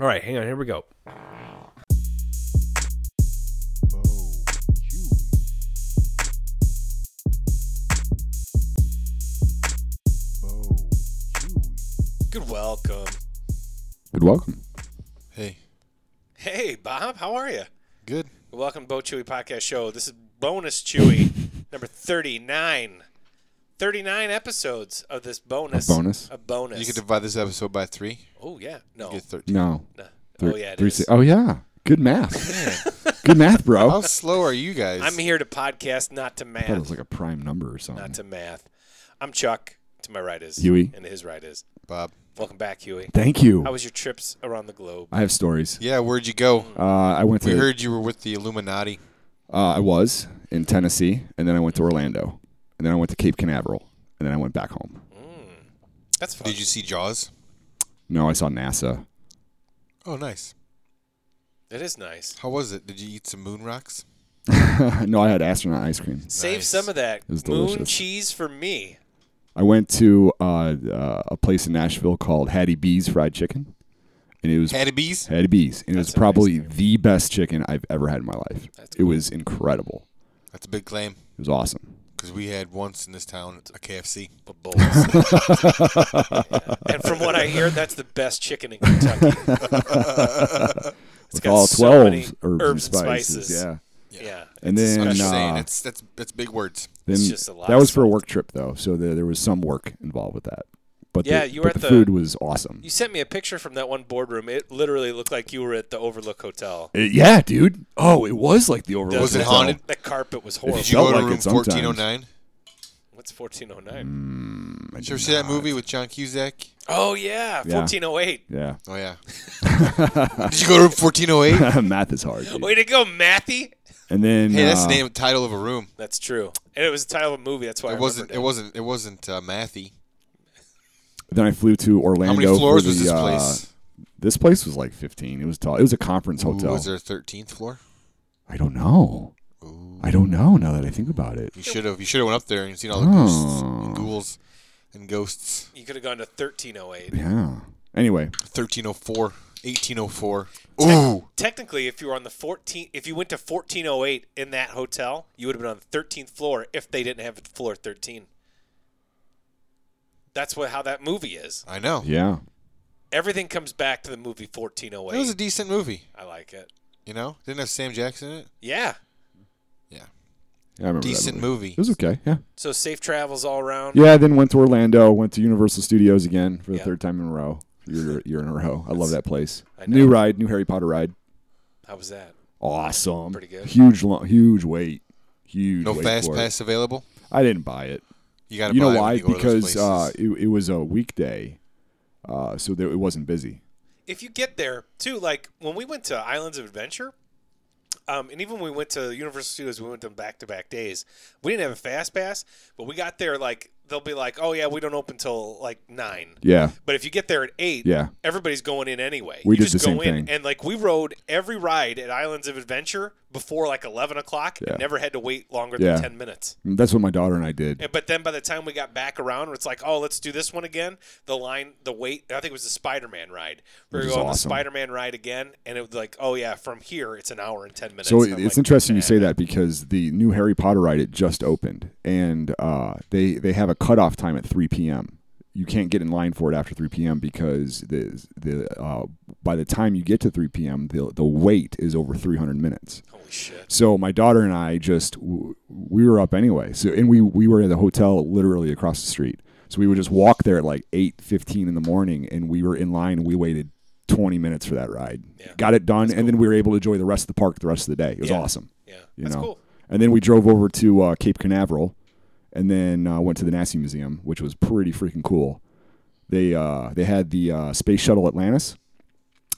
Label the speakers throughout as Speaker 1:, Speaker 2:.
Speaker 1: All right, hang on. Here we go.
Speaker 2: Good welcome.
Speaker 3: Good welcome.
Speaker 4: Hey,
Speaker 2: Hey, Bob, how are you?
Speaker 4: good.
Speaker 2: Welcome to Bo Chewy Podcast Show. This is bonus Chewy number 39. 39 episodes of this bonus.
Speaker 3: A bonus?
Speaker 2: A bonus.
Speaker 4: You could divide this episode by three.
Speaker 2: oh, yeah. No.
Speaker 4: Get thirteen.
Speaker 3: No.
Speaker 2: No.
Speaker 3: Three-
Speaker 2: oh, yeah. it
Speaker 3: three
Speaker 2: is.
Speaker 3: si- oh yeah. Good math. Good math, bro.
Speaker 4: How slow are you guys?
Speaker 2: I'm here to podcast, not to
Speaker 3: I thought it was
Speaker 2: math.
Speaker 3: like a prime number or something.
Speaker 2: Not to math. I'm Chuck. To my right is
Speaker 3: Huey.
Speaker 2: And to his right is.
Speaker 4: Bob.
Speaker 2: Welcome back, Huey.
Speaker 3: Thank you.
Speaker 2: How was your trips around the globe?
Speaker 3: I have stories.
Speaker 4: Yeah, where'd you go?
Speaker 3: Uh, I went to
Speaker 4: We heard you were with the Illuminati.
Speaker 3: uh, I was in Tennessee, and then I went to Orlando, and then I went to Cape Canaveral, and then I went back home.
Speaker 2: That's fun.
Speaker 4: Did you see Jaws?
Speaker 3: No, I saw NASA.
Speaker 4: Oh, nice.
Speaker 2: It is nice.
Speaker 4: How was it? Did you eat some moon rocks?
Speaker 3: no, I had astronaut ice cream.
Speaker 2: Save
Speaker 4: Nice.
Speaker 2: some of that moon
Speaker 3: was delicious.
Speaker 2: cheese for me.
Speaker 3: I went to uh, uh, a place in Nashville called Hattie B's Fried Chicken, and it was
Speaker 4: Had a bees?
Speaker 3: Hattie B's, and it was
Speaker 2: a nice
Speaker 3: probably the best chicken I've ever had in my life.
Speaker 2: That's
Speaker 3: It was incredible.
Speaker 4: That's a big claim.
Speaker 3: It was awesome.
Speaker 4: Because we had once in this town a KFC.
Speaker 2: But bowls. and from what I hear, that's the best chicken in Kentucky.
Speaker 3: With
Speaker 2: got
Speaker 3: all
Speaker 2: so
Speaker 3: twelve
Speaker 2: many
Speaker 3: herbs, and
Speaker 2: herbs and
Speaker 3: spices.
Speaker 2: spices.
Speaker 3: yeah.
Speaker 2: yeah.
Speaker 3: And
Speaker 2: It's
Speaker 3: then,
Speaker 2: disgusting.
Speaker 4: I'm just
Speaker 3: uh,
Speaker 4: saying, that's that's that's big words.
Speaker 3: Then
Speaker 2: just a lot
Speaker 3: that
Speaker 2: of
Speaker 3: was for a
Speaker 2: stuff.
Speaker 3: work trip though, so there, there was some work involved with that. But
Speaker 2: Yeah,
Speaker 3: the,
Speaker 2: you were
Speaker 3: but
Speaker 2: at the-
Speaker 3: the, food was awesome.
Speaker 2: You sent me a picture from that one boardroom. It literally looked like you were at the Overlook Hotel.
Speaker 3: Uh, yeah, dude. Oh, it was like the overall.
Speaker 4: Was it haunted?
Speaker 2: That carpet was horrible. oh
Speaker 4: Did you
Speaker 3: felt
Speaker 4: go to
Speaker 3: like it
Speaker 4: room
Speaker 3: sometimes.
Speaker 4: 1409?
Speaker 2: What's
Speaker 3: Mm.
Speaker 2: 1409?
Speaker 4: Did you ever see that movie with John Cusack?
Speaker 2: Oh, yeah. 1408.
Speaker 3: Yeah,
Speaker 4: Oh, yeah. Did you go to room 1408?
Speaker 3: math is hard. dude.
Speaker 2: Way to go, Mathy.
Speaker 3: And then
Speaker 4: Hey, that's
Speaker 3: uh,
Speaker 4: the name, title of a room.
Speaker 2: That's true. And it was the title of a movie. That's why I
Speaker 4: It wasn't. It
Speaker 2: remembered
Speaker 4: wasn't. It wasn't uh, mathy.
Speaker 3: Then I flew to Orlando.
Speaker 4: How many floors
Speaker 3: for
Speaker 4: was
Speaker 3: the,
Speaker 4: this
Speaker 3: uh,
Speaker 4: place?
Speaker 3: this place was like 15. It was tall. It was a conference
Speaker 4: Ooh,
Speaker 3: hotel.
Speaker 4: was there a thirteenth floor?
Speaker 3: I don't know. I don't know now that I think about it.
Speaker 4: You should have. You should have went up there and seen all
Speaker 3: Hmm.
Speaker 4: the ghosts, and ghouls, and ghosts.
Speaker 2: You could have gone to 1308.
Speaker 3: Yeah. Anyway,
Speaker 4: 1304, 1804. Ooh,
Speaker 2: Technically, if you were on the 14, if you went to 1408 in that hotel, you would have been on the 13th floor if they didn't have floor 13. That's what how that movie is.
Speaker 4: I know.
Speaker 3: yeah.
Speaker 2: Everything comes back to the movie
Speaker 4: It was a
Speaker 2: 1408.
Speaker 4: decent movie.
Speaker 2: I like it.
Speaker 4: You know, didn't have Sam Jackson in it.
Speaker 2: Yeah.
Speaker 4: Yeah,
Speaker 3: Yeah, I remember that
Speaker 4: decent movie.
Speaker 3: It was okay. Yeah.
Speaker 2: So safe travels all around.
Speaker 3: Yeah. Then went to Orlando. Went to Universal Studios again for the
Speaker 2: Yeah.
Speaker 3: third time in a row. Year, year in a row. I love that place.
Speaker 2: I know.
Speaker 3: New ride. New Harry Potter ride.
Speaker 2: How was that?
Speaker 3: Awesome.
Speaker 2: Pretty good.
Speaker 3: Huge, long, huge wait. Huge.
Speaker 4: No
Speaker 3: wait
Speaker 4: fast
Speaker 3: for it.
Speaker 4: pass available.
Speaker 3: I didn't buy it.
Speaker 4: You got to.
Speaker 3: you know
Speaker 4: buy it when
Speaker 3: why?
Speaker 4: You go to those
Speaker 3: Because uh,
Speaker 4: places.
Speaker 3: it, it was a weekday, uh, so there, it wasn't busy.
Speaker 2: If you get there too, like when we went to Islands of Adventure, um, and even when we went to Universal Studios, we went to back to back days. We didn't have a fast pass, but we got there like they'll be like, "Oh yeah, we don't open till like 9.
Speaker 3: Yeah.
Speaker 2: But if you get there at eight,
Speaker 3: Yeah.
Speaker 2: everybody's going in anyway.
Speaker 3: We
Speaker 2: you
Speaker 3: did
Speaker 2: just
Speaker 3: the
Speaker 2: go
Speaker 3: same
Speaker 2: in
Speaker 3: thing.
Speaker 2: and like we rode every ride at Islands of Adventure before like eleven o'clock
Speaker 3: Yeah.
Speaker 2: and never had to wait longer
Speaker 3: Yeah.
Speaker 2: than ten minutes.
Speaker 3: That's what my daughter and I did.
Speaker 2: And- But then by the time we got back around, it's like, oh, let's do this one again. The line, the wait, I think it was the Spider Man ride. We were
Speaker 3: Which is
Speaker 2: going on the
Speaker 3: awesome.
Speaker 2: Spider Man ride again, and it was like, oh, yeah, from here, it's an hour and 10 minutes.
Speaker 3: So
Speaker 2: And
Speaker 3: it-
Speaker 2: I'm
Speaker 3: it's
Speaker 2: like,
Speaker 3: interesting you say
Speaker 2: "Nah."
Speaker 3: that because the new Harry Potter ride it just opened, and uh, they they have a cutoff time at 3 p.m. You can't get in line for it after 3 p.m. because the the uh, by the time you get to 3 p.m. the the wait is over 300 minutes.
Speaker 2: Holy shit.
Speaker 3: So my daughter and I just w- we were up anyway. So and we we were at the hotel literally across the street. So we would just walk there at like eight fifteen in the morning, and we were in line. We waited twenty minutes for that ride.
Speaker 2: Yeah.
Speaker 3: Got it done, and then we were able to enjoy the rest of the park the rest of the day. It was
Speaker 2: Yeah.
Speaker 3: awesome.
Speaker 2: Yeah.
Speaker 3: You
Speaker 2: That's
Speaker 3: know?
Speaker 2: cool.
Speaker 3: And then we drove over to uh, Cape Canaveral, and then uh, went to the NASA Museum, which was pretty freaking cool. They uh, they had the uh, space shuttle Atlantis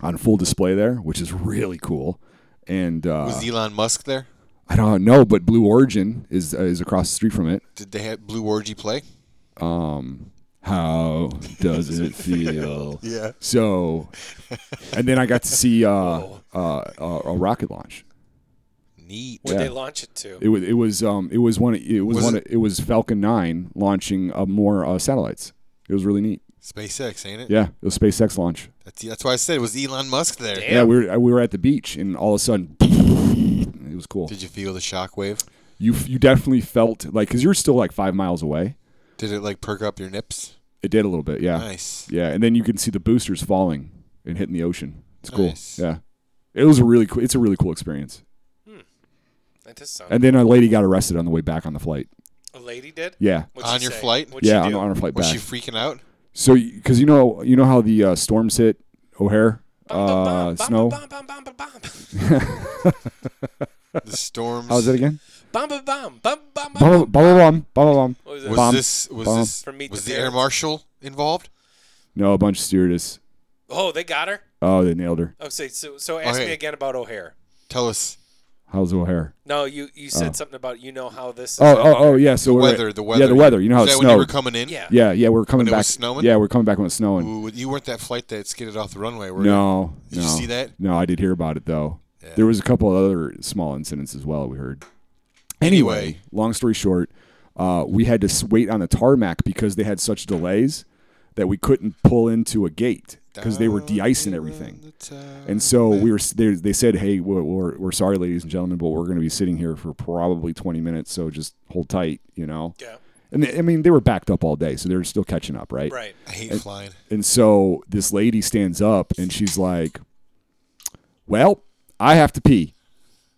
Speaker 3: on full display there, which is really cool. And uh,
Speaker 4: was Elon Musk there?
Speaker 3: I don't know, but Blue Origin is uh, is across the street from it. Um,
Speaker 4: Did they have Blue Orgy play?
Speaker 3: How does it feel?
Speaker 4: Yeah.
Speaker 3: So, and then I got to see uh, uh, uh, a rocket launch.
Speaker 4: Neat.
Speaker 2: Where'd
Speaker 3: Yeah.
Speaker 2: they launch it to?
Speaker 3: It was it was um it was one it was,
Speaker 4: Was
Speaker 3: one
Speaker 4: it-
Speaker 3: it was Falcon Nine launching uh, more uh, satellites. It was really neat.
Speaker 4: SpaceX, ain't it?
Speaker 3: Yeah, it was SpaceX launch.
Speaker 4: That's, that's why I said it was Elon Musk there.
Speaker 2: Damn.
Speaker 3: Yeah, we were we were at the beach, and all of a sudden, it was cool.
Speaker 4: Did you feel the shockwave?
Speaker 3: You you definitely felt like because you were still like five miles away.
Speaker 4: Did it like perk up your nips?
Speaker 3: It did a little bit, yeah,
Speaker 4: Nice.
Speaker 3: yeah, and then you can see the boosters falling and hitting the ocean. It's cool.
Speaker 4: Nice.
Speaker 3: Yeah, it was a really cool. It's a really cool experience.
Speaker 2: That does sound.
Speaker 3: And then a lady got arrested on the way back on the flight.
Speaker 2: a lady did.
Speaker 3: Yeah,
Speaker 2: What'd she
Speaker 4: On your
Speaker 2: say?
Speaker 4: flight?
Speaker 2: What'd
Speaker 3: yeah,
Speaker 2: she
Speaker 3: on,
Speaker 2: do?
Speaker 3: on her flight
Speaker 4: Was
Speaker 3: back.
Speaker 4: she freaking out?
Speaker 3: So, because you know, you know how the uh, storms hit O'Hare uh, snow.
Speaker 2: Bum, bum, bum, bum, bum, bum,
Speaker 4: The storms.
Speaker 3: How was it again?
Speaker 2: bum, bum, bum, bum, bum, bum.
Speaker 3: Bum bum bum bum bum.
Speaker 2: What was it?
Speaker 4: Was
Speaker 3: Bomb.
Speaker 4: this was
Speaker 3: Bomb.
Speaker 4: this
Speaker 2: From Meet
Speaker 4: was
Speaker 2: the
Speaker 4: the air
Speaker 2: Parents.
Speaker 4: marshal involved?
Speaker 3: No, a bunch of stewardess.
Speaker 2: Oh, they got her.
Speaker 3: Oh, they nailed her.
Speaker 2: Oh, say so. So ask
Speaker 4: Okay.
Speaker 2: me again about O'Hare.
Speaker 4: Tell us
Speaker 3: How's O'Hare?
Speaker 2: No, you you said something about you know how this. Is
Speaker 3: Oh, oh, oh, yeah. So we're-
Speaker 4: weather. The weather.
Speaker 3: Yeah, the weather. You know how
Speaker 4: Is
Speaker 3: it
Speaker 4: that when you were
Speaker 3: snowed.
Speaker 4: coming in?
Speaker 2: yeah.
Speaker 3: Yeah, yeah, we were coming
Speaker 4: When it
Speaker 3: back.
Speaker 4: was snowing?
Speaker 3: Yeah, we were coming back when it's snowing.
Speaker 4: Ooh, You weren't that flight that skidded off the runway, were you?
Speaker 3: No,
Speaker 4: Did you
Speaker 3: no.
Speaker 4: see that?
Speaker 3: No, I did hear about it though.
Speaker 4: Yeah.
Speaker 3: There was a couple of other small incidents as well. We heard.
Speaker 4: Anyway.
Speaker 3: long story short, uh, we had to s- wait on the tarmac because they had such delays that we couldn't pull into a gate because they were de-icing everything.
Speaker 4: uh,
Speaker 3: And so we were. s- They, they said, "Hey, we're, we're, we're sorry, ladies and gentlemen, but we're going to be sitting here for probably 20 minutes. So just hold tight, you know."
Speaker 2: Yeah.
Speaker 3: And they, I mean, they were backed up all day, so they were still catching up, right?
Speaker 2: Right.
Speaker 4: I hate flying.
Speaker 3: And so this lady stands up and she's like, Well, I have to pee.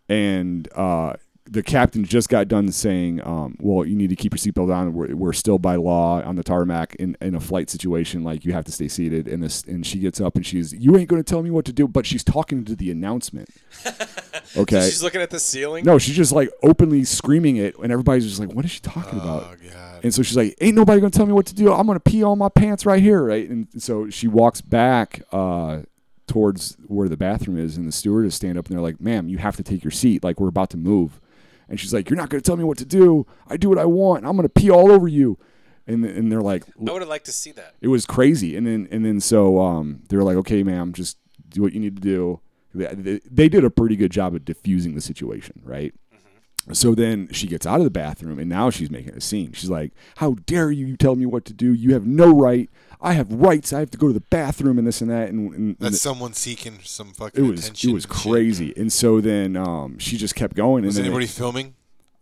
Speaker 3: And uh, the captain just got done saying, um, Well, you need to keep your seatbelt on. We're, we're still by law on the tarmac in, in a flight situation. Like, you have to stay seated. And, this, and she gets up and she's, You ain't going to tell me what to do. But she's talking to the announcement. Okay.
Speaker 2: She's looking at the ceiling.
Speaker 3: no, she's just like openly screaming it. And everybody's just like, What is she talking about?
Speaker 4: Oh god.
Speaker 3: And so she's like, "Ain't nobody gonna tell me what to do. I'm gonna pee all my pants right here, right?" And so she walks back uh, towards where the bathroom is, and the stewardess stand up and they're like, "Ma'am, you have to take your seat. Like we're about to move." And she's like, "You're not gonna tell me what to do. I do what I want. I'm gonna pee all over you." And and they're like,
Speaker 2: I would have liked to see that.
Speaker 3: it was crazy. And then and then so um, they were like, okay, ma'am, just do what you need to do. They, they, they did a pretty good job of diffusing the situation, right? So then she gets out of the bathroom and now she's making a scene. She's like, How dare you tell me what to do? You have no right. I have rights. I have to go to the bathroom and this and that. And, and, and
Speaker 4: That's someone seeking some
Speaker 3: it
Speaker 4: fucking
Speaker 3: was
Speaker 4: attention.
Speaker 3: it was
Speaker 4: and shit.
Speaker 3: crazy. And so then um, she just kept going. And
Speaker 4: Was
Speaker 3: then
Speaker 4: anybody filming?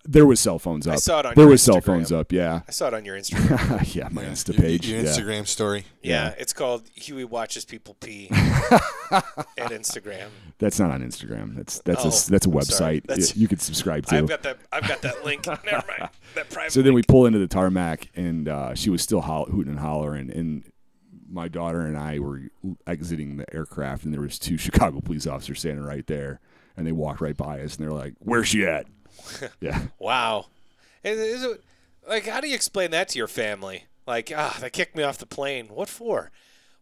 Speaker 3: there was cell phones up.
Speaker 2: saw it on
Speaker 3: there
Speaker 2: your
Speaker 3: was cell
Speaker 2: Instagram.
Speaker 3: phones up. Yeah,
Speaker 2: I saw it on your Instagram.
Speaker 3: yeah, my Insta
Speaker 4: Your-
Speaker 3: page.
Speaker 4: Your,
Speaker 3: yeah.
Speaker 4: Instagram story.
Speaker 2: yeah. It's called Huey watches people pee. at Instagram.
Speaker 3: That's not on Instagram. That's that's
Speaker 2: Oh,
Speaker 3: a that's a
Speaker 2: I'm sorry.
Speaker 3: website
Speaker 2: That's-
Speaker 3: you could subscribe to.
Speaker 2: I've got that. I've got that link. Never mind. That private.
Speaker 3: so then we pull into the tarmac, and uh, she was still holl- hooting and hollering, and my daughter and I were exiting the aircraft, and there was two Chicago police officers standing right there, and they walked right by us, and they're like, "Where's she at?" yeah,
Speaker 2: Wow. Is- is it- like, how do you explain that to your family? Like, ah, they kicked me off the plane. What for?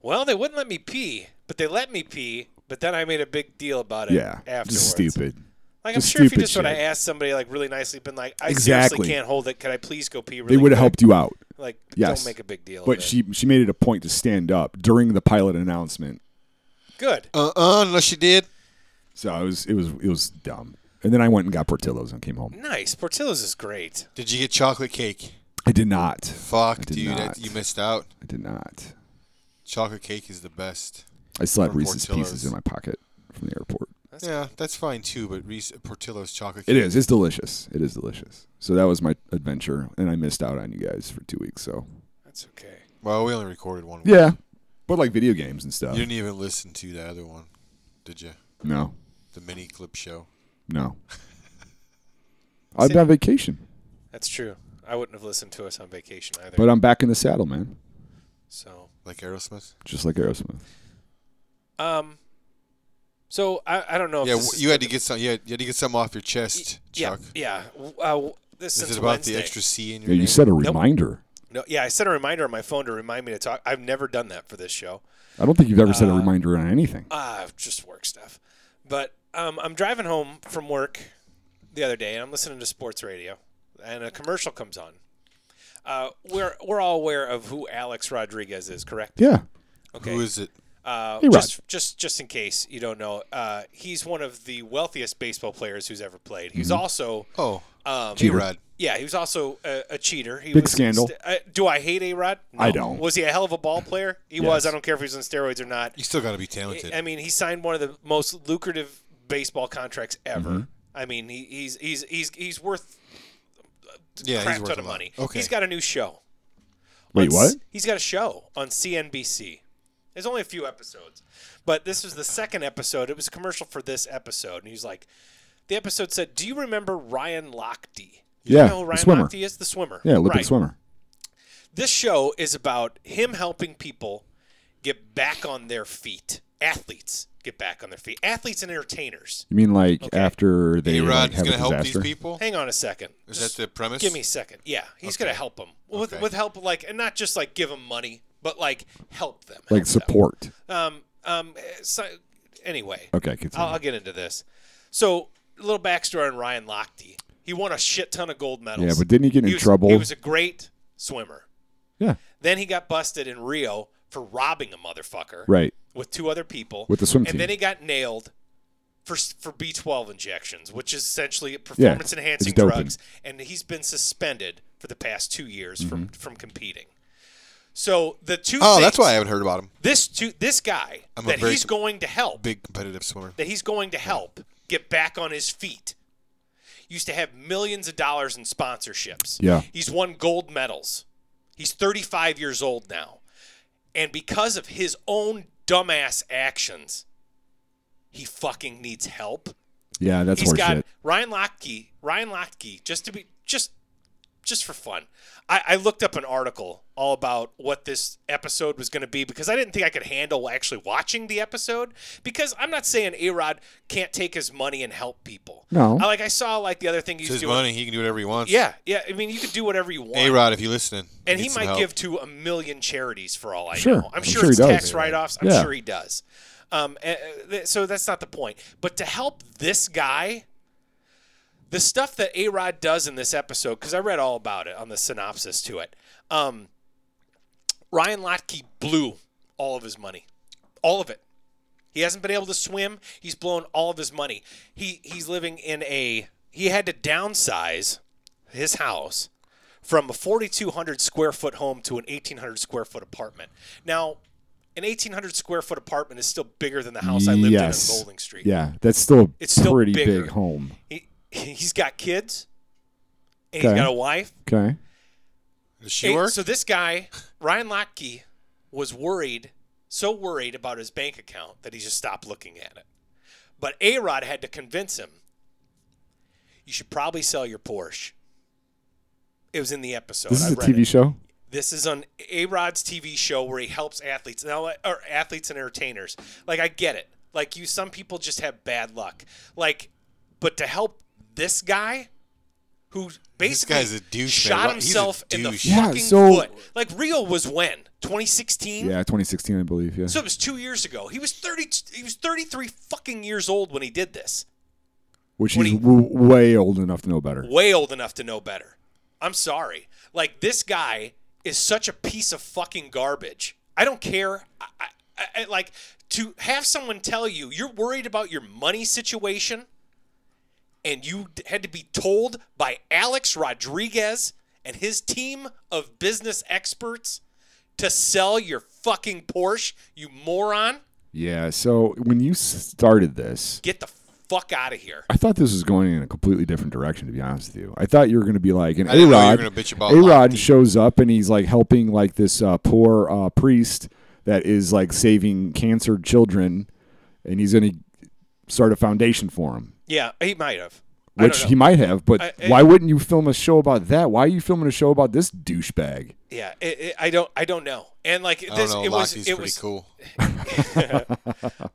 Speaker 2: Well, they wouldn't let me pee, but they let me pee. But then I made a big deal about it.
Speaker 3: yeah,
Speaker 2: Afterwards.
Speaker 3: just stupid.
Speaker 2: Like,
Speaker 3: Just
Speaker 2: I'm sure if you
Speaker 3: stupid
Speaker 2: just would have
Speaker 3: shit.
Speaker 2: asked somebody like really nicely, been like, I
Speaker 3: Exactly.
Speaker 2: seriously can't hold it. Could I please go pee? Really Oh,
Speaker 3: They would
Speaker 2: quick?"
Speaker 3: have helped you out,
Speaker 2: Like,
Speaker 3: Yes.
Speaker 2: don't make a big deal. of
Speaker 3: but
Speaker 2: it.
Speaker 3: she she made it a point to stand up during the pilot announcement.
Speaker 2: good.
Speaker 4: Uh, uh unless you did.
Speaker 3: So it was it was it was dumb. And then I went and got Portillo's and came home.
Speaker 2: Nice. Portillo's is great.
Speaker 4: Did you get chocolate cake?
Speaker 3: I did not. I
Speaker 4: Fuck,
Speaker 3: did
Speaker 4: dude,
Speaker 3: not.
Speaker 4: that, you missed out.
Speaker 3: I did not.
Speaker 4: Chocolate cake is the best.
Speaker 3: I still have
Speaker 4: From
Speaker 3: Reese's Pieces
Speaker 4: Portillo's.
Speaker 3: in my pocket from the airport.
Speaker 4: yeah, that's fine too. But Reese Portillo's chocolate
Speaker 3: It
Speaker 4: cake.
Speaker 3: is. It's delicious. It is delicious. So that was my adventure, and I missed out on you guys for two weeks. So
Speaker 2: That's okay.
Speaker 4: Well, we only recorded one. week.
Speaker 3: yeah, but like video games and stuff.
Speaker 4: You didn't even listen to the other one, did you?
Speaker 3: no,
Speaker 4: The mini clip show.
Speaker 3: no. I've been on vacation,
Speaker 2: That's true. I wouldn't have listened to us on vacation either.
Speaker 3: but I'm back in the saddle, man.
Speaker 2: so,
Speaker 4: Like Aerosmith.
Speaker 3: Just like Aerosmith.
Speaker 2: um, so I, I don't know.
Speaker 4: Yeah,
Speaker 2: if Oh, this
Speaker 4: w-
Speaker 2: is
Speaker 4: you had to get some. You had, you had to get something off your chest, Chuck.
Speaker 2: Yeah, yeah. Uh, w- this
Speaker 4: Is
Speaker 2: since
Speaker 4: it about
Speaker 2: Wednesday.
Speaker 4: the extra C in your
Speaker 3: Yeah, you
Speaker 4: name?
Speaker 3: set a reminder.
Speaker 2: No, yeah, I set a reminder on my phone to remind me to talk. I've never done that for this show.
Speaker 3: I don't think you've ever
Speaker 2: Uh,
Speaker 3: set a reminder on anything.
Speaker 2: Ah, just work stuff. But um, I'm driving home from work the other day, and I'm listening to sports radio, and a commercial comes on. Uh, we're we're all aware of who Alex Rodriguez is, correct?
Speaker 3: yeah,
Speaker 2: Okay.
Speaker 4: Who is it?
Speaker 2: Uh,
Speaker 3: Hey, Rod.
Speaker 2: just, just, just in case
Speaker 4: Mm-hmm.
Speaker 2: you don't know, uh, he's one of the wealthiest baseball players who's ever played. He's also
Speaker 4: Oh,
Speaker 2: Um,
Speaker 4: A
Speaker 3: Cheater.
Speaker 4: Rod.
Speaker 2: yeah, he was also a, a cheater. He
Speaker 3: Big
Speaker 2: was
Speaker 3: scandal.
Speaker 2: uh, do I hate A Rod? No.
Speaker 3: I don't.
Speaker 2: Was he a hell of a ball player? He was. I don't care if he was on steroids or not.
Speaker 4: You still got to be talented.
Speaker 2: I mean, he signed one of the most lucrative baseball contracts ever.
Speaker 3: Mm-hmm.
Speaker 2: I mean, he, he's he's he's he's worth
Speaker 4: yeah,
Speaker 2: crap
Speaker 4: he's worth
Speaker 2: ton
Speaker 4: a
Speaker 2: of
Speaker 4: lot.
Speaker 2: money.
Speaker 4: Okay,
Speaker 2: He's got a new show.
Speaker 3: Wait,
Speaker 2: on
Speaker 3: what?
Speaker 2: C- He's got a show on CNBC. There's only a few episodes, but this was the second episode. It was a commercial for this episode, and he's like, the episode said, "Do you remember Ryan Lochte? You
Speaker 3: Yeah,
Speaker 2: know who
Speaker 3: the
Speaker 2: Ryan
Speaker 3: swimmer.
Speaker 2: Lochte is the swimmer.
Speaker 3: Yeah, Olympic
Speaker 2: right.
Speaker 3: swimmer.
Speaker 2: This show is about him helping people get back on their feet. Athletes get back on their feet. Athletes and entertainers.
Speaker 3: You mean like after they
Speaker 4: A
Speaker 3: like,
Speaker 4: Rod's
Speaker 3: have
Speaker 4: going
Speaker 3: a
Speaker 4: to help these
Speaker 3: disaster?
Speaker 4: people.
Speaker 2: Hang on a second.
Speaker 4: Is
Speaker 2: Just
Speaker 4: that the premise?
Speaker 2: give me a second. Yeah, he's gonna
Speaker 4: Okay.
Speaker 2: help them with
Speaker 4: Okay.
Speaker 2: with help like and not just like give them money, but like help them.
Speaker 3: Like
Speaker 2: help them.
Speaker 3: support.
Speaker 2: Um. Um. So, anyway,
Speaker 3: Okay, continue.
Speaker 2: I'll, I'll get into this. So, a little backstory on Ryan Lochte. He won a shit ton of gold medals.
Speaker 3: yeah, but didn't he get in
Speaker 2: he was,
Speaker 3: trouble?
Speaker 2: He was a great swimmer.
Speaker 3: yeah,
Speaker 2: Then he got busted in Rio for robbing a motherfucker
Speaker 3: right.
Speaker 2: with two other people
Speaker 3: With the swim
Speaker 2: and
Speaker 3: team.
Speaker 2: then he got nailed for for B12 injections, which is essentially performance enhancing
Speaker 3: it's doping.
Speaker 2: drugs, and he's been suspended for the past two years
Speaker 3: Mm-hmm.
Speaker 2: from from competing. So the two.
Speaker 4: Oh,
Speaker 2: things-
Speaker 4: that's why I haven't heard about him.
Speaker 2: this two this guy
Speaker 4: I'm a
Speaker 2: that
Speaker 4: very
Speaker 2: he's
Speaker 4: com-
Speaker 2: going to help
Speaker 4: Big competitive swimmer.
Speaker 2: that he's going to help get back on his feet. Used to have millions of dollars in sponsorships.
Speaker 3: Yeah.
Speaker 2: He's won gold medals. He's 35 years old now. And because of his own dumbass actions, he fucking needs help.
Speaker 3: Yeah, that's
Speaker 2: He's got
Speaker 3: horseshit.
Speaker 2: Ryan Lochte. Ryan Lochte, just to be just just for fun. I, I looked up an article all about what this episode was going to be because I didn't think I could handle actually watching the episode because I'm not saying Arod can't take his money and help people.
Speaker 3: No.
Speaker 2: I, like I saw like the other thing he's
Speaker 4: It's his
Speaker 2: doing.
Speaker 4: money. He can do whatever he wants.
Speaker 2: Yeah, yeah. I mean, you could do whatever you want.
Speaker 4: A Rod, if you're listening,
Speaker 2: and he
Speaker 4: need some
Speaker 2: might
Speaker 4: help.
Speaker 2: give to a million charities for all I
Speaker 3: Sure.
Speaker 2: know. I'm
Speaker 3: I'm
Speaker 2: sure,
Speaker 3: sure he
Speaker 2: it's
Speaker 3: does.
Speaker 2: tax write-offs. I'm
Speaker 3: Yeah.
Speaker 2: sure he does. Um, eh, eh, th- so that's not the point. But to help this guy, the stuff that A Rod does in this episode, because I read all about it on the synopsis to it. Um, Ryan Lotke blew all of his money, all of it. He hasn't been able to swim. He's blown all of his money. He he's living in a he had to downsize his house from a 4200 square foot home to an 1800 square foot apartment. Now, an 1800 square foot apartment is still bigger than the house I lived
Speaker 3: yes.
Speaker 2: in on Golding Street.
Speaker 3: Yeah, that's still
Speaker 2: It's still
Speaker 3: pretty
Speaker 2: bigger.
Speaker 3: big home.
Speaker 2: He he's got kids. And
Speaker 3: Okay.
Speaker 2: he's got a wife.
Speaker 3: Okay.
Speaker 4: Does she
Speaker 2: Hey,
Speaker 4: work?
Speaker 2: So this guy, Ryan Lochte, was worried, so worried about his bank account that he just stopped looking at it. But A Rod had to convince him, you should probably sell your Porsche. It was in the episode.
Speaker 3: This
Speaker 2: I
Speaker 3: is a
Speaker 2: read
Speaker 3: TV
Speaker 2: it.
Speaker 3: show.
Speaker 2: This is on A Rod's TV show where he helps athletes now or athletes and entertainers. Like I get it. Like you some people just have bad luck. Like but to help this guy who basically
Speaker 4: guy's a douche,
Speaker 2: shot
Speaker 4: man. He's a
Speaker 2: himself in the
Speaker 4: douche.
Speaker 2: fucking
Speaker 4: Yeah,
Speaker 3: so-
Speaker 2: foot. Like Rio was when? 2016?
Speaker 3: Yeah, 2016, I believe. Yeah.
Speaker 2: So it was 2 years ago. He was 30 he was 33 fucking years old when he did this.
Speaker 3: Which
Speaker 2: when
Speaker 3: he's
Speaker 2: he-
Speaker 3: w- way old enough to know better.
Speaker 2: way old enough to know better. I'm sorry. Like this guy is such a piece of fucking garbage. I don't care. I, I, I, like to have someone tell you you're worried about your money situation, and you d- had to be told by Alex Rodriguez and his team of business experts to sell your fucking Porsche. You moron!
Speaker 3: Yeah. So when you s- started this,
Speaker 2: Get the fuck out of here.
Speaker 3: I thought this was going in a completely different direction. To be honest with you, I thought you were going to be like an
Speaker 4: I didn't know you were
Speaker 3: Arod.
Speaker 4: gonna bitch about
Speaker 3: Arod
Speaker 4: Lochte.
Speaker 3: shows up and he's like helping like this uh, poor uh, priest that is like saving cancer children, and he's going to start a foundation for him.
Speaker 2: Yeah, he might have. I don't
Speaker 3: Which
Speaker 2: know.
Speaker 3: he might have, but
Speaker 2: I- I-
Speaker 3: why wouldn't you film a show about that? Why are you filming a show about this douchebag?
Speaker 2: Yeah, it, it, I don't, I don't know, and like
Speaker 4: I
Speaker 2: this,
Speaker 4: don't know.
Speaker 2: it was,
Speaker 4: Lochte's
Speaker 2: it
Speaker 4: pretty
Speaker 2: was,
Speaker 4: cool.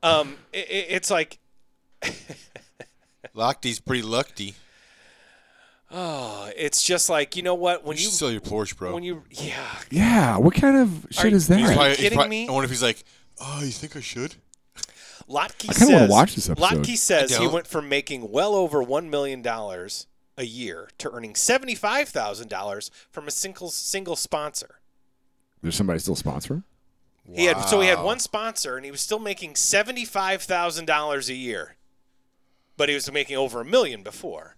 Speaker 2: um, i i- it's like,
Speaker 4: Lochte's pretty lucky.
Speaker 2: oh, it's just like you know what when you,
Speaker 4: You should sell your Porsche, bro.
Speaker 2: when you, yeah,
Speaker 3: Yeah, what kind of shit
Speaker 2: Are-
Speaker 3: is that?
Speaker 4: He's
Speaker 2: Are you
Speaker 4: probably- he's
Speaker 2: kidding
Speaker 4: probably-
Speaker 2: me?
Speaker 4: I wonder if he's like, oh, you think I should?
Speaker 2: Lotke
Speaker 3: I
Speaker 2: says.
Speaker 3: kinda wanna watch this episode.
Speaker 2: Lotke says he
Speaker 4: don't.
Speaker 2: went from making well over one million dollars a year to earning seventy five thousand dollars from a single single sponsor.
Speaker 3: There's somebody still sponsoring?
Speaker 2: He had so he had
Speaker 4: Wow.
Speaker 2: one sponsor, and he was still making seventy five thousand dollars a year, but he was making over a million before.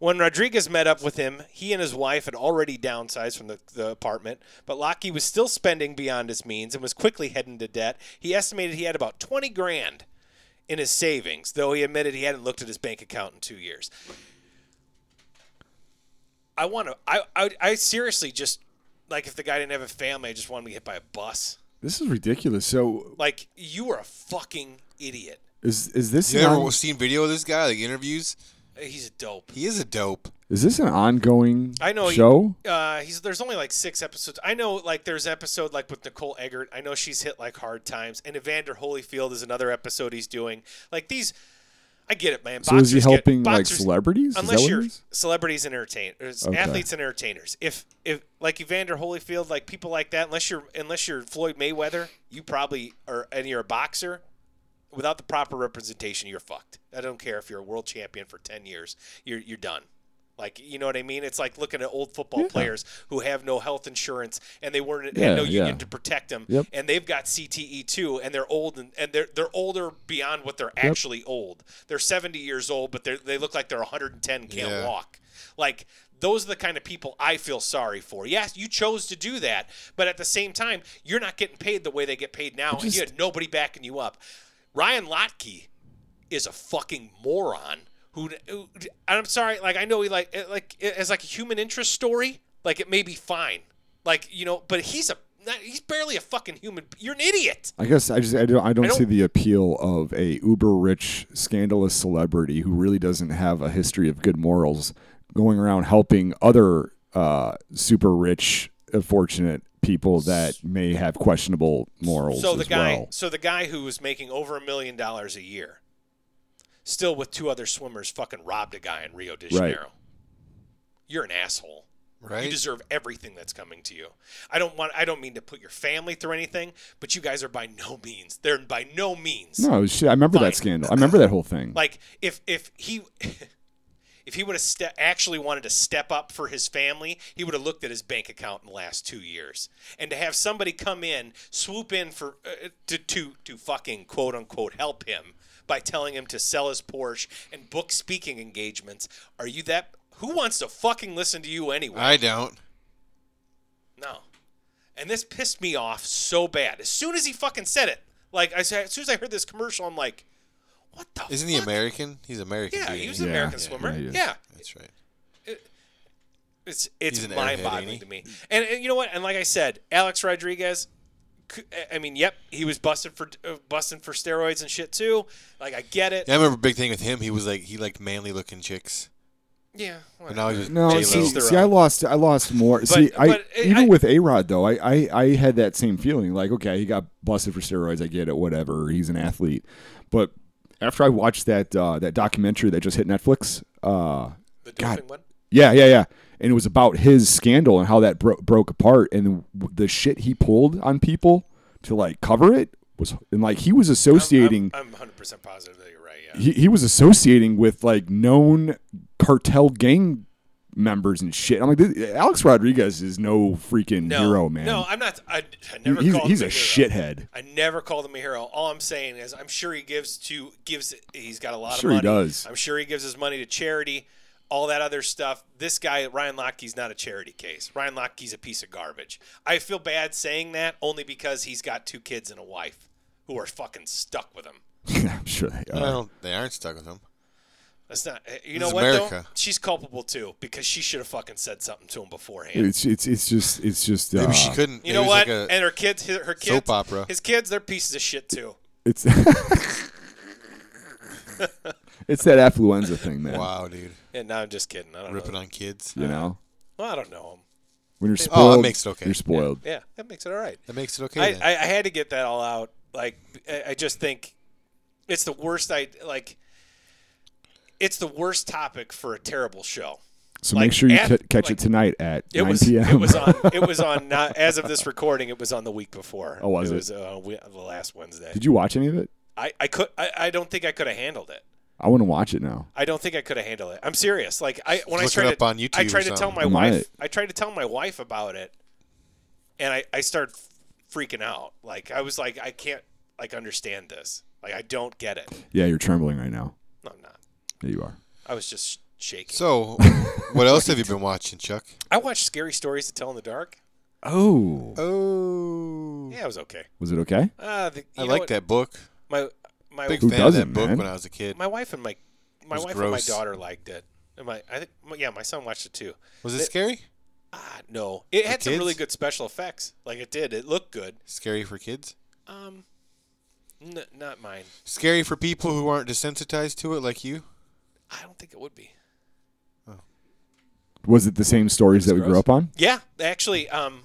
Speaker 2: When Rodriguez met up with him, he and his wife had already downsized from the, the apartment, but Lockheed was still spending beyond his means and was quickly heading to debt. He estimated he had about 20 grand in his savings, though he admitted he hadn't looked at his bank account in two years. I want to. I, I I seriously just like if the guy didn't have a family, I just wanted to be hit by a bus.
Speaker 3: This is ridiculous. So
Speaker 2: Like you were a fucking idiot.
Speaker 3: is is this
Speaker 4: You
Speaker 3: an
Speaker 4: ever
Speaker 3: on-
Speaker 4: seen video of this guy, like interviews?
Speaker 2: He's a dope.
Speaker 4: He is a dope.
Speaker 3: is this an ongoing
Speaker 2: I know. he-
Speaker 3: show?
Speaker 2: uh, he's there's only like six episodes. I know like there's an episode like with Nicole Eggert. I know she's hit like hard times, and Evander Holyfield is another episode he's doing. Like these, I get it, man.
Speaker 3: so is he
Speaker 2: Boxers get-
Speaker 3: helping like
Speaker 2: boxers-
Speaker 3: celebrities? Is that
Speaker 2: Unless
Speaker 3: what it
Speaker 2: you're
Speaker 3: is?
Speaker 2: celebrities and entertainers,
Speaker 3: Okay.
Speaker 2: athletes and entertainers. If if like Evander Holyfield, like people like that, unless you're unless you're Floyd Mayweather, you probably are, and you're a boxer. Without the proper representation, you're fucked. I don't care if you're a world champion for ten years, you're you're done. Like you know what I mean? It's like looking at old football players who have no health insurance and they weren't
Speaker 3: Yeah,
Speaker 2: had no union
Speaker 3: yeah.
Speaker 2: to protect them,
Speaker 3: Yep.
Speaker 2: and they've got CTE too, and they're old and, and they're they're older beyond what they're actually old. They're seventy years old, but they they look like they're 110, can't
Speaker 4: Yeah.
Speaker 2: walk. Like those are the kind of people I feel sorry for. Yes, you chose to do that, but at the same time, you're not getting paid the way they get paid now, and you had nobody backing you up. Ryan Lotke is a fucking moron who, who and I'm sorry, like I know he like it- like it- as like a human interest story, like it may be fine, like you know, but he's a not, he's barely a fucking human. You're an idiot.
Speaker 3: I guess I just I don't I don't,
Speaker 2: don't-
Speaker 3: see the appeal of a uber rich scandalous celebrity who really doesn't have a history of good morals going around helping other uh, super rich uh, fortunate people that may have questionable morals
Speaker 2: So the
Speaker 3: as
Speaker 2: guy,
Speaker 3: well.
Speaker 2: so the guy who was making over a million dollars a year, still with two other swimmers, fucking robbed a guy in Rio de
Speaker 3: Right.
Speaker 2: Janeiro. You're an asshole.
Speaker 4: Right?
Speaker 2: You deserve everything that's coming to you. I don't want. I don't mean to put your family through anything, but you guys are by no means. They're by no means.
Speaker 3: No, it was shit. I remember
Speaker 2: Fine.
Speaker 3: that scandal. I remember that whole thing.
Speaker 2: Like if if he if he would have ste- actually wanted to step up for his family, he would have looked at his bank account in the last two years. And to have somebody come in, swoop in for uh, to to to fucking quote unquote help him by telling him to sell his Porsche and book speaking engagements, are you that? Who wants to fucking listen to you anyway?
Speaker 4: I don't.
Speaker 2: No. And this pissed me off so bad. As soon as he fucking said it, like I said, as soon as I heard this commercial, I'm like, what the?
Speaker 4: Isn't
Speaker 2: fuck?
Speaker 4: he American? He's American.
Speaker 2: Yeah,
Speaker 4: dude,
Speaker 2: he was
Speaker 4: ain't
Speaker 2: an
Speaker 3: Yeah.
Speaker 2: American
Speaker 3: Yeah,
Speaker 2: swimmer.
Speaker 3: he
Speaker 2: Yeah,
Speaker 3: is.
Speaker 4: That's right.
Speaker 2: it's it's
Speaker 4: He's an airhead, ain't
Speaker 2: mind-boggling
Speaker 4: he?
Speaker 2: to me. And, and you know what? And like I said, Alex Rodriguez. c- I mean, yep, he was busted for uh, busting for steroids and shit too. Like I get it.
Speaker 4: Yeah, I remember a big thing with him. He was like he liked manly looking chicks,
Speaker 2: Yeah.
Speaker 4: but now he's just
Speaker 3: No,
Speaker 4: J-Lo.
Speaker 3: see,
Speaker 2: Each their
Speaker 3: see, I
Speaker 2: own.
Speaker 3: lost, I lost more. see, I
Speaker 2: but it-
Speaker 3: even
Speaker 2: I-
Speaker 3: with A Rod though, I, I, I had that same feeling. Like, okay, he got busted for steroids. I get it, whatever. He's an athlete, but after I watched that uh, that documentary that just hit Netflix, uh,
Speaker 2: the
Speaker 3: God.
Speaker 2: doping one.
Speaker 3: yeah, yeah, yeah, and it was about his scandal and how that bro- broke apart and w- the shit he pulled on people to like cover it was and like he was associating
Speaker 2: I'm, I'm 100% positive that you're right. Yeah.
Speaker 3: he, he was associating with like known cartel gang members and shit. I'm like, this, Alex Rodriguez is no freaking
Speaker 2: No,
Speaker 3: hero, man.
Speaker 2: No, I'm not. I, I
Speaker 3: He-
Speaker 2: never
Speaker 3: he's
Speaker 2: called
Speaker 3: he's a
Speaker 2: him hero.
Speaker 3: shithead.
Speaker 2: I never called him a hero. All I'm saying is I'm sure he gives to gives he's got a lot
Speaker 3: Sure he
Speaker 2: of money.
Speaker 3: does.
Speaker 2: I'm sure he gives his money to charity, all that other stuff. This guy Ryan Lotke's not a charity case. Ryan Lotke's a piece of garbage. I feel bad saying that only because he's got two kids and a wife who are fucking stuck with him.
Speaker 3: I'm sure they
Speaker 4: I
Speaker 2: Uh,
Speaker 3: are.
Speaker 4: don't. They aren't stuck with him.
Speaker 2: That's not eh, you
Speaker 4: This
Speaker 2: know
Speaker 4: is
Speaker 2: what though?
Speaker 4: America.
Speaker 2: She's culpable too because she should have fucking said something to him beforehand.
Speaker 3: It's it's it's just it's just uh,
Speaker 4: Maybe she couldn't.
Speaker 2: you
Speaker 4: Maybe
Speaker 2: know what?
Speaker 4: it was Like a,
Speaker 2: and her kids, her kids,
Speaker 4: opera.
Speaker 2: his kids, they're pieces of shit too.
Speaker 3: it's it's that affluenza thing, man.
Speaker 4: wow, dude,
Speaker 2: And no, I'm just kidding. I don't
Speaker 4: ripping
Speaker 2: know.
Speaker 4: on kids.
Speaker 3: You know,
Speaker 2: Well, I don't know him.
Speaker 3: when you're
Speaker 4: Oh, that
Speaker 3: spoiled,
Speaker 4: makes it okay.
Speaker 3: you're spoiled.
Speaker 2: Yeah, that makes it all right.
Speaker 4: That makes it okay.
Speaker 2: I,
Speaker 4: then.
Speaker 2: I, I had to get that all out. Like, I, I just think it's the worst. I like. It's the worst topic for a terrible show.
Speaker 3: So
Speaker 2: Like,
Speaker 3: make sure you
Speaker 2: at-
Speaker 3: ca- catch
Speaker 2: like,
Speaker 3: it tonight at
Speaker 2: It
Speaker 3: 9
Speaker 2: was.
Speaker 3: p.m.
Speaker 2: It was on. It was on. Not, as of this recording, it was on the week before.
Speaker 3: Oh, was it?
Speaker 2: was uh, we, the last Wednesday.
Speaker 3: Did you watch any of it?
Speaker 2: I, I could. I, I don't think I could have handled it.
Speaker 3: I want to watch it now.
Speaker 2: I don't think I could have handled it. I'm serious. Like I when
Speaker 4: Look
Speaker 2: I
Speaker 4: it
Speaker 2: tried
Speaker 4: up
Speaker 2: to,
Speaker 4: on YouTube
Speaker 2: I
Speaker 4: or
Speaker 2: tried to tell
Speaker 4: something.
Speaker 2: my
Speaker 3: I
Speaker 2: wife.
Speaker 3: might.
Speaker 2: I tried to tell my wife about it, and I I started freaking out. Like I was like I can't like understand this. Like I don't get it.
Speaker 3: Yeah, you're trembling right now.
Speaker 2: No, I'm not.
Speaker 3: Yeah, you are.
Speaker 2: I was just shaking.
Speaker 4: So, what else have you been watching, Chuck?
Speaker 2: I watched Scary Stories to Tell in the Dark.
Speaker 3: Oh,
Speaker 4: Oh,
Speaker 2: Yeah, it was okay.
Speaker 3: was it okay?
Speaker 2: Uh, the,
Speaker 4: I
Speaker 2: you know
Speaker 4: like
Speaker 2: what?
Speaker 4: that book.
Speaker 2: My my
Speaker 4: Big
Speaker 3: Who
Speaker 4: fan of that
Speaker 3: doesn't,
Speaker 4: book
Speaker 3: man?
Speaker 4: when I was a kid.
Speaker 2: my wife and my my
Speaker 4: was
Speaker 2: wife
Speaker 4: gross.
Speaker 2: and my daughter liked it. And my I think my- yeah, my son watched it too.
Speaker 4: Was it scary?
Speaker 2: Ah, no, it had some
Speaker 4: kids?
Speaker 2: really good special effects. Like it did, it looked good.
Speaker 4: Scary for kids?
Speaker 2: Um, n- not mine.
Speaker 4: Scary for people who aren't desensitized to it, like you?
Speaker 2: I don't think it would be.
Speaker 3: Was it the same stories that we grew up on,
Speaker 2: Yeah, actually, um,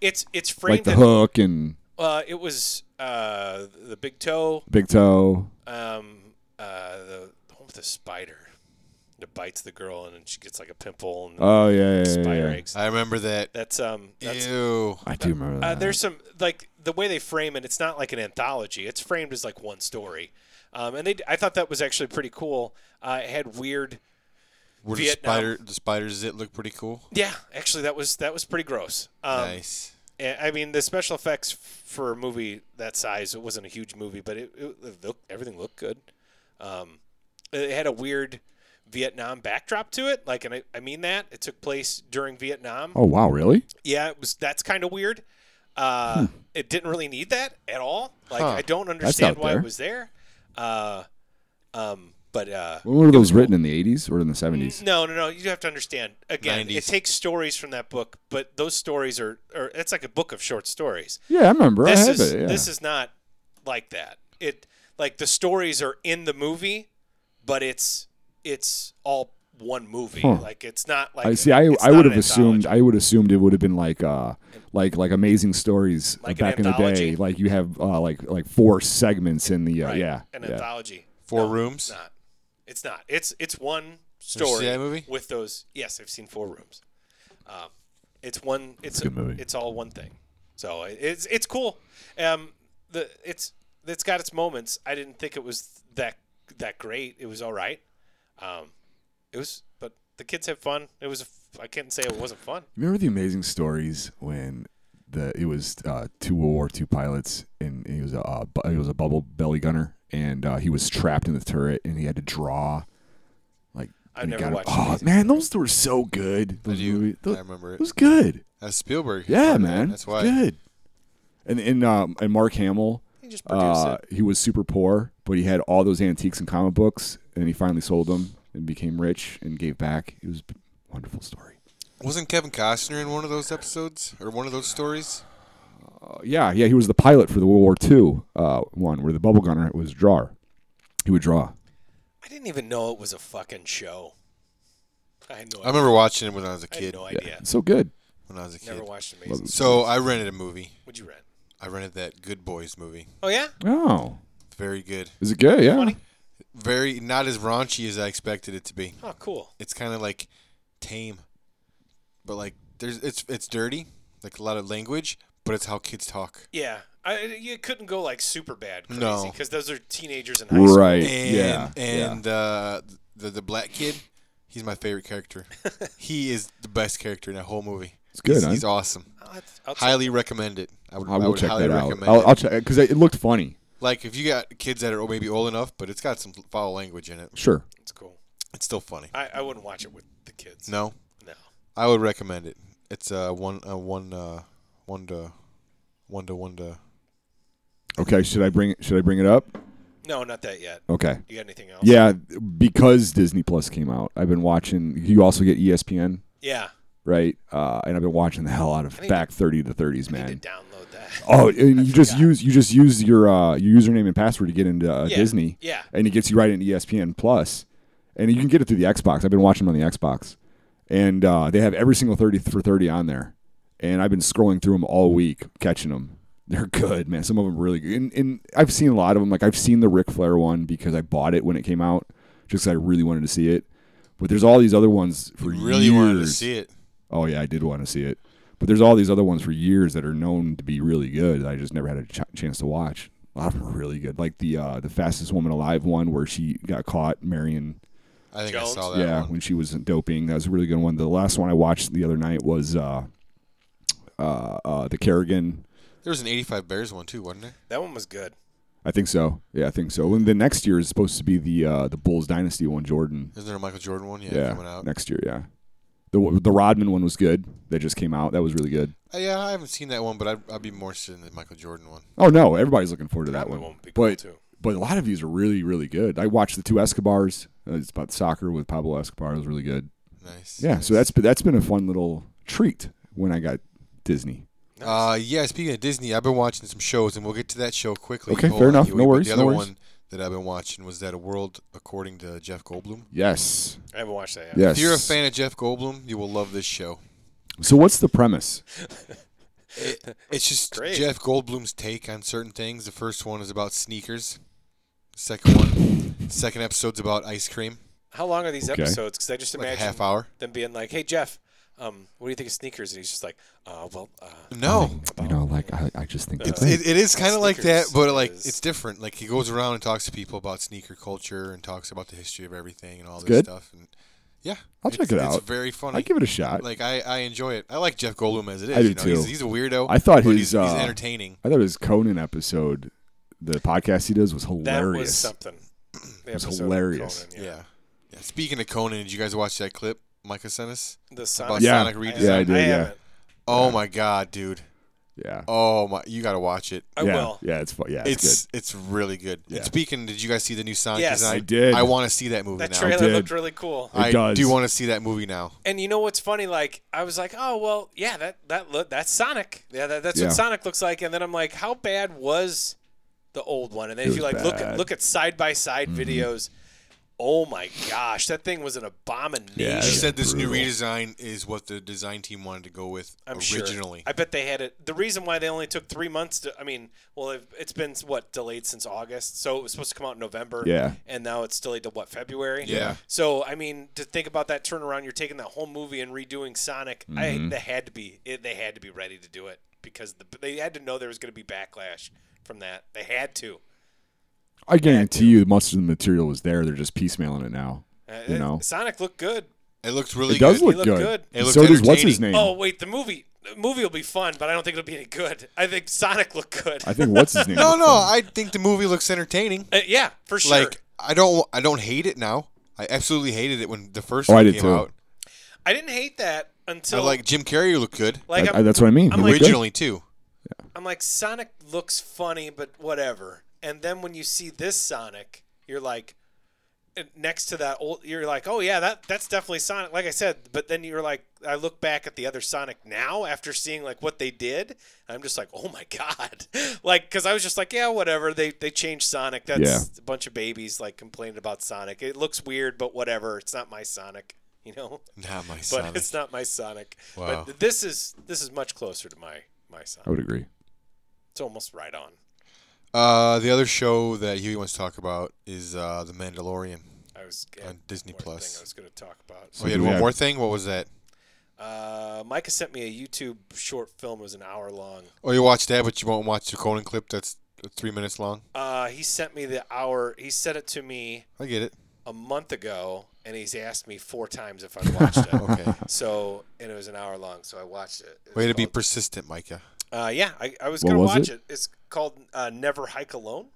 Speaker 2: it's it's framed
Speaker 3: like the
Speaker 2: in-
Speaker 3: Hook and
Speaker 2: Uh, it was uh the big toe,
Speaker 3: Big Toe?
Speaker 2: um, uh, the, the one with the spider that bites the girl and then she gets like a pimple and
Speaker 3: Oh yeah, yeah,
Speaker 2: the
Speaker 3: yeah,
Speaker 2: spider
Speaker 3: yeah.
Speaker 2: eggs.
Speaker 4: I remember that.
Speaker 2: That's um, that's
Speaker 4: Ew.
Speaker 3: I do remember that.
Speaker 2: Uh, there's some like the way they frame it. It's not like an anthology. It's framed as like one story, um, and they. I thought that was actually pretty cool. Uh, it had weird.
Speaker 4: Were the
Speaker 2: Vietnam.
Speaker 4: spider the spider zit look pretty cool?
Speaker 2: Yeah, actually, that was that was pretty gross. Um,
Speaker 4: nice.
Speaker 2: and- I mean, the special effects f- for a movie that size, it wasn't a huge movie, but it, it, it looked, everything looked good. Um, it had a weird Vietnam backdrop to it. Like, and I, I mean that it took place during Vietnam.
Speaker 3: oh wow, really?
Speaker 2: Yeah, it was. That's kind of weird. Uh, It didn't really need that at all. Like
Speaker 4: Huh.
Speaker 2: I don't understand
Speaker 3: Hmm. out
Speaker 2: why
Speaker 3: there.
Speaker 2: it was there. Uh, um, but uh,
Speaker 3: When were those written in the '80s or in the '70s?
Speaker 2: no, no, no. You have to understand. Again, it
Speaker 4: 90s.
Speaker 2: takes stories from that book, but those stories are, are it's like a book of short stories.
Speaker 3: Yeah, I remember. I
Speaker 2: This
Speaker 3: have
Speaker 2: is
Speaker 3: it. Yeah.
Speaker 2: this is not like that. It like the stories are in the movie, but it's it's all one movie.
Speaker 3: Huh.
Speaker 2: Like it's not like
Speaker 3: I see. I,
Speaker 2: it's
Speaker 3: I
Speaker 2: not
Speaker 3: would
Speaker 2: an
Speaker 3: have assumed.
Speaker 2: anthology.
Speaker 3: I would assumed it would have been like uh like like amazing stories uh,
Speaker 2: Like an
Speaker 3: back in the day.
Speaker 2: anthology?
Speaker 3: Like you have uh, like like four segments in the uh,
Speaker 2: Right.
Speaker 3: yeah
Speaker 2: an
Speaker 3: yeah.
Speaker 2: anthology.
Speaker 4: Four
Speaker 2: No,
Speaker 4: rooms?
Speaker 2: It's not. It's not. It's it's one
Speaker 4: you
Speaker 2: story.
Speaker 4: see that movie?
Speaker 2: with those. Yes, I've seen Four Rooms. Um, it's one. It's
Speaker 3: a good movie.
Speaker 2: It's all one thing. So it- it's it's cool. Um, the it's it's got its moments. I didn't think it was that that great. It was all right. Um, it was, but the kids had fun. It was. a f- I can't say it wasn't fun.
Speaker 3: Remember the amazing stories when the it was uh, two World War II pilots and he was a uh, bu- he was a bubble belly gunner and uh, he was trapped in the turret and he had to draw like
Speaker 2: I've
Speaker 3: and he
Speaker 2: never
Speaker 3: got it-
Speaker 2: watched
Speaker 3: Oh
Speaker 2: Amazing
Speaker 3: man, those were so good.
Speaker 4: I
Speaker 3: Those
Speaker 4: do.
Speaker 3: movies. Those-
Speaker 4: I remember
Speaker 3: it
Speaker 4: it.
Speaker 3: was good.
Speaker 4: That's Spielberg.
Speaker 3: Yeah,
Speaker 4: Part of that.
Speaker 3: man.
Speaker 4: That's why.
Speaker 3: Good. And and um, and Mark Hamill,
Speaker 2: He just produced
Speaker 3: uh,
Speaker 2: it.
Speaker 3: he was super poor, but he had all those antiques and comic books, and he finally sold them and became rich and gave back. It was a wonderful story.
Speaker 4: Wasn't Kevin Costner in one of those episodes or one of those stories?
Speaker 3: Uh, yeah, yeah, he was the pilot for the World War II uh, one, where the bubble gunner was drawer. He would draw.
Speaker 2: I didn't even know it was a fucking show. I had no.
Speaker 4: I remember watching it when I was a
Speaker 2: I had
Speaker 4: kid.
Speaker 2: no
Speaker 3: Yeah,
Speaker 2: idea.
Speaker 3: it's so good.
Speaker 4: When I was a kid.
Speaker 2: Never watched Amazing.
Speaker 4: So I rented a movie.
Speaker 2: What'd you rent?
Speaker 4: I rented that Good Boys movie.
Speaker 2: Oh yeah.
Speaker 3: Oh,
Speaker 4: Very good.
Speaker 3: is it good? Yeah.
Speaker 2: Funny?
Speaker 4: Very not as raunchy as I expected it to be.
Speaker 2: Oh cool.
Speaker 4: It's kind of like tame, but like there's it's it's dirty, like a lot of language, but it's how kids talk.
Speaker 2: Yeah, I, you couldn't go like super bad crazy
Speaker 4: No.
Speaker 2: because those are teenagers in high school.
Speaker 3: Right.
Speaker 4: And,
Speaker 3: yeah. yeah.
Speaker 4: And uh, the the black kid, he's my favorite character. he is the best character in that whole movie.
Speaker 3: It's good,
Speaker 4: He's,
Speaker 3: huh?
Speaker 4: he's awesome.
Speaker 2: I'll have to- I'll check-
Speaker 4: Highly recommend it. I would,
Speaker 3: I will
Speaker 4: would
Speaker 3: check
Speaker 4: highly
Speaker 3: that out.
Speaker 4: recommend
Speaker 3: I'll,
Speaker 4: it.
Speaker 3: I'll check because it, it looked funny.
Speaker 4: like if you got kids that are maybe old enough, but it's got some foul language in it.
Speaker 3: Sure.
Speaker 2: it's cool.
Speaker 4: It's still funny.
Speaker 2: I, I wouldn't watch it with the kids.
Speaker 4: No,
Speaker 2: No.
Speaker 4: I would recommend it. It's uh one uh, one uh one to one to one to.
Speaker 3: Okay. Should I bring Should I bring it up?
Speaker 2: No, not that yet.
Speaker 3: Okay.
Speaker 2: You got anything else?
Speaker 3: Yeah, because Disney Plus came out, I've been watching. You also get E ESPN,
Speaker 2: Yeah.
Speaker 3: right? Uh, and I've been watching the hell out of
Speaker 2: I need
Speaker 3: Back Thirty to Thirties,
Speaker 2: I
Speaker 3: man.
Speaker 2: need to download that.
Speaker 3: Oh, and you just
Speaker 2: forgot.
Speaker 3: use you just use your uh, your username and password to get into uh,
Speaker 2: Yeah,
Speaker 3: Disney,
Speaker 2: Yeah.
Speaker 3: and it gets you right into E ESPN Plus, and you can get it through the Xbox. I've been watching them on the Xbox, and uh, they have every single Thirty for Thirty on there, and I've been scrolling through them all week, catching them. They're good, man. Some of them really good, and, and I've seen a lot of them. Like I've seen the Ric Flair one because I bought it when it came out, just 'cause I really wanted to see it. But there's all these other ones for
Speaker 4: Really
Speaker 3: years.
Speaker 4: wanted to see it.
Speaker 3: Oh yeah, I did want to see it. But there's all these other ones for years that are known to be really good that I just never had a ch- chance to watch. A lot of them are really good, like the uh, the fastest woman alive one where she got caught marrying.
Speaker 4: I think
Speaker 2: Jones?
Speaker 4: I saw that
Speaker 3: yeah,
Speaker 4: one.
Speaker 3: when she was doping, that was a really good one. The last one I watched the other night was uh, uh, uh, the Kerrigan.
Speaker 4: There was an '85 Bears one too, wasn't there?
Speaker 2: That one was good.
Speaker 3: I think so. Yeah, I think so. And the next year is supposed to be the uh, the Bulls dynasty one, Jordan.
Speaker 4: Isn't there a Michael Jordan one? Yeah,
Speaker 3: Yeah,
Speaker 4: coming out.
Speaker 3: next year. Yeah, the the Rodman one was good. That just came out. That was really good.
Speaker 4: Uh, yeah, I haven't seen that one, but I'd, I'd be more interested in the Michael Jordan one.
Speaker 3: Oh no, everybody's looking forward to that
Speaker 2: Probably
Speaker 3: one.
Speaker 2: won't be cool,
Speaker 3: but
Speaker 2: too.
Speaker 3: but a lot of these are really really good. I watched the two Escobars. Uh, It's about soccer with Pablo Escobar. It was really good.
Speaker 4: Nice.
Speaker 3: Yeah, so that's that's been a fun little treat when I got Disney.
Speaker 4: Uh, yeah. Speaking of Disney, I've been watching some shows, and we'll get to that show quickly.
Speaker 3: Okay,
Speaker 4: Hold
Speaker 3: fair
Speaker 4: on,
Speaker 3: enough.
Speaker 4: Huey,
Speaker 3: No
Speaker 4: but
Speaker 3: worries,
Speaker 4: The
Speaker 3: no
Speaker 4: other
Speaker 3: worries.
Speaker 4: one that I've been watching was that a world according to Jeff Goldblum.
Speaker 3: Yes,
Speaker 2: I haven't watched that yet.
Speaker 3: yes.
Speaker 4: If you're a fan of Jeff Goldblum, you will love this show.
Speaker 3: So what's the premise?
Speaker 4: It, it's just
Speaker 2: Great.
Speaker 4: Jeff Goldblum's take on certain things. The first one is about sneakers. Second one, second episode's about ice cream.
Speaker 2: How long are these
Speaker 3: Okay.
Speaker 2: episodes? Because I just
Speaker 4: Like a
Speaker 2: imagine
Speaker 4: half hour.
Speaker 2: them being like, "Hey Jeff, um, what do you think of sneakers?" And he's just like, "Uh, well, uh,
Speaker 4: No,
Speaker 3: You know, like I, I just think
Speaker 4: it's,
Speaker 3: that's
Speaker 4: Oh. it, it is kind of like that,
Speaker 2: Sneakers
Speaker 4: but like
Speaker 2: is-
Speaker 4: it's different. Like he goes around and talks to people about sneaker culture and talks about the history of everything and all this
Speaker 3: good.
Speaker 4: stuff. And yeah,
Speaker 3: I'll check
Speaker 4: it's-
Speaker 3: it
Speaker 4: It's
Speaker 3: out.
Speaker 4: very funny.
Speaker 3: I give it a shot.
Speaker 4: like I, I enjoy it. I like Jeff Goldblum as it is.
Speaker 3: I do
Speaker 4: you know? He's,
Speaker 3: too.
Speaker 4: he's a weirdo.
Speaker 3: I thought
Speaker 4: but
Speaker 3: his,
Speaker 4: he's,
Speaker 3: uh,
Speaker 4: he's entertaining.
Speaker 3: I thought his Conan episode, the podcast he does, was
Speaker 2: that
Speaker 3: hilarious.
Speaker 2: was something." The
Speaker 3: was
Speaker 2: episode of
Speaker 3: hilarious.
Speaker 2: Conan,
Speaker 4: Yeah. yeah. Speaking of Conan, did you guys watch that clip Micah sent us?
Speaker 2: The
Speaker 4: About
Speaker 2: Sonic.
Speaker 3: Yeah.
Speaker 4: Sonic
Speaker 2: I
Speaker 4: redesign.
Speaker 3: Yeah, I
Speaker 2: haven't-
Speaker 3: did, yeah.
Speaker 2: haven't.
Speaker 4: Oh my god, dude.
Speaker 3: yeah,
Speaker 4: Oh my, you gotta watch it.
Speaker 2: I
Speaker 3: yeah,
Speaker 2: will.
Speaker 3: yeah. It's fun. Yeah, it's,
Speaker 4: It's it's, really good.
Speaker 3: Yeah.
Speaker 4: And speaking, did you guys see the new Sonic
Speaker 2: Yes.
Speaker 4: design?
Speaker 3: I did.
Speaker 4: I want to see that movie
Speaker 2: That
Speaker 4: now.
Speaker 2: trailer
Speaker 3: did.
Speaker 2: looked really cool.
Speaker 3: It
Speaker 4: I
Speaker 3: does.
Speaker 4: do want to see that movie now.
Speaker 2: And you know what's funny? Like I was like, "Oh well, yeah, that that look, that's Sonic. Yeah, that, that's
Speaker 3: Yeah.
Speaker 2: what Sonic looks like." And then I'm like, "How bad was the old one?" And then
Speaker 3: It
Speaker 2: if you
Speaker 3: was
Speaker 2: like look
Speaker 3: bad. Mm-hmm.
Speaker 2: at look at side by side videos, oh my gosh, that thing was an abomination.
Speaker 3: Yeah,
Speaker 4: She
Speaker 3: That's
Speaker 4: said this new
Speaker 3: brutal.
Speaker 4: redesign is what the design team wanted to go with
Speaker 2: I'm
Speaker 4: originally.
Speaker 2: Sure. I bet they had it. The reason why they only took three months to, I mean, well, it- it's been what delayed since August, so it was supposed to come out in November.
Speaker 3: Yeah.
Speaker 2: and now it's delayed to what February.
Speaker 4: Yeah.
Speaker 2: So I mean, to think about that turnaround, you're taking that whole movie and redoing Sonic.
Speaker 3: Mm-hmm.
Speaker 2: I they had to be it, they had to be ready to do it because the, they had to know there was going to be backlash from that. They had to.
Speaker 3: I guarantee you, most of the material was there. They're just piecemealing it now.
Speaker 2: Uh,
Speaker 3: You
Speaker 2: it-
Speaker 3: know?
Speaker 2: Sonic looked good.
Speaker 4: It looks really
Speaker 3: it does
Speaker 4: good.
Speaker 3: look
Speaker 2: looked
Speaker 3: good.
Speaker 2: good. It
Speaker 3: And
Speaker 4: looked
Speaker 3: so does what's his
Speaker 4: entertaining.
Speaker 3: name?
Speaker 2: Oh wait, the movie the movie will be fun, but I don't think it'll be any good. I think Sonic looked good.
Speaker 3: I think what's his name?
Speaker 4: no, no, I think the movie looks entertaining.
Speaker 2: Uh, yeah, for sure.
Speaker 4: Like I don't I don't hate it now. I absolutely hated it when the first
Speaker 3: Oh,
Speaker 4: one
Speaker 3: I did
Speaker 4: came
Speaker 3: too.
Speaker 4: out.
Speaker 2: I didn't hate that
Speaker 4: I
Speaker 2: until
Speaker 4: like Jim Carrey looked good
Speaker 2: Like
Speaker 3: I-
Speaker 2: I'm,
Speaker 3: that's what I mean.
Speaker 2: I'm
Speaker 3: It
Speaker 2: like-
Speaker 3: looked good.
Speaker 4: originally too.
Speaker 2: I'm like Sonic looks funny, but whatever. And then when you see this Sonic, you're like eh, next to that old you're like oh yeah that that's definitely sonic like i said but then you're like i look back at the other sonic now after seeing like what they did and i'm just like oh my god like because i was just like yeah whatever they they changed sonic that's
Speaker 3: Yeah.
Speaker 2: a bunch of babies like complaining about sonic it looks weird but whatever it's not my sonic you know
Speaker 4: Not my
Speaker 2: but
Speaker 4: son.
Speaker 2: it's not my Sonic.
Speaker 4: Wow.
Speaker 2: But this is this is much closer to my my
Speaker 3: I
Speaker 2: Sonic.
Speaker 3: would agree.
Speaker 2: It's almost right on.
Speaker 4: Uh, the other show that Huey wants to talk about is uh, The Mandalorian.
Speaker 2: I was
Speaker 4: On Disney
Speaker 2: one
Speaker 4: Plus.
Speaker 2: Thing I was going to talk about.
Speaker 4: Oh,
Speaker 3: do
Speaker 4: you had
Speaker 3: we
Speaker 4: one
Speaker 3: have-
Speaker 4: more thing. What was that?
Speaker 2: Uh, Micah sent me a YouTube short film. It was an hour long.
Speaker 4: Oh, you watched that, but you won't watch the Conan clip that's three minutes long.
Speaker 2: Uh, he sent me the hour. He sent it to me
Speaker 4: I get it.
Speaker 2: a month ago, and he's asked me four times if I watched it.
Speaker 4: Okay.
Speaker 2: So and it was an hour long, so I watched it. It was
Speaker 4: Way to be
Speaker 2: called-
Speaker 4: persistent, Micah.
Speaker 2: uh, yeah, I, I was
Speaker 3: What
Speaker 2: gonna
Speaker 3: was
Speaker 2: watch
Speaker 3: it?
Speaker 2: it. It's called uh, Never Hike Alone.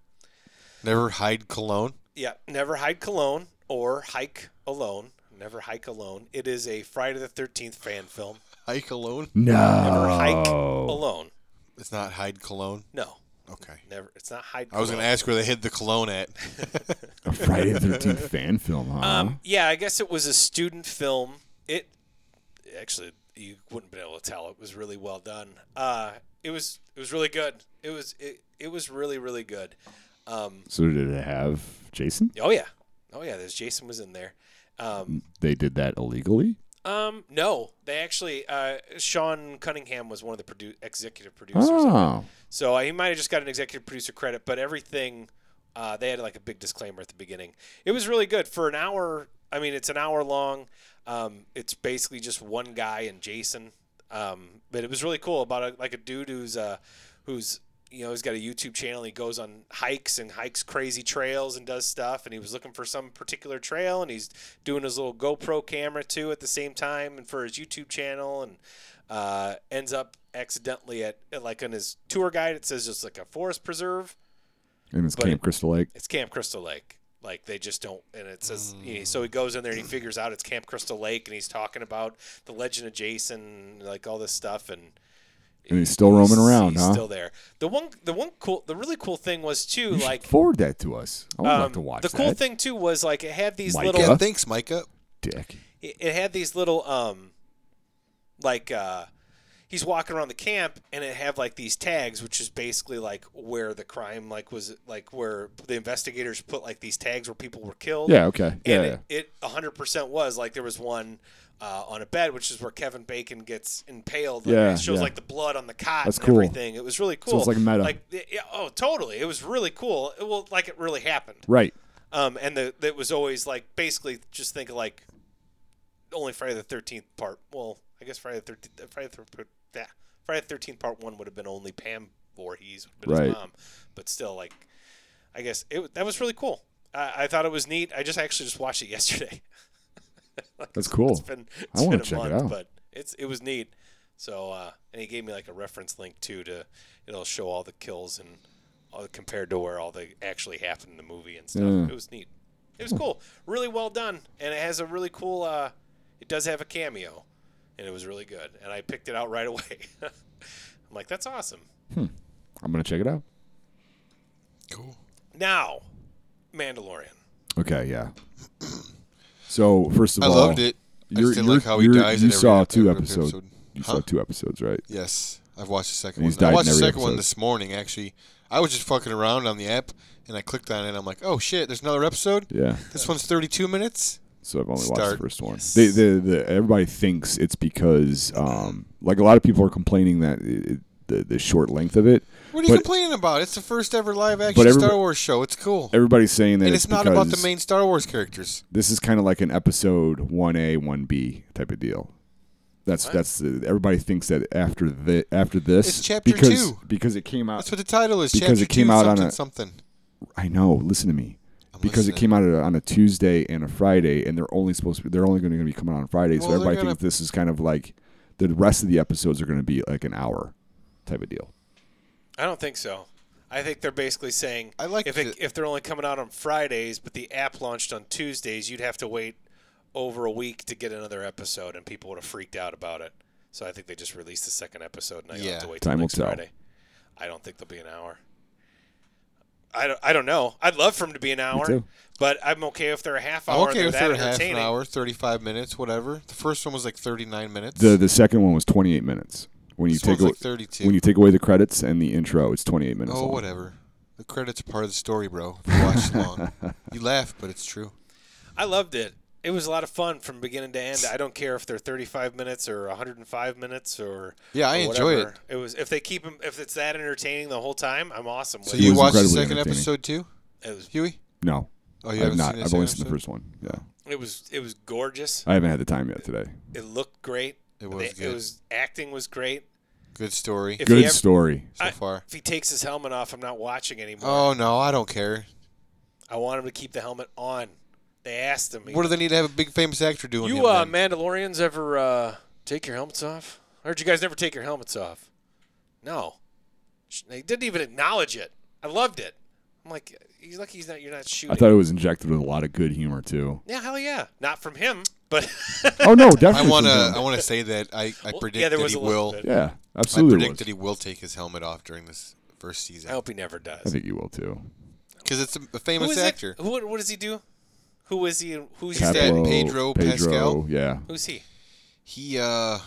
Speaker 4: Never hide cologne.
Speaker 2: Yeah, never hide cologne or hike alone. Never hike alone. It is a Friday the Thirteenth fan film.
Speaker 4: Hide cologne.
Speaker 3: No.
Speaker 2: Never hike
Speaker 4: Oh.
Speaker 2: alone.
Speaker 4: It's not hide cologne.
Speaker 2: No,
Speaker 4: Okay.
Speaker 2: never. It's not hide.
Speaker 4: I was gonna
Speaker 2: cologne.
Speaker 4: ask where they hid the cologne at.
Speaker 3: A Friday the Thirteenth fan film, huh?
Speaker 2: Um, yeah, I guess it was a student film. It actually you wouldn't be able to tell. It was really well done. Uh, it was it was really good. It was it, it was really really good. Um,
Speaker 3: so did it have Jason?
Speaker 2: oh yeah, oh yeah. There's Jason was in there. Um,
Speaker 3: They did that illegally.
Speaker 2: Um, no, they actually. Uh, Sean Cunningham was one of the produ- executive producers,
Speaker 3: Oh,
Speaker 2: so uh, he might have just got an executive producer credit. But everything, uh, they had like a big disclaimer at the beginning. It was really good for an hour. I mean, it's an hour long. Um, it's basically just one guy and Jason. Um, but it was really cool about a, like a dude who's uh, who's you know he's got a YouTube channel. He goes on hikes and hikes crazy trails and does stuff. And he was looking for some particular trail, and he's doing his little GoPro camera too at the same time, and for his YouTube channel, and uh, ends up accidentally at, at like on his tour guide. It says just like a forest preserve,
Speaker 3: And it's
Speaker 2: But-
Speaker 3: Camp Crystal Lake.
Speaker 2: It's Camp Crystal Lake. Like they just don't, and it says
Speaker 3: Mm.
Speaker 2: he- so. He goes in there and he figures out it's Camp Crystal Lake, and he's talking about the Legend of Jason, like all this stuff, and
Speaker 3: And he's still roaming around,
Speaker 2: he's
Speaker 3: huh?
Speaker 2: Still there. The one, the one cool, the really cool thing was too,
Speaker 3: You should
Speaker 2: like
Speaker 3: forward that to us. I would
Speaker 2: um,
Speaker 3: like to watch
Speaker 2: the
Speaker 3: that.
Speaker 2: cool thing too was like it had these
Speaker 3: Micah?
Speaker 2: little,
Speaker 3: Huh?
Speaker 4: Yeah, thanks, Micah.
Speaker 3: Dick.
Speaker 2: it it had these little, um, like uh, he's walking around the camp, and it had like these tags, which is basically like where the crime, like was like where the investigators put like these tags where people were killed.
Speaker 3: Yeah. Okay. Yeah.
Speaker 2: and
Speaker 3: yeah.
Speaker 2: it, it 100% was like there was one uh, on a bed which is where kevin bacon gets impaled like,
Speaker 3: Yeah,
Speaker 2: it shows
Speaker 3: yeah.
Speaker 2: like the blood on the cot
Speaker 3: That's
Speaker 2: and
Speaker 3: cool.
Speaker 2: everything it was really cool
Speaker 3: it's like meta.
Speaker 2: like yeah, yeah, oh totally it was really cool it, well like it really happened
Speaker 3: Right.
Speaker 2: um and the that was always like basically just think of like only friday the 13th part well i guess friday the 13th friday the, thir- yeah, friday the 13th part one would have been only pam Voorhees, would have been his
Speaker 3: Right.
Speaker 2: mom but still like i guess it that was really cool I, I thought it was neat i just actually just watched it yesterday
Speaker 3: That's cool.
Speaker 2: it's been,
Speaker 3: I
Speaker 2: it's
Speaker 3: wanna
Speaker 2: been a
Speaker 3: check it
Speaker 2: month,
Speaker 3: out.
Speaker 2: but it's it was neat. So uh, and he gave me like a reference link too to it'll show all the kills and all, compared to where all the actually happened in the movie and stuff.
Speaker 3: Yeah.
Speaker 2: It was neat. It was cool. Really well done, and it has a really cool. Uh, it does have a cameo, and it was really good. And I picked it out right away. I'm like, that's awesome.
Speaker 3: I'm gonna check it out.
Speaker 4: Cool.
Speaker 2: Now, Mandalorian.
Speaker 3: Okay. Yeah. So first of
Speaker 4: I
Speaker 3: all,
Speaker 4: loved it. I
Speaker 3: you're-
Speaker 4: just didn't
Speaker 3: you're-
Speaker 4: like how he
Speaker 3: you're-
Speaker 4: dies.
Speaker 3: You
Speaker 4: in every
Speaker 3: saw
Speaker 4: ep-
Speaker 3: two
Speaker 4: every
Speaker 3: episodes. You
Speaker 4: Huh?
Speaker 3: saw two episodes, right?
Speaker 4: Yes, I've watched the second
Speaker 3: He's
Speaker 4: one. I
Speaker 3: died in
Speaker 4: watched the
Speaker 3: every
Speaker 4: second one
Speaker 3: episode.
Speaker 4: this morning. Actually, I was just fucking around on the app, and I clicked on it. and I'm like, oh shit, there's another episode.
Speaker 3: Yeah.
Speaker 4: This one's 32 minutes.
Speaker 3: So I've only watched
Speaker 4: Start.
Speaker 3: the first one.
Speaker 2: Yes.
Speaker 3: They, the, the, everybody thinks it's because, um, like, a lot of people are complaining that it, it- the, the short length of it.
Speaker 4: What are you
Speaker 3: but
Speaker 4: complaining about? It's the first ever live action
Speaker 3: But everybo-
Speaker 4: Star Wars show. It's cool.
Speaker 3: Everybody's saying that
Speaker 4: and it's, not about the
Speaker 3: because
Speaker 4: main Star Wars characters.
Speaker 3: This is kind of like an episode one A, one B type of deal. That's
Speaker 2: What?
Speaker 3: that's the, everybody thinks that after the after this
Speaker 4: It's chapter
Speaker 3: because
Speaker 4: two.
Speaker 3: because it came out.
Speaker 4: That's what the title is.
Speaker 3: Because
Speaker 4: Chapter
Speaker 3: it came
Speaker 4: two,
Speaker 3: out on
Speaker 4: something,
Speaker 3: a-
Speaker 4: something.
Speaker 3: I know. Listen to me.
Speaker 4: I'm
Speaker 3: Because it
Speaker 4: listening.
Speaker 3: came out at a- on a Tuesday and a Friday, and they're only supposed to be, they're only going to be coming out on Friday, so
Speaker 4: Well, they're
Speaker 3: everybody
Speaker 4: gonna-
Speaker 3: thinks this is kind of like the rest of the episodes are going to be like an hour type of deal.
Speaker 2: I don't think so. I think they're basically saying
Speaker 4: I like
Speaker 2: if it,
Speaker 4: the-
Speaker 2: if they're only coming out on Fridays, but the app launched on Tuesdays, you'd have to wait over a week to get another episode, and people would have freaked out about it. So I think they just released the second episode, and I
Speaker 4: Yeah.
Speaker 2: have to wait till
Speaker 3: Time will
Speaker 2: next
Speaker 3: tell.
Speaker 2: Friday. I don't think they'll be an hour. I don't, I don't know. I'd love for them to be an hour,
Speaker 3: too.
Speaker 2: but I'm okay if they're a half
Speaker 4: I'm
Speaker 2: hour.
Speaker 4: okay
Speaker 2: and
Speaker 4: with
Speaker 2: Oh, they're
Speaker 4: they're
Speaker 2: that
Speaker 4: half an
Speaker 2: entertaining.
Speaker 4: hour, 35 minutes, whatever. The first one was like 39 minutes.
Speaker 3: The the second one was 28 minutes. When you
Speaker 4: this
Speaker 3: take
Speaker 4: one's
Speaker 3: away,
Speaker 4: like 32.
Speaker 3: when you take away the credits and the intro, it's 28 minutes.
Speaker 4: oh,
Speaker 3: long.
Speaker 4: whatever. The credits are part of the story, bro. If you watch long, you laugh, but it's true.
Speaker 2: I loved it. It was a lot of fun from beginning to end. I don't care if they're 35 minutes or 105 minutes or
Speaker 4: Yeah, I
Speaker 2: or
Speaker 4: enjoy
Speaker 2: whatever. It was if they keep 'em- if it's that entertaining the whole time, I'm awesome.
Speaker 4: So
Speaker 2: with
Speaker 4: you
Speaker 3: was
Speaker 4: watched the
Speaker 3: incredibly
Speaker 4: second
Speaker 3: entertaining.
Speaker 4: episode too,
Speaker 2: it. it was
Speaker 4: Huey?
Speaker 3: No,
Speaker 4: Oh, you
Speaker 3: I've
Speaker 4: haven't
Speaker 3: not.
Speaker 4: seen the
Speaker 3: I've
Speaker 4: second
Speaker 3: only seen the
Speaker 4: episode?
Speaker 3: first one. Yeah,
Speaker 2: it was it was gorgeous.
Speaker 3: I haven't had the time yet today.
Speaker 2: It looked great.
Speaker 4: It was
Speaker 2: They-
Speaker 4: good.
Speaker 2: was acting was great.
Speaker 4: Good story
Speaker 2: If
Speaker 3: Good
Speaker 2: he ever-
Speaker 3: story.
Speaker 4: so
Speaker 2: I-
Speaker 4: far.
Speaker 2: If he takes his helmet off, I'm not watching anymore.
Speaker 4: Oh no, I don't care.
Speaker 2: I want him to keep the helmet on. They asked him.
Speaker 4: What do they need to have a big famous actor doing? him
Speaker 2: you uh,
Speaker 4: then?
Speaker 2: Mandalorians ever uh, take your helmets off? I heard you guys never take your helmets off. No, Sh- they didn't even acknowledge it. I loved it. I'm like, he's lucky he's not. You're not shooting.
Speaker 3: I thought it was injected with a lot of good humor too.
Speaker 2: yeah, hell yeah. Not from him, but
Speaker 3: Oh no, definitely.
Speaker 4: I
Speaker 3: from
Speaker 4: want to.
Speaker 3: them.
Speaker 4: I want to say that I, I predict
Speaker 2: yeah, there
Speaker 4: that
Speaker 2: was
Speaker 4: he
Speaker 2: a little
Speaker 4: will.
Speaker 2: bit.
Speaker 3: Yeah,
Speaker 4: I
Speaker 3: absolutely.
Speaker 4: predict
Speaker 3: was.
Speaker 4: that he will take his helmet off during this first
Speaker 2: I
Speaker 4: season
Speaker 2: hope he never does.
Speaker 3: I think you will too.
Speaker 4: because it's a, a
Speaker 2: Oh. Who
Speaker 4: famous
Speaker 2: is
Speaker 4: actor.
Speaker 2: it? Who, what does he do? Who is he? Who's
Speaker 4: He's
Speaker 2: his
Speaker 4: that
Speaker 2: dad?
Speaker 3: Caplo,
Speaker 4: Pedro Pascal?
Speaker 3: Yeah.
Speaker 2: Who's he?
Speaker 4: He uh,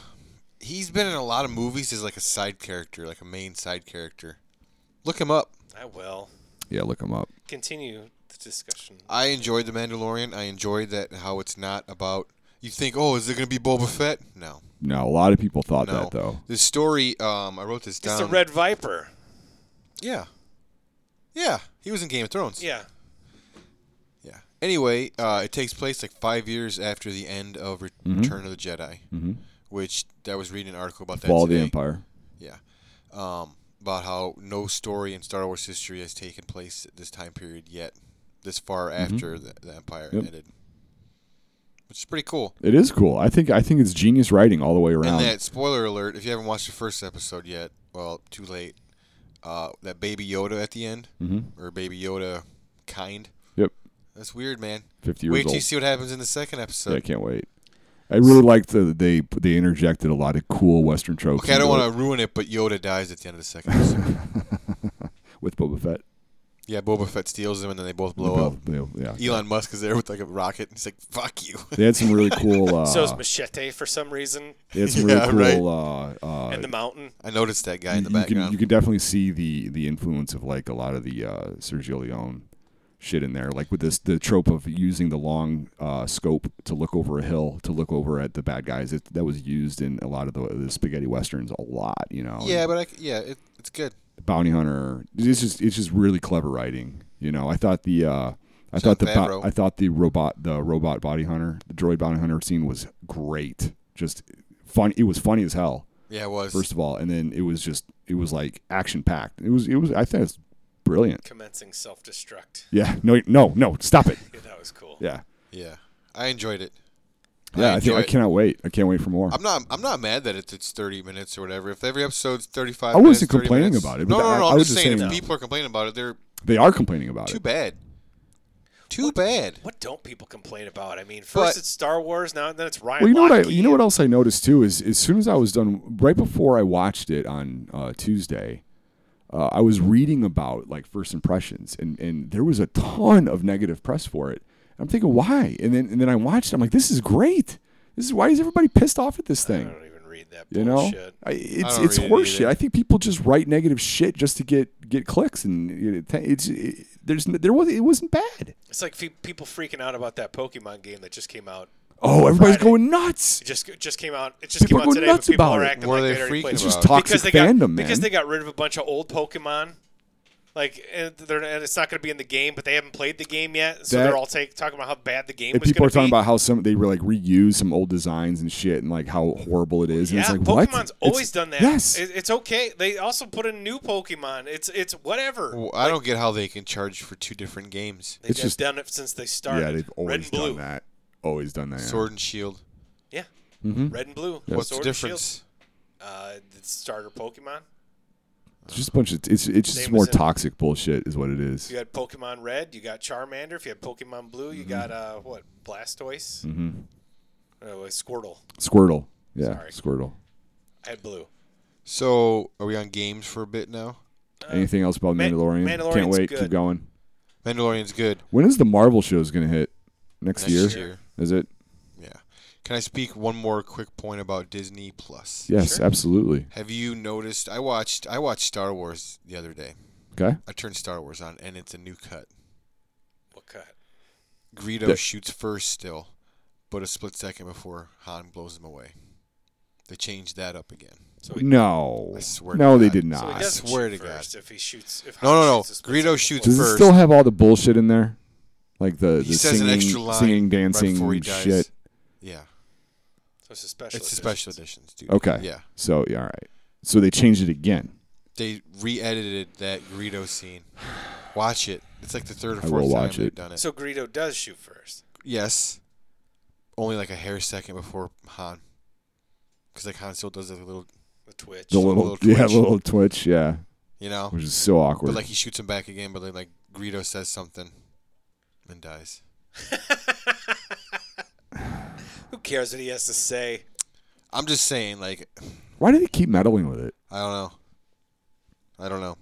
Speaker 4: he's been in a lot of movies as like a side character, like a main side character. Look him up.
Speaker 2: I will
Speaker 3: Yeah. Look him up.
Speaker 2: continue the discussion.
Speaker 4: I enjoyed the Mandalorian. I enjoyed that how it's not about. You think, oh, is it gonna be Boba Fett? No,
Speaker 3: No, a lot of people thought
Speaker 4: no.
Speaker 3: that though.
Speaker 4: The story. Um, I wrote this down.
Speaker 2: It's the Red Viper.
Speaker 4: Yeah. Yeah, he was in Game of Thrones.
Speaker 2: Yeah.
Speaker 4: Yeah. Anyway, uh, it takes place like five years after the end of Re-
Speaker 3: Mm-hmm.
Speaker 4: Return of the Jedi,
Speaker 2: Mm-hmm.
Speaker 3: Mhm.
Speaker 4: which I was reading an article about that
Speaker 3: Fall of the
Speaker 4: today.
Speaker 3: Empire.
Speaker 4: Yeah. Um, about how no story in Star Wars history has taken place at this time period yet, this far after the, the Empire
Speaker 3: Mm-hmm. Yep.
Speaker 4: ended, which is pretty cool.
Speaker 3: It is cool. I think. I think it's genius writing all the way around.
Speaker 4: And that spoiler alert, if you haven't watched the first episode yet, well, too late. uh, that Baby Yoda at the end,
Speaker 3: Mhm.
Speaker 4: or Baby Yoda kind.
Speaker 3: Yep.
Speaker 4: That's weird, man.
Speaker 3: 50 years
Speaker 4: Wait till you
Speaker 3: old.
Speaker 4: see what happens in the second episode.
Speaker 3: Yeah, I can't wait. I really liked that they they interjected a lot of cool Western tropes.
Speaker 4: okay, I don't want to ruin it, but Yoda dies at the end of the second episode.
Speaker 3: with Boba Fett.
Speaker 4: yeah, Boba Fett steals him, and then they both blow up.
Speaker 3: They- Yeah,
Speaker 4: Elon Musk is there with like a rocket. And he's like, "Fuck you."
Speaker 3: they had some really cool. Uh,
Speaker 2: so is Machete for some reason,
Speaker 3: they had some
Speaker 4: Yeah,
Speaker 3: really cool. Uh, uh,
Speaker 2: and the mountain.
Speaker 4: I noticed that guy in the
Speaker 3: you can
Speaker 4: background.
Speaker 3: you can definitely see the the influence of like a lot of the uh, Sergio Leone shit in there, like with this the trope of using the long uh, scope to look over a hill to look over at the bad guys. It, that was used in a lot of the, the spaghetti westerns a lot, you know.
Speaker 4: yeah, but I c yeah, it, it's good.
Speaker 3: the bounty hunter. It's just it's just really clever writing. You know, I thought the uh, I
Speaker 4: John
Speaker 3: thought the bo-
Speaker 4: Favreau.
Speaker 3: I thought the robot the robot bounty hunter the droid bounty hunter scene was great. Just fun. It was funny as hell.
Speaker 4: Yeah, it was.
Speaker 3: First of all, and then it was just it was like action packed. It was it was I thought it was brilliant.
Speaker 2: commencing self destruct.
Speaker 3: Yeah. No. No. No. Stop it.
Speaker 2: Yeah, that was cool.
Speaker 3: Yeah.
Speaker 4: yeah, I enjoyed it.
Speaker 3: Yeah. I, think
Speaker 4: enjoy
Speaker 3: I
Speaker 4: it.
Speaker 3: cannot wait. I can't wait for more.
Speaker 4: I'm not. I'm not mad that it's, it's 30 minutes or whatever. If every episode's 35,
Speaker 3: I wasn't
Speaker 4: minutes, 30
Speaker 3: complaining
Speaker 4: minutes-
Speaker 3: about it,
Speaker 4: No,
Speaker 3: but
Speaker 4: no,
Speaker 3: I-
Speaker 4: no.
Speaker 3: I
Speaker 4: I'm
Speaker 3: was
Speaker 4: just
Speaker 3: just
Speaker 4: saying,
Speaker 3: saying-
Speaker 4: if people are complaining about it, they're
Speaker 3: they are complaining about
Speaker 4: too
Speaker 3: it.
Speaker 4: bad. Too bad.
Speaker 2: What don't people complain about? I mean, first
Speaker 4: But-
Speaker 2: it's Star Wars, now then it's Ryan.
Speaker 3: Well, you know what I,
Speaker 2: Lochte.
Speaker 3: you know what else I noticed too is as soon as I was done, right before I watched it on uh, Tuesday, uh, I was reading about like first impressions, and and there was a ton of negative press for it. I'm thinking why, and then and then I watched. it. I'm like, this is great. This is why is everybody pissed off at this
Speaker 2: I
Speaker 4: Uh,
Speaker 3: thing?
Speaker 2: don't even read that
Speaker 3: You know,
Speaker 2: bullshit.
Speaker 3: I, it's
Speaker 4: don't
Speaker 3: it's
Speaker 4: read it
Speaker 3: horseshit.
Speaker 4: either.
Speaker 3: I think people just write negative shit just to get get clicks, and it, it's it, there's n- there was it wasn't bad.
Speaker 2: It's like fe- people freaking out about that Pokemon game that just came out.
Speaker 3: Oh, everybody's
Speaker 2: Friday.
Speaker 3: going nuts.
Speaker 2: It just it just came out. It just
Speaker 3: People
Speaker 2: came
Speaker 3: go
Speaker 2: out today.
Speaker 3: nuts
Speaker 2: But people
Speaker 3: about
Speaker 2: are
Speaker 3: it.
Speaker 2: acting
Speaker 4: What are
Speaker 2: like
Speaker 4: they
Speaker 2: they already
Speaker 4: freaking
Speaker 2: played
Speaker 4: about?
Speaker 3: It's
Speaker 2: it.
Speaker 3: just
Speaker 4: Because
Speaker 3: toxic
Speaker 2: because they got
Speaker 3: fandom, man.
Speaker 2: because they got rid of a bunch of old Pokemon. Like and, they're, and it's not going to be in the game, but they haven't played the game yet, so
Speaker 3: That-
Speaker 2: they're all take, talking about how bad the game
Speaker 3: And
Speaker 2: was.
Speaker 3: people are
Speaker 2: gonna
Speaker 3: talking
Speaker 2: be.
Speaker 3: about how some they were like reuse some old designs and shit and like how horrible it is. And
Speaker 2: yeah,
Speaker 3: it's like what?
Speaker 2: Pokemon's
Speaker 3: It's-
Speaker 2: always done that.
Speaker 3: Yes.
Speaker 2: It- it's okay. They also put in new Pokemon. It's it's whatever.
Speaker 4: Well, I don't get how they can charge for two different games.
Speaker 2: They've
Speaker 3: It's just-
Speaker 2: done it since they started.
Speaker 3: yeah, they've
Speaker 2: red
Speaker 3: always
Speaker 2: and blue.
Speaker 3: done that. Always done that.
Speaker 4: Sword and Shield.
Speaker 2: Yeah, red and blue.
Speaker 4: What's
Speaker 2: Sword
Speaker 4: the
Speaker 2: and Shield.
Speaker 4: difference?
Speaker 2: Uh, the starter Pokemon.
Speaker 3: It's just a bunch of it's it's just
Speaker 2: Same
Speaker 3: more
Speaker 2: as in-
Speaker 3: toxic bullshit is what it is.
Speaker 2: You had Pokemon Red. You got Charmander. If you had Pokemon Blue, you got uh what Blastoise. Mm-hmm. Oh, it's Squirtle.
Speaker 3: Squirtle. Yeah,
Speaker 2: Sorry.
Speaker 3: Squirtle.
Speaker 2: I had Blue.
Speaker 4: So, are we on games for a bit now?
Speaker 3: Anything else about
Speaker 2: Uh, Ma-
Speaker 3: Mandalorian? Can't
Speaker 2: Mandalorian's
Speaker 3: wait.
Speaker 2: good.
Speaker 3: Keep going.
Speaker 4: Mandalorian's good.
Speaker 3: When is the Marvel shows going to hit? Next,
Speaker 4: Next
Speaker 3: year?
Speaker 4: year.
Speaker 3: Is it?
Speaker 4: Yeah. Can I speak one more quick point about Disney Plus?
Speaker 3: Yes, absolutely.
Speaker 4: Have you noticed? I watched. I watched Star Wars the other day.
Speaker 3: Okay.
Speaker 4: I turned Star Wars on, and it's a new cut.
Speaker 2: What cut?
Speaker 4: Greedo
Speaker 3: That-
Speaker 4: shoots first still, but a split second before Han blows him away. They changed that up again.
Speaker 3: No.
Speaker 4: I swear to
Speaker 3: no, they
Speaker 4: God.
Speaker 3: did
Speaker 2: So
Speaker 3: not.
Speaker 2: he
Speaker 4: does-
Speaker 3: Does
Speaker 2: doesn't
Speaker 4: swear
Speaker 2: shoot
Speaker 4: to God.
Speaker 2: first If he shoots, if
Speaker 4: No, no,
Speaker 2: Han
Speaker 4: no.
Speaker 2: shoots the split
Speaker 4: Greedo
Speaker 2: second
Speaker 4: shoots
Speaker 2: before-
Speaker 3: it
Speaker 4: first.
Speaker 3: still have all the bullshit in there? Like the,
Speaker 4: He
Speaker 3: the
Speaker 4: says an
Speaker 3: singing,
Speaker 4: extra line
Speaker 3: singing,
Speaker 4: right
Speaker 3: dancing
Speaker 4: before he dies.
Speaker 3: shit.
Speaker 4: Yeah,
Speaker 2: So it's a special.
Speaker 4: it's the
Speaker 2: edition.
Speaker 4: special editions, dude.
Speaker 3: Okay.
Speaker 4: Yeah,
Speaker 3: So yeah, all right. So they changed it again.
Speaker 4: they re-edited that Greedo scene. Watch it. It's like the third or
Speaker 3: I
Speaker 4: fourth
Speaker 3: will
Speaker 4: time
Speaker 3: watch
Speaker 4: they've
Speaker 3: it.
Speaker 4: done it.
Speaker 2: So Greedo does shoot first.
Speaker 4: yes, only like a hair second before Han, because like Han still does a little,
Speaker 2: The twitch.
Speaker 3: The little,
Speaker 4: little twitch.
Speaker 3: yeah, little twitch, yeah,
Speaker 4: you know.
Speaker 3: which is so awkward.
Speaker 4: But like he shoots him back again, but then like Greedo says something, and dies.
Speaker 2: Who cares what he has to say?
Speaker 4: I'm just saying, like,
Speaker 3: Why do they keep meddling with it?
Speaker 4: I don't know. I don't know.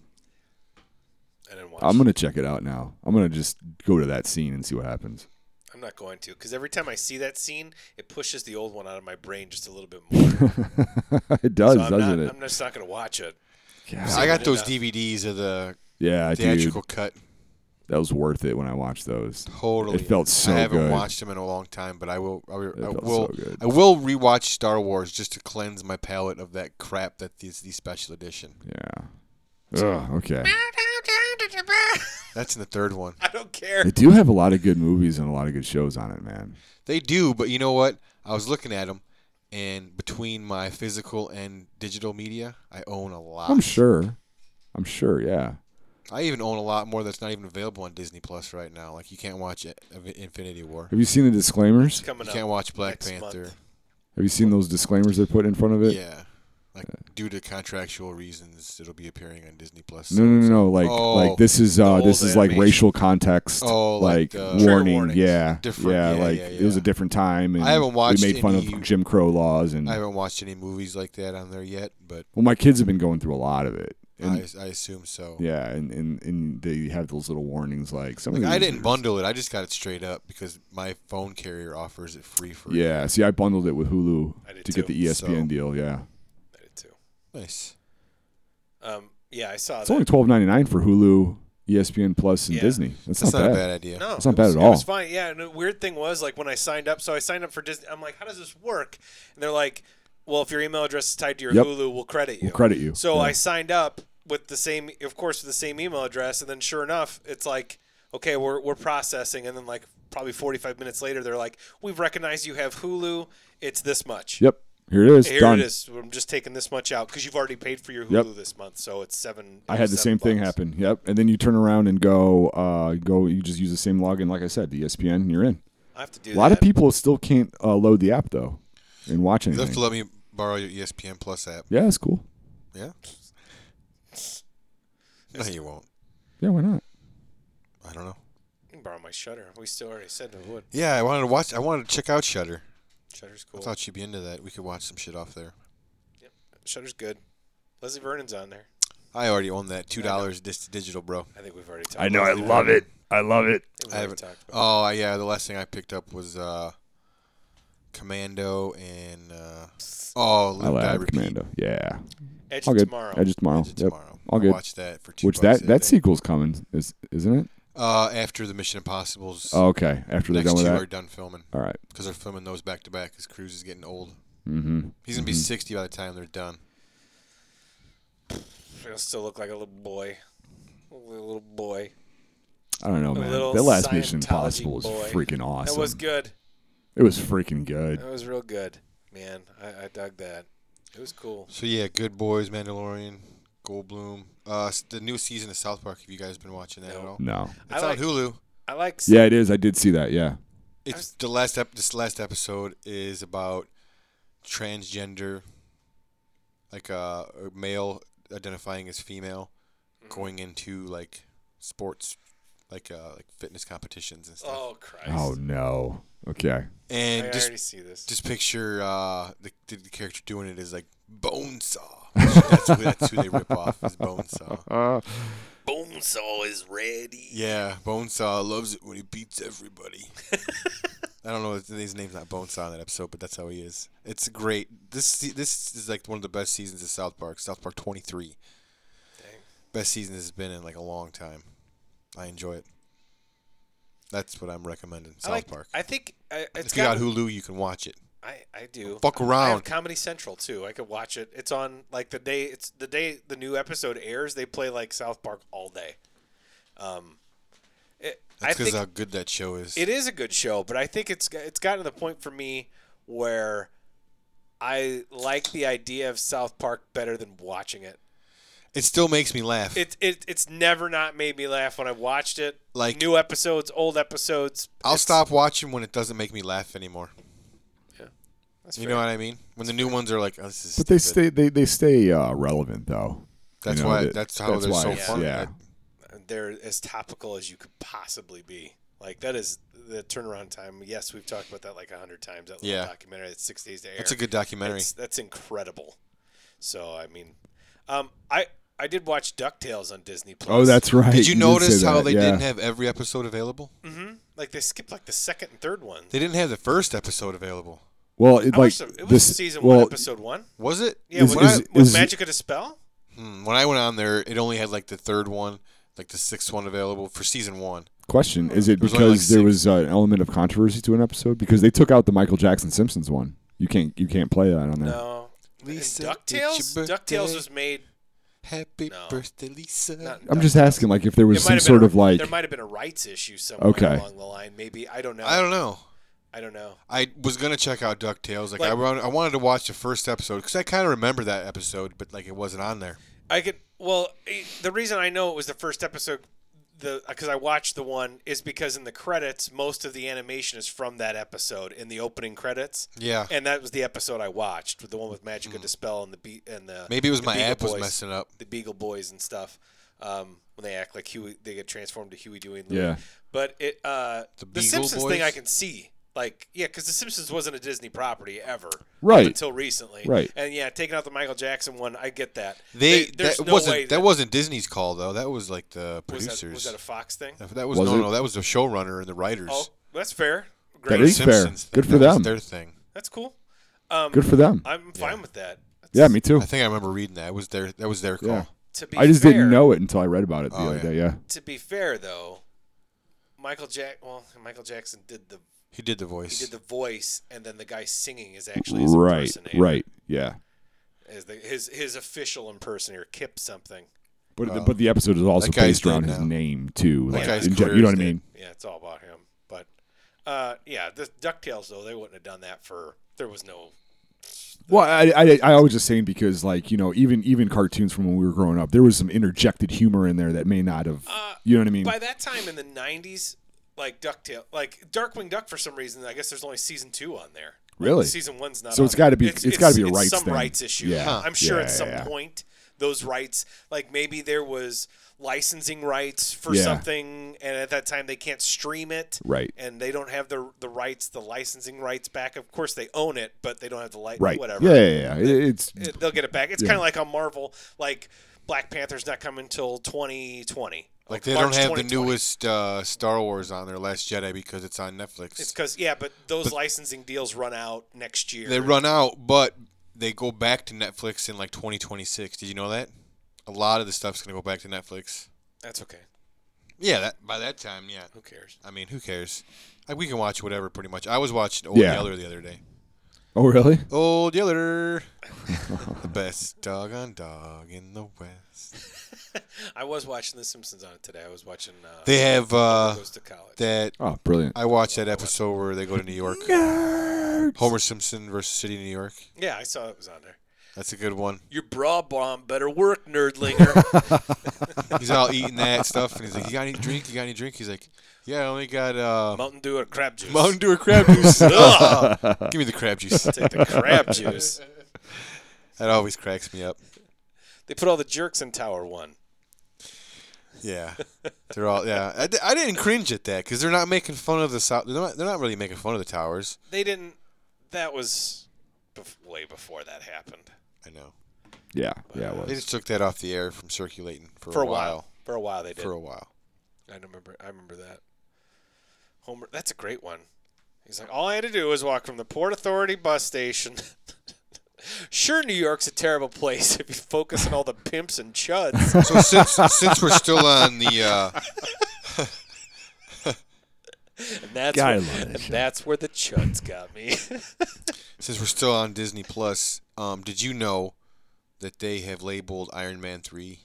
Speaker 2: I didn't watch.
Speaker 3: I'm
Speaker 2: I'm,
Speaker 3: gonna check it out now. I'm gonna just go to that scene and see what happens.
Speaker 2: not going to because every time I see that scene, it pushes the old one out of my brain just a little bit more.
Speaker 3: it does,
Speaker 2: so I'm
Speaker 3: doesn't
Speaker 2: not,
Speaker 3: Oh, it?
Speaker 2: I'm just not going to watch it.
Speaker 3: God.
Speaker 4: I got
Speaker 2: did
Speaker 4: those
Speaker 2: not.
Speaker 4: DVDs of the
Speaker 3: yeah, dude,
Speaker 4: theatrical cut.
Speaker 3: that was worth it when I watched those.
Speaker 4: Totally,
Speaker 3: It felt so
Speaker 4: I haven't
Speaker 3: good.
Speaker 4: watched them in a long time, but I will. I, will- I
Speaker 3: felt
Speaker 4: will.
Speaker 3: so good.
Speaker 4: I will rewatch Star Wars just to cleanse my palate of that crap that is the special edition.
Speaker 3: Yeah. Ugh, okay.
Speaker 4: That's in the third one.
Speaker 2: I don't care.
Speaker 3: They do have a lot of good movies and a lot of good shows on it, man.
Speaker 4: They do, but you know what? I was looking at them, and between my physical and digital media, I own a lot.
Speaker 3: I'm sure. I'm sure. Yeah.
Speaker 4: I even own a lot more that's not even available on Disney Plus right now. Like you can't watch it- Infinity War.
Speaker 3: Have you seen the disclaimers?
Speaker 2: It's coming
Speaker 4: You
Speaker 2: up.
Speaker 4: can't watch Black
Speaker 2: next month.
Speaker 4: Panther.
Speaker 3: Have you seen those disclaimers they put in front of it?
Speaker 4: Yeah. Like due to contractual reasons, it'll be appearing on Disney Plus.
Speaker 3: No, no, no, no. Like,
Speaker 4: Oh,
Speaker 3: like this is uh,
Speaker 2: the
Speaker 3: this
Speaker 2: old
Speaker 3: is like
Speaker 2: animation.
Speaker 3: racial context.
Speaker 4: Oh,
Speaker 3: like,
Speaker 4: like, uh, Trigger
Speaker 3: warning.
Speaker 2: warnings.
Speaker 3: Yeah,
Speaker 4: Different.
Speaker 3: Yeah,
Speaker 4: Yeah,
Speaker 3: like
Speaker 4: yeah,
Speaker 3: it was a
Speaker 4: yeah.
Speaker 3: different time, and
Speaker 4: I haven't watched
Speaker 3: we made fun
Speaker 4: any-
Speaker 3: of Jim Crow laws, and
Speaker 4: I haven't watched any movies like that on there yet, but
Speaker 3: well, my kids have been going through a lot of it. And,
Speaker 4: I, I assume so.
Speaker 3: yeah, and, and and they have those little warnings like some.
Speaker 4: Like,
Speaker 3: of
Speaker 4: I
Speaker 3: these
Speaker 4: didn't
Speaker 3: are-
Speaker 4: bundle it. I just got it straight up because my phone carrier offers it free for
Speaker 3: Yeah, see, I bundled it with Hulu
Speaker 2: I did
Speaker 3: to get
Speaker 2: too,
Speaker 3: the E ESPN
Speaker 4: so-
Speaker 3: deal. Yeah,
Speaker 2: I did too.
Speaker 4: Nice.
Speaker 2: Um, yeah, I saw
Speaker 3: it's
Speaker 2: that.
Speaker 3: only twelve ninety nine for Hulu, E ESPN Plus, and
Speaker 2: Yeah.
Speaker 3: Disney. That's,
Speaker 4: That's
Speaker 3: not, bad.
Speaker 4: a bad idea.
Speaker 2: No,
Speaker 3: That's not
Speaker 2: it
Speaker 3: bad
Speaker 2: was-
Speaker 3: at
Speaker 2: It
Speaker 3: all.
Speaker 2: was fine. Yeah, and the weird thing was like when I signed up, so I signed up for Disney. I'm like, how does this work? And they're like, well, if your email address is tied to your
Speaker 3: Yep.
Speaker 2: Hulu, we'll credit you.
Speaker 3: We'll credit you.
Speaker 2: So
Speaker 3: Yeah.
Speaker 2: I signed up with the same, of course, with the same email address, and then sure enough, it's like, okay, we're we're processing, and then like probably 45 minutes later, they're like, we've recognized you have Hulu. It's this much.
Speaker 3: Yep, here it is.
Speaker 2: Here
Speaker 3: done.
Speaker 2: it is. I'm just taking this much out because you've already paid for your Hulu
Speaker 3: Yep.
Speaker 2: this month, so it's seven.
Speaker 3: I had the same
Speaker 2: seven
Speaker 3: thing
Speaker 2: bucks.
Speaker 3: happen. Yep. And then you turn around and go, uh, go. You just use the same login, like I said, the E ESPN, and you're in.
Speaker 2: I have to do
Speaker 3: A lot
Speaker 2: that.
Speaker 3: of people still can't uh, load the app though, and watch
Speaker 4: They'll
Speaker 3: anything.
Speaker 4: have to let me borrow your E ESPN Plus app.
Speaker 3: yeah, it's cool.
Speaker 4: Yeah. No, you won't.
Speaker 3: Yeah, why not?
Speaker 4: I don't know.
Speaker 2: You can borrow my shutter. We still already said we would.
Speaker 4: Yeah, I wanted to watch. I wanted to check out Shutter.
Speaker 2: Shutter's
Speaker 4: I
Speaker 2: cool.
Speaker 4: thought you'd be into that. We could watch some shit off there.
Speaker 2: Shutter's good. Leslie Vernon's on there.
Speaker 4: I already own that two dollars dis- digital, bro.
Speaker 2: I think we've already talked.
Speaker 1: I know. I
Speaker 2: Leslie
Speaker 1: love
Speaker 2: Vernon.
Speaker 1: it. I love it.
Speaker 2: I think we've
Speaker 4: I
Speaker 2: already
Speaker 4: haven't.
Speaker 2: talked about.
Speaker 4: Oh yeah, the last thing I picked up was uh, Commando and uh, oh,
Speaker 3: I
Speaker 4: Live Die
Speaker 3: love
Speaker 4: Repeat.
Speaker 3: Commando. Yeah,
Speaker 2: it. Edge
Speaker 3: all good.
Speaker 2: tomorrow.
Speaker 3: Edge of tomorrow.
Speaker 4: Is it
Speaker 3: Yep.
Speaker 4: tomorrow.
Speaker 3: All
Speaker 4: I'll
Speaker 3: good.
Speaker 4: Watch that for two.
Speaker 3: Which
Speaker 4: bucks
Speaker 3: that that
Speaker 4: day.
Speaker 3: sequel's coming, is isn't it?
Speaker 4: uh, after the Mission Impossible's
Speaker 3: Oh, okay, after they're
Speaker 4: next
Speaker 3: done
Speaker 4: two
Speaker 3: with
Speaker 4: are
Speaker 3: that.
Speaker 4: done filming
Speaker 3: All right.
Speaker 4: because they're filming those back to back because Cruise is getting old.
Speaker 3: Mm-hmm.
Speaker 4: He's gonna be sixty by the time they're done.
Speaker 2: He'll still look like a little boy. A little boy.
Speaker 3: I don't know,
Speaker 2: A
Speaker 3: man.
Speaker 2: little
Speaker 3: That last Mission
Speaker 2: Scientology
Speaker 3: Impossible was
Speaker 2: boy.
Speaker 3: freaking awesome.
Speaker 2: That was good.
Speaker 3: it was freaking good.
Speaker 2: That was real good, man. I, I dug that. It was cool.
Speaker 4: So yeah, Good Boys, Mandalorian, Goldblum. Uh, s- the new season of South Park. Have you guys been watching that at all?
Speaker 3: No.
Speaker 2: I
Speaker 4: It's on
Speaker 2: like-
Speaker 4: Hulu.
Speaker 2: I like.
Speaker 3: Yeah, it is. I did see that. Yeah.
Speaker 4: It's the last ep- this last episode is about transgender like uh, a male identifying as female
Speaker 2: Mm-hmm.
Speaker 4: going into like sports like uh, like fitness competitions and stuff.
Speaker 2: Oh Christ!
Speaker 3: Oh no. Okay.
Speaker 2: I
Speaker 4: and
Speaker 2: already
Speaker 4: just
Speaker 2: see this.
Speaker 4: just picture uh, the, the the character doing it is like Bonesaw. that's, who, that's who they rip off is Bonesaw.
Speaker 3: Uh,
Speaker 2: Bonesaw is ready.
Speaker 4: Yeah, Bonesaw loves it when he beats everybody. I don't know his- his name's not Bonesaw in that episode, but that's how he is. It's great. This se- this is like one of the best seasons of South Park. South Park 23.
Speaker 2: Dang.
Speaker 4: Best season has been in like a long time. I enjoy it. That's what I'm recommending.
Speaker 2: I
Speaker 4: South
Speaker 2: like.
Speaker 4: Park.
Speaker 2: I think I, it's
Speaker 4: if you got
Speaker 2: got.
Speaker 4: Hulu, you can watch it.
Speaker 2: I I do.
Speaker 4: Fuck
Speaker 2: I have
Speaker 4: around.
Speaker 2: Comedy Central too. I could watch it. It's on like the day it's the day the new episode airs. They play like South Park all day. Um, it, I
Speaker 4: That's uh, because
Speaker 2: think
Speaker 4: how good that show is.
Speaker 2: it is a good show, but I think it's it's gotten to the point for me where I like the idea of South Park better than watching it.
Speaker 4: It still makes me laugh.
Speaker 2: It, it it's never not made me laugh when I watched it.
Speaker 4: Like-
Speaker 2: new episodes, old episodes.
Speaker 4: I'll stop watching when it doesn't make me laugh anymore.
Speaker 2: That's
Speaker 4: You
Speaker 2: fair.
Speaker 4: know what I mean? When the new ones are like, oh, this is.
Speaker 3: but they
Speaker 4: stupid.
Speaker 3: stay they, they stay uh, relevant though.
Speaker 4: That's
Speaker 3: You know,
Speaker 4: why.
Speaker 3: that-
Speaker 4: that's how
Speaker 3: that's
Speaker 4: they're
Speaker 3: why
Speaker 4: so
Speaker 3: it's-
Speaker 4: fun.
Speaker 3: yeah.
Speaker 4: That-
Speaker 2: they're as topical as you could possibly be. Like that is the turnaround time. Yes, we've talked about that like a hundred times. That little
Speaker 4: Yeah.
Speaker 2: documentary, it's six days to air.
Speaker 4: That's a good documentary.
Speaker 2: It's- that's incredible. So I mean, um, I I did watch Ducktales on Disney Plus.
Speaker 3: Oh, that's right.
Speaker 4: Did you,
Speaker 3: say
Speaker 4: notice how
Speaker 3: that,
Speaker 4: they
Speaker 3: yeah.
Speaker 4: didn't have every episode available?
Speaker 2: like they skipped like the second and third one.
Speaker 4: They didn't have the first episode available.
Speaker 3: Well,
Speaker 2: I
Speaker 3: it, like
Speaker 2: watched them. It was
Speaker 3: this
Speaker 2: season
Speaker 3: well,
Speaker 2: one, episode one.
Speaker 4: Was it?
Speaker 2: Yeah,
Speaker 3: is-
Speaker 2: when
Speaker 3: is-
Speaker 2: I, was
Speaker 3: is-
Speaker 2: Magic of the Spell.
Speaker 4: Hmm, When I went on there, it only had like the third one, like the sixth one available for season one.
Speaker 3: Question: Is it
Speaker 4: There's
Speaker 3: because
Speaker 4: only, like,
Speaker 3: there
Speaker 4: six.
Speaker 3: was uh, an element of controversy to an episode? Because they took out the Michael Jackson Simpsons one. You can't you can't play that on there.
Speaker 2: No.
Speaker 4: Lisa,
Speaker 2: And
Speaker 4: it's
Speaker 2: Ducktales.
Speaker 4: your
Speaker 2: Ducktales
Speaker 4: birthday.
Speaker 2: was made.
Speaker 4: Happy
Speaker 2: No.
Speaker 4: birthday, Lisa.
Speaker 2: Not
Speaker 3: I'm just asking, like, if there was
Speaker 2: It might
Speaker 3: some
Speaker 2: have been
Speaker 3: sort
Speaker 2: a-
Speaker 3: of like
Speaker 2: there might have been a rights issue somewhere
Speaker 3: Okay.
Speaker 2: along the line. Maybe I don't know.
Speaker 4: I don't know.
Speaker 2: I don't know.
Speaker 4: I was gonna check out Ducktales. Like, I,
Speaker 2: Like-
Speaker 4: wanted, I wanted to watch the first episode because I kind of remember that episode, but like it wasn't on there.
Speaker 2: I could. Well, eh, the reason I know it was the first episode the because I watched the one is because in the credits most of the animation is from that episode in the opening credits,
Speaker 4: Yeah.
Speaker 2: and that was the episode I watched with the one with Magica Dispel and the be- and the
Speaker 4: Hmm. Maybe it was
Speaker 2: the
Speaker 4: my
Speaker 2: Beagle
Speaker 4: app was
Speaker 2: Boys.
Speaker 4: messing up.
Speaker 2: the Beagle Boys and stuff. Um, when they act like Huey, they get transformed to Huey, Dewey, and Louie.
Speaker 3: Yeah.
Speaker 2: But it, uh, the,
Speaker 4: The Beagle
Speaker 2: Simpsons
Speaker 4: Boys?
Speaker 2: thing I can see, like, yeah, because the Simpsons wasn't a Disney property ever, up
Speaker 3: Right.
Speaker 2: until recently,
Speaker 3: Right.
Speaker 2: And yeah, taking out the Michael Jackson one, I get that.
Speaker 4: They,
Speaker 2: there's
Speaker 4: that
Speaker 2: no
Speaker 4: wasn't
Speaker 2: way
Speaker 4: that, wasn't Disney's call though. That was like the
Speaker 2: was
Speaker 4: producers.
Speaker 2: that, was that a Fox thing?
Speaker 4: That- that was,
Speaker 3: Was
Speaker 4: no,
Speaker 3: it?
Speaker 4: no, that was the showrunner and the writers.
Speaker 2: Oh, that's fair. Great.
Speaker 3: That is fair.
Speaker 4: thing.
Speaker 3: Good for
Speaker 4: That was
Speaker 3: them.
Speaker 4: their thing.
Speaker 2: That's cool. Um,
Speaker 3: Good for them.
Speaker 2: I'm fine with that. That's-
Speaker 3: Yeah, me too.
Speaker 4: I think I remember reading that. It was their that was their call.
Speaker 3: Yeah.
Speaker 2: To be
Speaker 3: I just
Speaker 2: fair,
Speaker 3: didn't know it until I read about it the
Speaker 4: Oh,
Speaker 3: other
Speaker 4: yeah.
Speaker 3: day. Yeah.
Speaker 2: To be fair, though, Michael Jack. Well, Michael Jackson did the
Speaker 4: He did the voice.
Speaker 2: he did the voice, and then the guy singing is actually his
Speaker 3: right.
Speaker 2: impersonator.
Speaker 3: Right. Yeah.
Speaker 2: Is the, his his official impersonator Kip something?
Speaker 3: But the,
Speaker 4: Well,
Speaker 3: but the episode is also
Speaker 4: Oh. that guy's
Speaker 3: based around
Speaker 4: dead
Speaker 3: his
Speaker 4: now.
Speaker 3: name too. Like,
Speaker 4: guy's
Speaker 3: in gen-
Speaker 4: career
Speaker 3: you know what
Speaker 4: is
Speaker 3: I mean?
Speaker 2: Yeah, it's all about him. But uh, yeah, the Ducktales though they wouldn't have done that for. There was no.
Speaker 3: Well, I, I I was just saying because like you know even even cartoons from when we were growing up, there was some interjected humor in there that may not have.
Speaker 2: Uh,
Speaker 3: you know what I mean?
Speaker 2: By that time in the '90s, like Ducktale, like Darkwing Duck, for some reason, I guess there's only season two on there. Like,
Speaker 3: Really?
Speaker 2: season one's not.
Speaker 3: So
Speaker 2: on
Speaker 3: it's gotta be-
Speaker 2: there.
Speaker 3: it's gotta be a rights
Speaker 2: some
Speaker 3: thing.
Speaker 2: rights issue.
Speaker 3: Yeah. Huh.
Speaker 2: I'm sure
Speaker 3: Yeah,
Speaker 2: at
Speaker 3: yeah,
Speaker 2: some
Speaker 3: yeah.
Speaker 2: point those rights, like maybe there was licensing rights for
Speaker 3: Yeah.
Speaker 2: something, and at that time they can't stream it.
Speaker 3: Right.
Speaker 2: And they don't have the the rights, the licensing rights back. Of course, they own it, but they don't have the light.
Speaker 3: right.
Speaker 2: Whatever.
Speaker 3: Yeah, yeah, yeah. It- it's
Speaker 2: It- they'll get it back. It's kind of like on Marvel, like Black Panther's not coming till 2020.
Speaker 4: like they
Speaker 2: March
Speaker 4: don't have the
Speaker 2: 2020.
Speaker 4: newest uh, Star Wars on their Last Jedi because it's on Netflix.
Speaker 2: It's because yeah, but those licensing deals run out next year.
Speaker 4: They run out, but they go back to Netflix in like 2026. Did you know that? A lot of the stuff's gonna go back to Netflix.
Speaker 2: That's okay.
Speaker 4: Yeah, that by that time, yeah.
Speaker 2: Who cares?
Speaker 4: I mean, who cares? Like we can watch whatever pretty much. I was watching Old
Speaker 3: Yeah.
Speaker 4: Yeller the other day.
Speaker 3: oh really?
Speaker 4: Old Yeller, the best dog on dog in the West.
Speaker 2: I was watching The Simpsons on it today. I was watching. Uh,
Speaker 4: They have uh,
Speaker 2: goes to college.
Speaker 4: that.
Speaker 3: Oh, brilliant.
Speaker 4: I watched that episode where they go to New York. Homer Simpson versus City of New York.
Speaker 2: yeah, I saw it was on there.
Speaker 4: That's a good one.
Speaker 2: Your bra bomb better work, nerdlinger.
Speaker 4: He's all eating that stuff, and he's like, "You got any drink? You got any drink?" He's like, "Yeah, I only got uh,
Speaker 2: Mountain Dew or crab juice.
Speaker 4: Mountain Dew or crab juice." Oh,
Speaker 2: Ugh,
Speaker 4: Give me the crab juice.
Speaker 2: take the crab juice.
Speaker 4: That always cracks me up.
Speaker 2: They put all the jerks in Tower One.
Speaker 4: Yeah, they're all yeah. I, di- I didn't cringe at that because they're not making fun of the south. They're not, they're not really making fun of the towers.
Speaker 2: They didn't. That was bef- way before that happened.
Speaker 4: I know.
Speaker 3: Yeah, yeah, it
Speaker 4: They
Speaker 3: was.
Speaker 4: just took that off the air from circulating for,
Speaker 2: For
Speaker 4: a while.
Speaker 2: For a while they did.
Speaker 4: For a while.
Speaker 2: I remember. I remember that. Homer. That's a great one. He's like, all I had to do was walk from the Port Authority bus station. sure, New York's a terrible place if you focus on all the pimps and chuds.
Speaker 4: So since since we're still on the uh,
Speaker 2: And that's
Speaker 3: God, I
Speaker 2: where,
Speaker 3: love that
Speaker 2: and
Speaker 3: show.
Speaker 2: that's where the chuds got me.
Speaker 4: since we're still on Disney Plus, um, did you know that they have labeled Iron Man three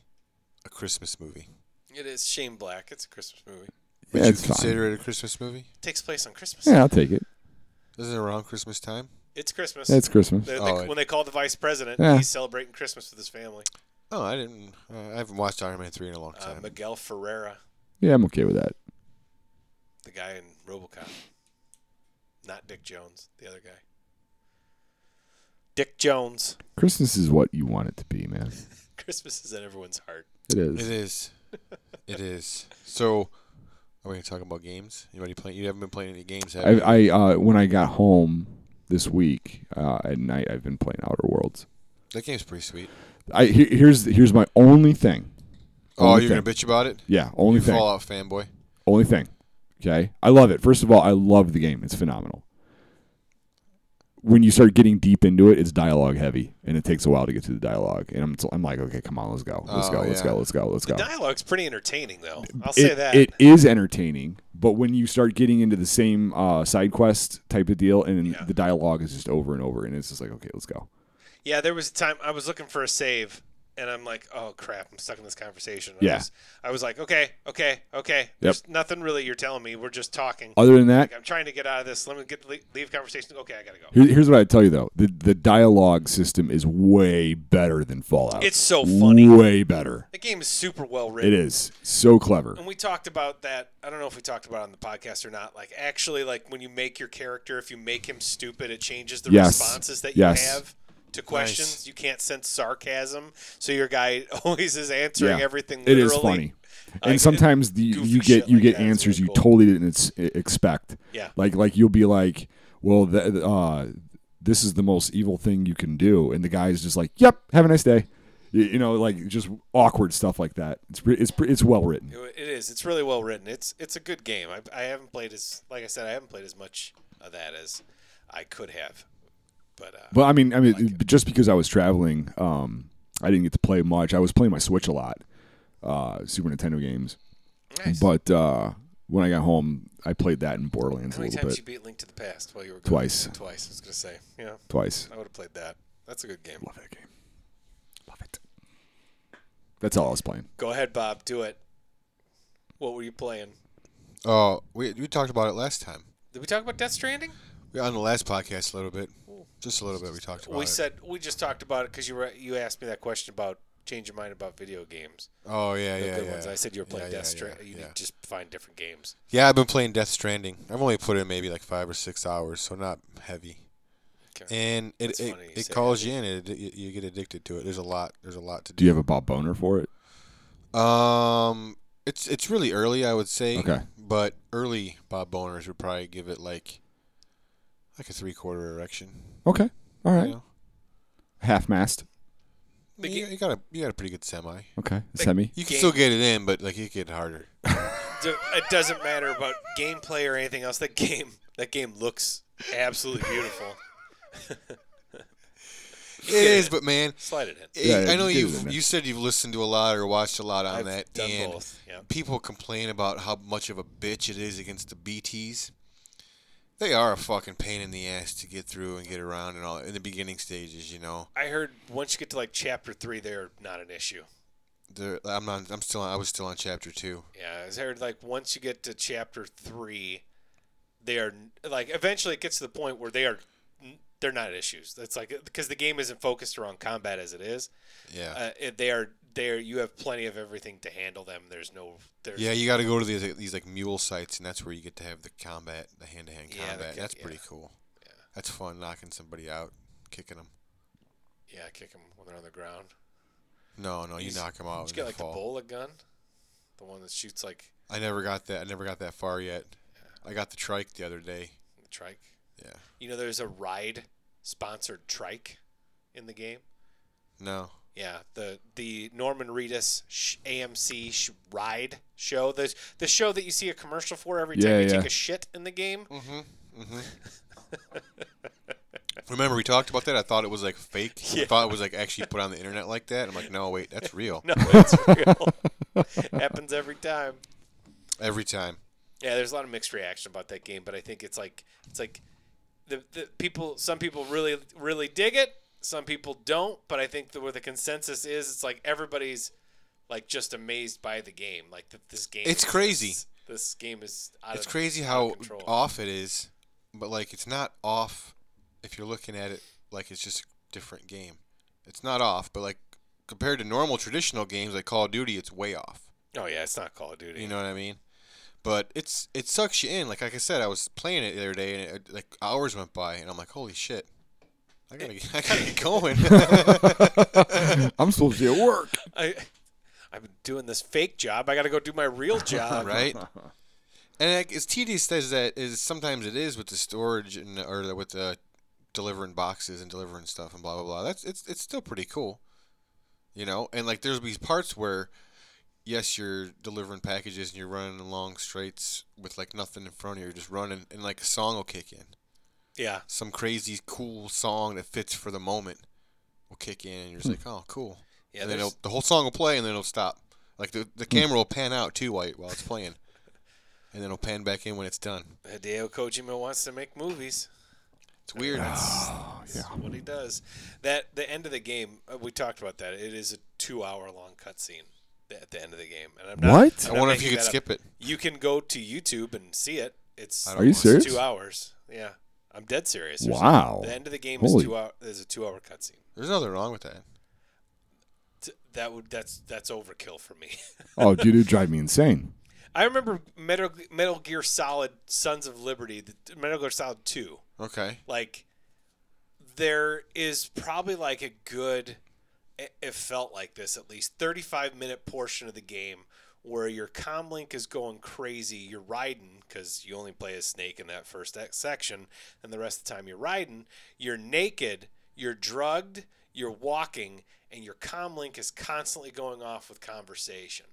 Speaker 4: a Christmas movie?
Speaker 2: it is Shane Black. It's a Christmas movie.
Speaker 4: Would
Speaker 3: Yeah,
Speaker 4: you
Speaker 3: it's fine.
Speaker 4: consider it a Christmas movie?
Speaker 2: It takes place on Christmas.
Speaker 3: Yeah, I'll take it.
Speaker 4: Isn't it around Christmas time?
Speaker 2: It's Christmas.
Speaker 3: It's Christmas.
Speaker 2: They- they-
Speaker 4: Oh, it-
Speaker 2: when they call the vice president,
Speaker 3: Yeah.
Speaker 2: he's celebrating Christmas with his family.
Speaker 4: Oh, I didn't. Uh, I haven't watched Iron Man three in a long
Speaker 2: Uh,
Speaker 4: time.
Speaker 2: Miguel Ferreira,
Speaker 3: Yeah, I'm okay with that.
Speaker 2: the guy in RoboCop, not Dick Jones, the other guy. Dick Jones.
Speaker 3: Christmas is what you want it to be, man.
Speaker 2: Christmas is in everyone's heart.
Speaker 3: It
Speaker 4: It
Speaker 3: is.
Speaker 4: is. It is. So, are we talking about games? Anybody playing? You haven't been playing any games, have you?
Speaker 3: I, I uh, when I got home this week uh, at night, I've been playing Outer Worlds.
Speaker 4: that game's pretty sweet.
Speaker 3: I here, here's here's my only thing.
Speaker 4: Oh,
Speaker 3: Only
Speaker 4: you're
Speaker 3: thing.
Speaker 4: gonna bitch about it?
Speaker 3: Yeah, only
Speaker 4: You
Speaker 3: thing.
Speaker 4: Fallout fanboy.
Speaker 3: Only thing. Okay. I love it. First of all, I love the game. It's phenomenal. When you start getting deep into it, it's dialogue heavy, and it takes a while to get to the dialogue. And I'm, I'm like, okay, come on, let's go, let's
Speaker 4: Oh,
Speaker 3: go, let's
Speaker 4: yeah.
Speaker 3: go, let's go, let's go.
Speaker 2: Dialogue's pretty entertaining, though. I'll
Speaker 3: it,
Speaker 2: say that.
Speaker 3: it is entertaining, but when you start getting into the same uh, side quest type of deal, and
Speaker 2: Yeah.
Speaker 3: the dialogue is just over and over, and it's just like, okay, let's go.
Speaker 2: yeah, there was a time I was looking for a save and I'm like, oh crap, I'm stuck in this conversation. I
Speaker 3: Yeah.
Speaker 2: was, I was like, okay, okay, okay. There's nothing really you're telling me. We're just talking.
Speaker 3: Other than that,
Speaker 2: Like, I'm trying to get out of this. Let me get le- leave conversation. Okay, I gotta go.
Speaker 3: here, here's what I tell you though: the the dialogue system is way better than Fallout.
Speaker 2: It's so funny.
Speaker 3: Way better.
Speaker 2: The game is super well written.
Speaker 3: It is so clever.
Speaker 2: And we talked about that. I don't know if we talked about it on the podcast or not. Like actually, like when you make your character, if you make him stupid, it changes the
Speaker 3: Yes.
Speaker 2: responses that you
Speaker 3: Yes.
Speaker 2: have to questions. You can't sense sarcasm, so your guy always is answering
Speaker 3: Yeah.
Speaker 2: everything.
Speaker 3: It
Speaker 2: Literally.
Speaker 3: is funny.
Speaker 2: Like,
Speaker 3: and sometimes the,
Speaker 2: goofy
Speaker 3: you
Speaker 2: shit
Speaker 3: get you
Speaker 2: like
Speaker 3: get
Speaker 2: that is
Speaker 3: answers
Speaker 2: really
Speaker 3: you
Speaker 2: cool.
Speaker 3: totally didn't ex- e, expect.
Speaker 2: Yeah.
Speaker 3: Like like you'll be like, well, th- uh, this is the most evil thing you can do, and the guy's just like, "Yep, have a nice day." You, you know, like just awkward stuff like that. It's pre- it's pre- it's well written.
Speaker 2: It it is. It's really well written. It's it's a good game. I, I haven't played as like I said. I haven't played as much of that as I could have. But uh,
Speaker 3: But I mean, I mean, just because I was traveling, um, I didn't get to play much. I was playing my Switch a lot, uh, Super Nintendo games.
Speaker 2: nice.
Speaker 3: But uh, when I got home, I played that in Borderlands
Speaker 2: How
Speaker 3: a
Speaker 2: many
Speaker 3: little
Speaker 2: times
Speaker 3: bit
Speaker 2: you beat Link to the Past while you were gone?
Speaker 3: Twice.
Speaker 2: Twice. I was gonna say. Yeah,
Speaker 3: twice.
Speaker 2: I would have played that. That's a good game.
Speaker 3: Love that game. Love it. That's all I was playing.
Speaker 2: Go ahead, Bob. Do it. What were you playing?
Speaker 4: Oh, we we talked about it last time.
Speaker 2: Did we talk about Death Stranding?
Speaker 4: We on the last podcast a little bit, just a little bit. We talked about
Speaker 2: we
Speaker 4: it.
Speaker 2: said we just talked about it because you were, you asked me that question about change your mind about video games.
Speaker 4: oh yeah,
Speaker 2: The
Speaker 4: yeah,
Speaker 2: good
Speaker 4: yeah.
Speaker 2: ones. I said you were playing
Speaker 4: Yeah, yeah,
Speaker 2: Death Stranding.
Speaker 4: yeah,
Speaker 2: you
Speaker 4: yeah.
Speaker 2: need to just find different games.
Speaker 4: Yeah, I've been playing Death Stranding. I've only put in maybe like five or six hours, so not heavy.
Speaker 2: Okay.
Speaker 4: And it
Speaker 2: That's
Speaker 4: it,
Speaker 2: funny you
Speaker 4: it
Speaker 2: say
Speaker 4: calls you in. It, it- you get addicted to it. There's a lot. There's a lot to
Speaker 3: Do you
Speaker 4: do.
Speaker 3: have a Bob Boner for it?
Speaker 4: Um, it's it's really early, I would say.
Speaker 3: Okay.
Speaker 4: But early Bob Boners would probably give it like like a three quarter erection.
Speaker 3: Okay. All
Speaker 4: you
Speaker 3: right.
Speaker 4: know?
Speaker 3: Half mast.
Speaker 2: The
Speaker 4: You,
Speaker 2: ga-
Speaker 4: you got a you got a pretty good semi.
Speaker 3: Okay. Semi.
Speaker 4: You can
Speaker 2: Game-
Speaker 4: still get it in, but like it get harder.
Speaker 2: Do- it doesn't matter about gameplay or anything else. That game, that game looks absolutely beautiful.
Speaker 4: It is, but man,
Speaker 2: Slide it in.
Speaker 3: Yeah,
Speaker 4: I know
Speaker 3: you get it
Speaker 4: you
Speaker 3: in
Speaker 4: have
Speaker 3: there.
Speaker 4: you said you've listened to a lot or watched a lot on
Speaker 2: I've
Speaker 4: that,
Speaker 2: done
Speaker 4: and
Speaker 2: both. Yeah.
Speaker 4: people complain about how much of a bitch it is against the BTS. They are a fucking pain in the ass to get through and get around and all in the beginning stages. You know,
Speaker 2: I heard once you get to like chapter three, they're not an issue.
Speaker 4: They're- I'm not. I'm still. I was still on chapter two.
Speaker 2: Yeah, I heard like once you get to chapter three, they are like eventually it gets to the point where they are they're not issues. That's like because the game isn't focused around combat as it is.
Speaker 4: Yeah.
Speaker 2: Uh, it- they are there. You have plenty of everything to handle them. There's no there's
Speaker 4: yeah, you got to go to these like, these like mule sites, and that's where you get to have the combat, the hand to hand
Speaker 2: Yeah, the
Speaker 4: combat.
Speaker 2: ca-
Speaker 4: that's
Speaker 2: yeah.
Speaker 4: pretty cool. That's fun, knocking somebody out, kicking them.
Speaker 2: yeah kick them when they're on the ground.
Speaker 4: No, no, you,
Speaker 2: s-
Speaker 4: knock 'em knock them out.
Speaker 2: Did you get
Speaker 4: and Oh, they
Speaker 2: like the
Speaker 4: fall.
Speaker 2: bola gun, the one that shoots like
Speaker 4: I never got that. I never got that far yet. I got the trike the other day.
Speaker 2: the trike.
Speaker 4: Yeah.
Speaker 2: You know, there's a ride sponsored trike in the game.
Speaker 4: No.
Speaker 2: Yeah, the the Norman Reedus sh- AMC sh- ride show, the the show that you see a commercial for every time
Speaker 3: Yeah,
Speaker 2: you
Speaker 3: yeah.
Speaker 2: take a shit in the game. Mm-hmm.
Speaker 4: Remember we talked about that? I thought it was like fake. I thought it was like actually put on the internet like that. I'm like, no, wait, that's real.
Speaker 2: No, it's real. Happens every time.
Speaker 4: Every time.
Speaker 2: Yeah, there's a lot of mixed reaction about that game, but I think it's like it's like the, the people. Some people really really dig it. Some people don't. But I think the, where the consensus is, it's like everybody's like just amazed by the game. Like that this game.
Speaker 4: It's crazy.
Speaker 2: exists. This game is. Out
Speaker 4: It's
Speaker 2: of
Speaker 4: crazy how
Speaker 2: control.
Speaker 4: off it is, but like it's not off if you're looking at it like it's just a different game. It's not off, but like compared to normal traditional games like Call of Duty, it's way off.
Speaker 2: Oh yeah, it's not Call of Duty.
Speaker 4: You know what I mean? But it's it sucks you in. Like like I said, I was playing it the other day, and it, like hours went by, and I'm like, holy shit, I gotta get, I gotta get going.
Speaker 3: I'm supposed to be at work.
Speaker 2: I I've been doing this fake job. I got to go do my real job.
Speaker 4: right? And like, as tedious as that is, sometimes it is with the storage and or the- with the delivering boxes and delivering stuff and blah blah blah. That's it's it's still pretty cool, you know. And like there's these parts where, yes, you're delivering packages and you're running along straights with like nothing in front of you, you're just running, and like a song will kick in,
Speaker 2: Yeah.
Speaker 4: some crazy cool song that fits for the moment will kick in, and you're just
Speaker 3: Hmm.
Speaker 4: like, oh, cool.
Speaker 2: Yeah,
Speaker 4: and then
Speaker 2: there's-
Speaker 4: it'll, the whole song will play, and then it'll stop. Like the
Speaker 3: Hmm.
Speaker 4: the camera will pan out too while while it's playing, and then it'll pan back in when it's done.
Speaker 2: Hideo Kojima wants to make movies.
Speaker 4: It's weird. It's-
Speaker 3: Oh, yeah.
Speaker 2: That's what he does. That the end of the game. uh, We talked about that. It is a two hour long cutscene at the end of the game. And I'm not,
Speaker 3: What?
Speaker 2: I'm
Speaker 4: I
Speaker 2: not
Speaker 4: wonder if you
Speaker 2: making
Speaker 4: could
Speaker 2: that up.
Speaker 4: skip it.
Speaker 2: You can go to YouTube and see it. It's
Speaker 4: I don't
Speaker 3: Are you
Speaker 4: want to
Speaker 3: serious?
Speaker 2: two hours. Yeah, I'm dead serious. There's-
Speaker 3: Wow.
Speaker 2: The end of the game
Speaker 3: Holy-
Speaker 2: is two hour. There's a two hour cutscene.
Speaker 4: There's nothing wrong with that.
Speaker 2: T- That would that's that's overkill for me.
Speaker 3: Oh, dude, it drive me insane.
Speaker 2: I remember Metal, Metal Gear Solid Sons of Liberty, the, Metal Gear Solid Two.
Speaker 4: Okay.
Speaker 3: Oh,
Speaker 2: Like there is probably like a good. It, it felt like this at least thirty-five minute portion of the game where your comlink is going crazy. You're riding because you only play as Snake in that first ex- section, and the rest of the time you're riding. You're naked. You're drugged. You're walking, and your comlink is constantly going off with conversation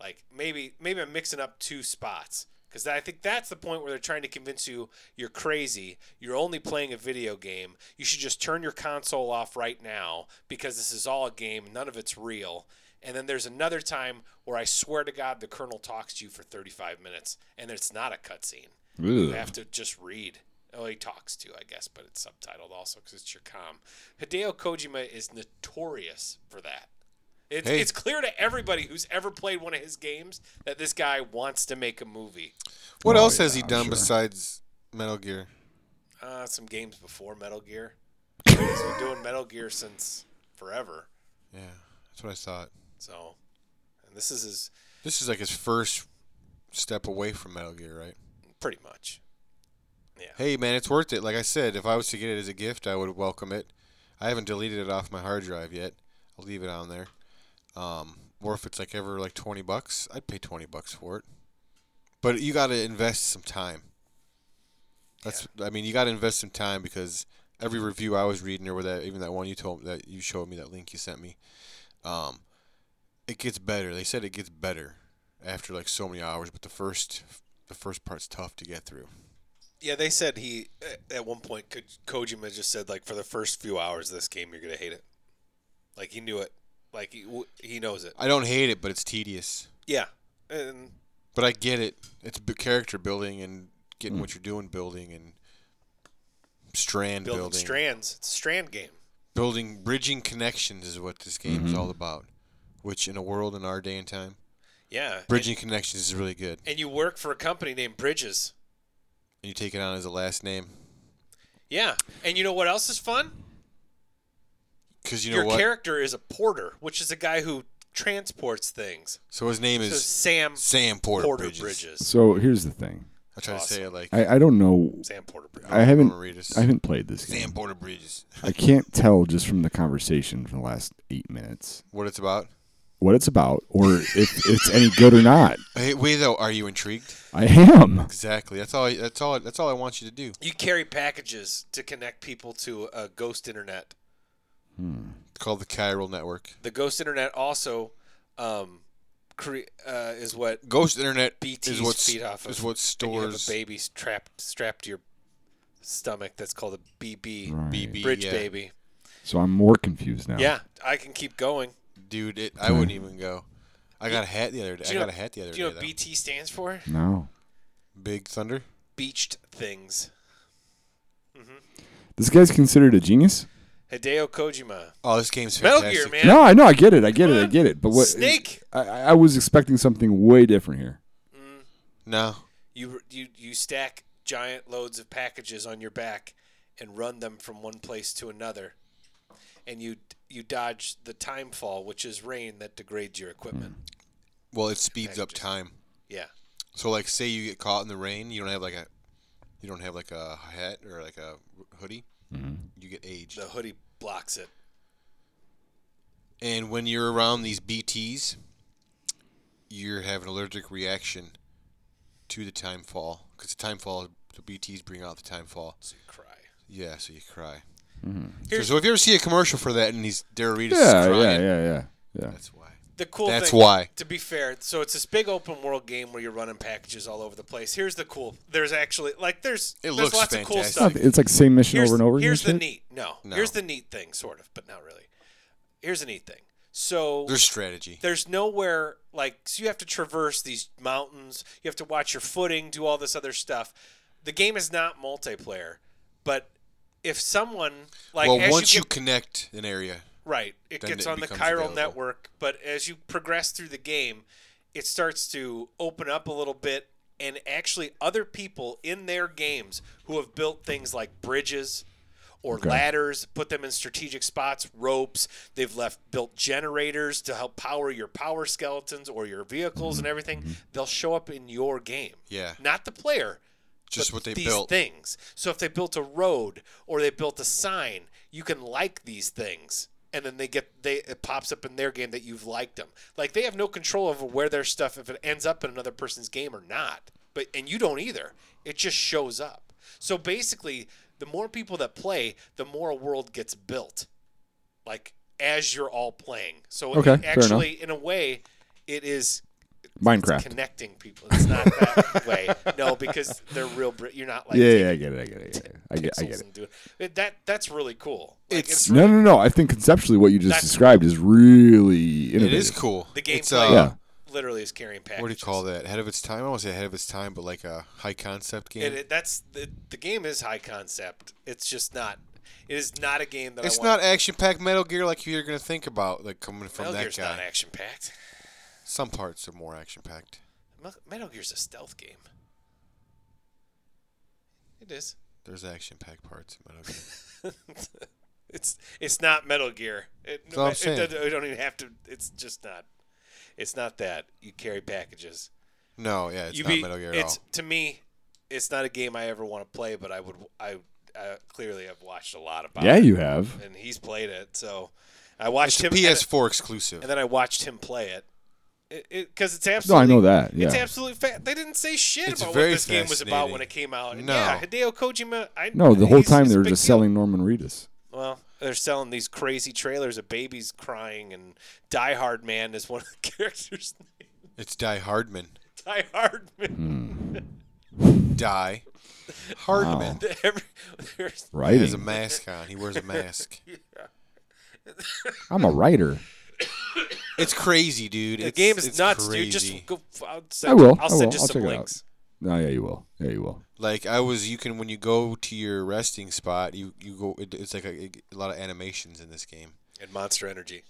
Speaker 2: like maybe maybe I'm mixing up two spots because I think that's the point where they're trying to convince you you're crazy. You're only playing a video game. You should just turn your console off right now because this is all a game. None of it's real. And then there's another time where I swear to God the colonel talks to you for 35 minutes and it's not a cutscene. You have to just read. Oh, he talks to, I guess, but it's subtitled also because it's your com. Hideo Kojima is notorious for that. It's,
Speaker 4: Hey.
Speaker 2: it's clear to everybody who's ever played one of his games that this guy wants to make a movie.
Speaker 4: What
Speaker 3: Oh,
Speaker 4: else
Speaker 3: yeah,
Speaker 4: has he
Speaker 3: I'm
Speaker 4: done
Speaker 3: sure.
Speaker 4: besides Metal Gear?
Speaker 2: Uh, some games before Metal Gear. He's been doing Metal Gear since forever.
Speaker 4: Yeah, that's what I thought.
Speaker 2: So, and this is his
Speaker 4: This is like his first step away from Metal Gear, right?
Speaker 2: pretty much.
Speaker 4: Hey, man, it's worth it. Like I said, if I was to get it as a gift, I would welcome it. I haven't deleted it off my hard drive yet. I'll leave it on there. Um, or if it's like ever like twenty bucks, I'd pay twenty bucks for it. But you got to invest some time. That's. I mean, you got to invest some time because every review I was reading, or that even that one you told that you showed me that link you sent me, um, it gets better. They said it gets better after like so many hours, but the first the first part's tough to get through.
Speaker 2: Yeah, they said he uh, at one point Ko- Kojima just said like for the first few hours of this game you're gonna hate it. Like he knew it. Like he w- he knows it.
Speaker 4: I don't hate it, but it's tedious.
Speaker 2: Yeah, and
Speaker 4: But I get it. It's b- character building and
Speaker 3: Mm.
Speaker 4: getting what you're doing, building and strand
Speaker 2: building,
Speaker 4: building,
Speaker 2: strands. It's a strand game.
Speaker 4: building, bridging connections is what this game
Speaker 3: Mm-hmm.
Speaker 4: is all about. Which in a world in our day and time,
Speaker 2: Yeah,
Speaker 4: bridging connections is really good.
Speaker 2: and, and you work for a company named Bridges.
Speaker 4: And you take it on as a last name
Speaker 2: Yeah, and you know what else is fun?
Speaker 4: because you know
Speaker 2: Your
Speaker 4: what.
Speaker 2: character is a porter, which is a guy who transports things.
Speaker 4: so his name
Speaker 2: So
Speaker 4: is
Speaker 2: Sam
Speaker 4: Sam Porter,
Speaker 2: Porter
Speaker 4: Bridges.
Speaker 2: Bridges.
Speaker 3: So here's the thing.
Speaker 4: I try to say it like
Speaker 3: I, I don't know.
Speaker 2: Sam Porter Bridges.
Speaker 3: I haven't.
Speaker 4: Norman Reedus.
Speaker 3: I haven't played this
Speaker 4: Sam
Speaker 3: game.
Speaker 4: Porter Bridges.
Speaker 3: I can't tell just from the conversation from the last eight minutes
Speaker 4: What it's about?
Speaker 3: what it's about or if it's any good or not.
Speaker 4: Hey, wait though, are you intrigued?
Speaker 3: I am.
Speaker 4: Exactly. That's all. I, that's all. That's all I want you to do.
Speaker 2: You carry packages to connect people to a ghost internet.
Speaker 4: It's called the Chiral Network.
Speaker 2: The ghost internet also um, cre- uh, is what
Speaker 4: Ghost Internet
Speaker 2: BTs
Speaker 4: is what
Speaker 2: feed off of.
Speaker 4: is what
Speaker 2: and you have a
Speaker 4: stores
Speaker 2: baby strapped strapped to your stomach that's called a BB
Speaker 3: Right.
Speaker 4: BB
Speaker 2: bridge
Speaker 4: yeah.
Speaker 2: baby.
Speaker 3: So I'm more confused now.
Speaker 2: Yeah, I can keep going.
Speaker 4: Dude, it, I wouldn't even go. I got a hat the other day.
Speaker 2: Do
Speaker 4: I
Speaker 2: you
Speaker 4: got
Speaker 2: know-
Speaker 4: a hat the other
Speaker 2: Do you know
Speaker 4: day.
Speaker 2: what
Speaker 4: though.
Speaker 2: BT stands for?
Speaker 3: No.
Speaker 4: Big Thunder.
Speaker 2: Beached things.
Speaker 3: This guy's considered a genius.
Speaker 2: Hideo Kojima.
Speaker 4: Oh, this game's
Speaker 2: Metal
Speaker 4: fantastic.
Speaker 2: Gear, man.
Speaker 3: No, I know. I get it. I get it. I get it. But what?
Speaker 2: Snake.
Speaker 3: I, I was expecting something way different here.
Speaker 4: No,
Speaker 2: You you you stack giant loads of packages on your back and run them from one place to another. And you you dodge the time fall, which is rain that degrades your equipment.
Speaker 3: Hmm.
Speaker 4: well, it speeds up time.
Speaker 2: Yeah.
Speaker 4: So, like, say you get caught in the rain, you don't have like a, you don't have like a hat or like a hoodie. You get aged.
Speaker 2: The hoodie blocks it.
Speaker 4: And when you're around these BTS, you have an allergic reaction to the time fall because the time fall, the BTS bring out the time fall.
Speaker 2: So you cry.
Speaker 4: Yeah, so you cry. So,
Speaker 2: Here's-
Speaker 4: so if you ever see a commercial for that and these Doritos
Speaker 3: Mm-hmm. Yeah,
Speaker 4: crying,
Speaker 3: yeah, yeah, yeah, yeah.
Speaker 4: that's why.
Speaker 2: the cool
Speaker 4: That's
Speaker 2: thing,
Speaker 4: why.
Speaker 2: to be fair so it's this big open world game where you're running packages all over the place here's the cool there's actually like there's
Speaker 4: It
Speaker 2: there's
Speaker 4: looks
Speaker 2: lots of cool
Speaker 4: fantastic.
Speaker 2: stuff
Speaker 3: It's like same mission
Speaker 2: here's,
Speaker 3: over and over again.
Speaker 2: here's the
Speaker 3: shit?
Speaker 2: neat no,
Speaker 4: No.
Speaker 2: here's the neat thing sort of but not really here's the neat thing so
Speaker 4: There's strategy.
Speaker 2: there's nowhere like so you have to traverse these mountains you have to watch your footing do all this other stuff the game is not multiplayer but if someone like
Speaker 4: well,
Speaker 2: as
Speaker 4: once you,
Speaker 2: you get
Speaker 4: connect an area,
Speaker 2: Right. It
Speaker 4: Then
Speaker 2: gets
Speaker 4: it
Speaker 2: on the
Speaker 4: becomes
Speaker 2: chiral
Speaker 4: available.
Speaker 2: network, but as you progress through the game, it starts to open up a little bit and actually other people in their games who have built things like bridges or ladders, put them in strategic spots, ropes, they've left built generators to help power your power skeletons or your vehicles and everything. They'll show up in your game.
Speaker 4: Yeah.
Speaker 2: Not the player,
Speaker 4: Just
Speaker 2: but
Speaker 4: what they
Speaker 2: these
Speaker 4: built.
Speaker 2: things. So if they built a road or they built a sign, you can like these things, and then they get they it pops up in their game that you've liked them. Like they have no control over where their stuff if it ends up in another person's game or not. But and you don't either. It just shows up. So basically, the more people that play, the more a world gets built. Like as you're all playing. So
Speaker 3: Okay,
Speaker 2: it
Speaker 3: fair enough.
Speaker 2: actually, in a way, it is
Speaker 3: Minecraft.
Speaker 2: connecting people. It's not that way. No, because they're real. Br- you're not like
Speaker 3: yeah,
Speaker 2: taking
Speaker 3: yeah, I get it. I get it. I get, I
Speaker 2: pixels
Speaker 3: get it.
Speaker 2: and doing it. That that's really cool. Like,
Speaker 4: It's-
Speaker 2: it's
Speaker 3: No, no, no. I think conceptually what you just
Speaker 2: That's-
Speaker 3: described is really innovative.
Speaker 4: It is cool.
Speaker 2: the
Speaker 4: It's,
Speaker 2: gameplay
Speaker 4: uh,
Speaker 2: literally is carrying packages.
Speaker 4: What do you call that? Ahead of its time. I won't say ahead of its time, but like a high concept game.
Speaker 2: It, it- that's the, the game is high concept. It's just not. It is not a game that
Speaker 4: it's
Speaker 2: I want.
Speaker 4: not action packed Metal Gear like you're gonna think about, like coming from
Speaker 2: Metal
Speaker 4: that
Speaker 2: Gear's
Speaker 4: guy.
Speaker 2: not action packed.
Speaker 4: Some parts are more action packed.
Speaker 2: Metal Gear's a stealth game. It is.
Speaker 4: There's action packed parts in Metal Gear.
Speaker 2: it's it's not Metal Gear. It,
Speaker 4: what I'm
Speaker 2: it
Speaker 4: saying.
Speaker 2: doesn't- we don't even have to. It's just not. It's not that you carry packages.
Speaker 4: no, yeah, it's
Speaker 2: you
Speaker 4: not
Speaker 2: be-
Speaker 4: Metal Gear at all.
Speaker 2: it's to me, it's not a game I ever want to play. But I would. I uh, clearly have watched a lot about.
Speaker 3: Yeah,
Speaker 2: it,
Speaker 3: you have.
Speaker 2: and he's played it. So I watched
Speaker 4: It's
Speaker 2: him. And,
Speaker 4: PS4 exclusive.
Speaker 2: and then I watched him play it. Because it, 'cause it's
Speaker 3: No, I
Speaker 2: absolutely.
Speaker 3: know that. Yeah.
Speaker 2: It's absolutely fa- They didn't say shit
Speaker 4: It's
Speaker 2: about what
Speaker 4: very
Speaker 2: this game was about when
Speaker 4: fascinating.
Speaker 2: it came out. And
Speaker 4: No.
Speaker 2: Yeah, Hideo Kojima. I,
Speaker 3: no, the whole
Speaker 2: he's-
Speaker 3: time
Speaker 2: he's
Speaker 3: they
Speaker 2: a
Speaker 3: were
Speaker 2: big
Speaker 3: just
Speaker 2: deal.
Speaker 3: selling Norman Reedus.
Speaker 2: Well, they're selling these crazy trailers of babies crying, and Die Hard Man is one of the characters. named
Speaker 4: it's Die Hardman.
Speaker 2: Die Hard
Speaker 4: Hmm.
Speaker 2: Man.
Speaker 4: Die Hardman.
Speaker 2: Every- there's-
Speaker 4: He has a
Speaker 3: Writing.
Speaker 4: mask on. He wears a mask.
Speaker 3: I'm a writer.
Speaker 4: it's crazy, dude.
Speaker 2: the
Speaker 4: It's-
Speaker 2: game is
Speaker 4: it's
Speaker 2: nuts, dude.
Speaker 4: crazy.
Speaker 2: Just go. I'll send,
Speaker 3: I will.
Speaker 2: I'll
Speaker 3: I
Speaker 2: send
Speaker 3: will.
Speaker 2: you
Speaker 3: I'll
Speaker 2: some
Speaker 3: check it out.
Speaker 2: links.
Speaker 3: No, yeah, you will. Yeah, you will.
Speaker 4: Like I was, you can when you go to your resting spot, you you go. It, it's like a, a lot of animations in this game,
Speaker 2: And Monster Energy.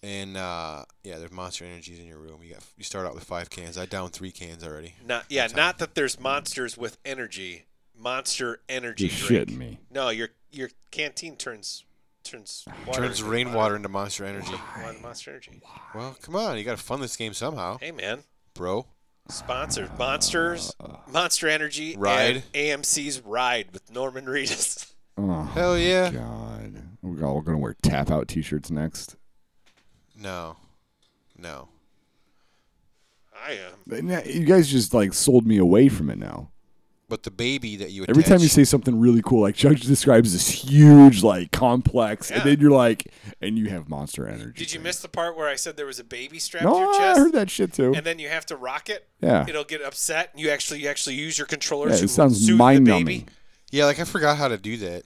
Speaker 4: and uh, yeah, there's monster energies in your room. You got you start out with five cans. I downed three cans already.
Speaker 2: Not yeah. Not that there's monsters with energy. Monster energy
Speaker 3: You're
Speaker 2: drink.
Speaker 3: shitting me.
Speaker 2: No, your your canteen turns turns water
Speaker 4: Turns
Speaker 2: into
Speaker 4: rainwater into monster energy.
Speaker 2: mon- mon- Monster energy.
Speaker 4: Well, come on, you gotta fund this game somehow,
Speaker 2: Hey man,
Speaker 4: bro.
Speaker 2: sponsored monsters, Monster Energy, and
Speaker 4: Ride.
Speaker 2: AMC's Ride with Norman Reedus.
Speaker 3: Oh,
Speaker 4: Hell yeah.
Speaker 3: God. We're all going to wear tap out t shirts next.
Speaker 4: No, no.
Speaker 2: I am.
Speaker 3: And that- You guys just like sold me away from it now.
Speaker 4: But the baby that you attach,
Speaker 3: Every time you say something really cool, like Judge describes this huge, like complex,
Speaker 2: Yeah.
Speaker 3: and then you're like, and you have monster energy.
Speaker 2: Did you
Speaker 3: drink.
Speaker 2: miss the part where I said there was a baby strapped to
Speaker 3: No,
Speaker 2: your
Speaker 3: I
Speaker 2: chest?
Speaker 3: heard that shit too.
Speaker 2: And then you have to rock it.
Speaker 3: Yeah.
Speaker 2: It'll get upset. And you actually you actually use your controller
Speaker 3: Yeah,
Speaker 2: to
Speaker 3: it sounds
Speaker 2: soothe
Speaker 3: mind
Speaker 2: the baby.
Speaker 3: numbing.
Speaker 4: yeah, like I forgot how to do that.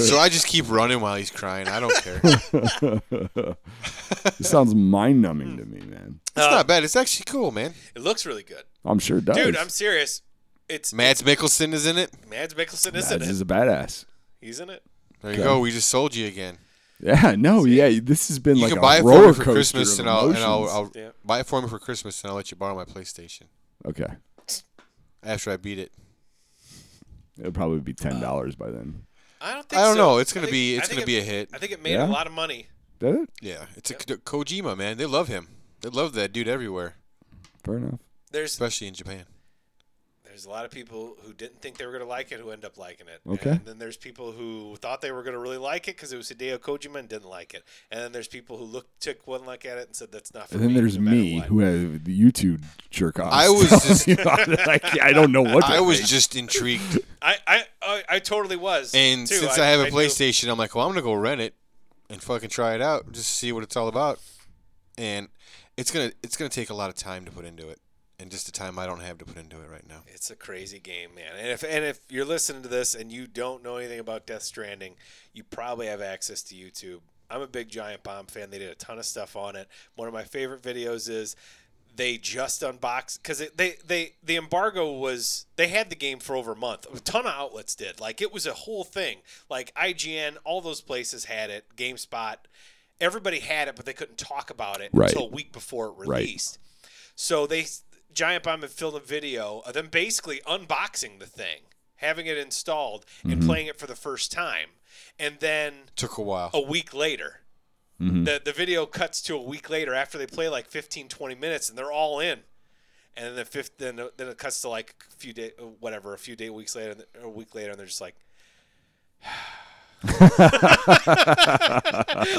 Speaker 4: so I just keep running while he's crying. I don't care. It's
Speaker 3: It sounds mind numbing to me, man.
Speaker 4: not bad. It's actually cool, man.
Speaker 2: It looks really good.
Speaker 3: I'm sure it does.
Speaker 2: Dude, I'm serious. It's
Speaker 4: Mads Mikkelsen is in it.
Speaker 2: Mads Mikkelsen is in
Speaker 3: Mads
Speaker 2: it.
Speaker 3: is a badass.
Speaker 2: He's in it.
Speaker 4: There you go. We just sold you again.
Speaker 3: Yeah, no, yeah. This has been
Speaker 4: You
Speaker 3: like
Speaker 4: can
Speaker 3: a
Speaker 4: buy it for
Speaker 3: roller
Speaker 4: me
Speaker 3: coaster
Speaker 4: for Christmas,
Speaker 3: of
Speaker 4: and I'll, and I'll,
Speaker 3: emotions.
Speaker 4: I'll
Speaker 2: Yeah.
Speaker 4: buy it for me for Christmas, and I'll let you borrow my PlayStation
Speaker 3: Okay,
Speaker 4: after I beat it.
Speaker 3: it'll probably be ten dollars by then.
Speaker 2: I don't think
Speaker 4: I don't
Speaker 2: so.
Speaker 4: know. It's
Speaker 2: I
Speaker 4: gonna
Speaker 2: think-
Speaker 4: be
Speaker 2: I
Speaker 4: it's
Speaker 2: think
Speaker 4: gonna
Speaker 2: it-
Speaker 4: be a hit.
Speaker 2: I think it made
Speaker 3: Yeah?
Speaker 2: a lot of money.
Speaker 3: Did it?
Speaker 4: Yeah, it's a Ko- Kojima man. They love him. They love that dude everywhere,
Speaker 3: Fair enough.
Speaker 2: There's
Speaker 4: especially in Japan.
Speaker 2: there's a lot of people who didn't think they were going to like it who end up liking it.
Speaker 3: Okay.
Speaker 2: And then there's people who thought they were going to really like it because it was Hideo Kojima and didn't like it. And then there's people who looked took one look at it and said that's not for
Speaker 3: And then
Speaker 2: me.
Speaker 3: there's
Speaker 2: no matter
Speaker 3: me
Speaker 2: what."
Speaker 3: who has the YouTube jerk off.
Speaker 4: I was just-
Speaker 3: I, can't- I don't know what. to
Speaker 4: I was
Speaker 3: think.
Speaker 4: just intrigued,
Speaker 2: I I, I, I totally was.
Speaker 4: and
Speaker 2: too.
Speaker 4: since I, have a
Speaker 2: knew-
Speaker 4: PlayStation, I'm like, well, I'm gonna go rent it and fucking try it out, just see what it's all about. And it's gonna it's gonna take a lot of time to put into it, and just the time I don't have to put into it right now.
Speaker 2: It's a crazy game, man. And if and if you're listening to this and you don't know anything about Death Stranding, you probably have access to YouTube. I'm a big Giant Bomb fan. They did a ton of stuff on it. One of my favorite videos is they just unboxed because they they the embargo was they had the game for over a month. A ton of outlets did. Like it was a whole thing. Like IGN, all those places had it. GameSpot, everybody had it, but they couldn't talk about it
Speaker 3: Right.
Speaker 2: until a week before it released. So they Giant Bomb had filmed a video of them basically unboxing the thing, having it installed, and playing it for the first time, and then
Speaker 4: Took a while.
Speaker 2: a week later. The, the video cuts to a week later after they play like 15, 20 minutes and they're all in. And then the fifth, then, then it cuts to like a few day, whatever, a few day weeks later, and- or a week later, and they're just like,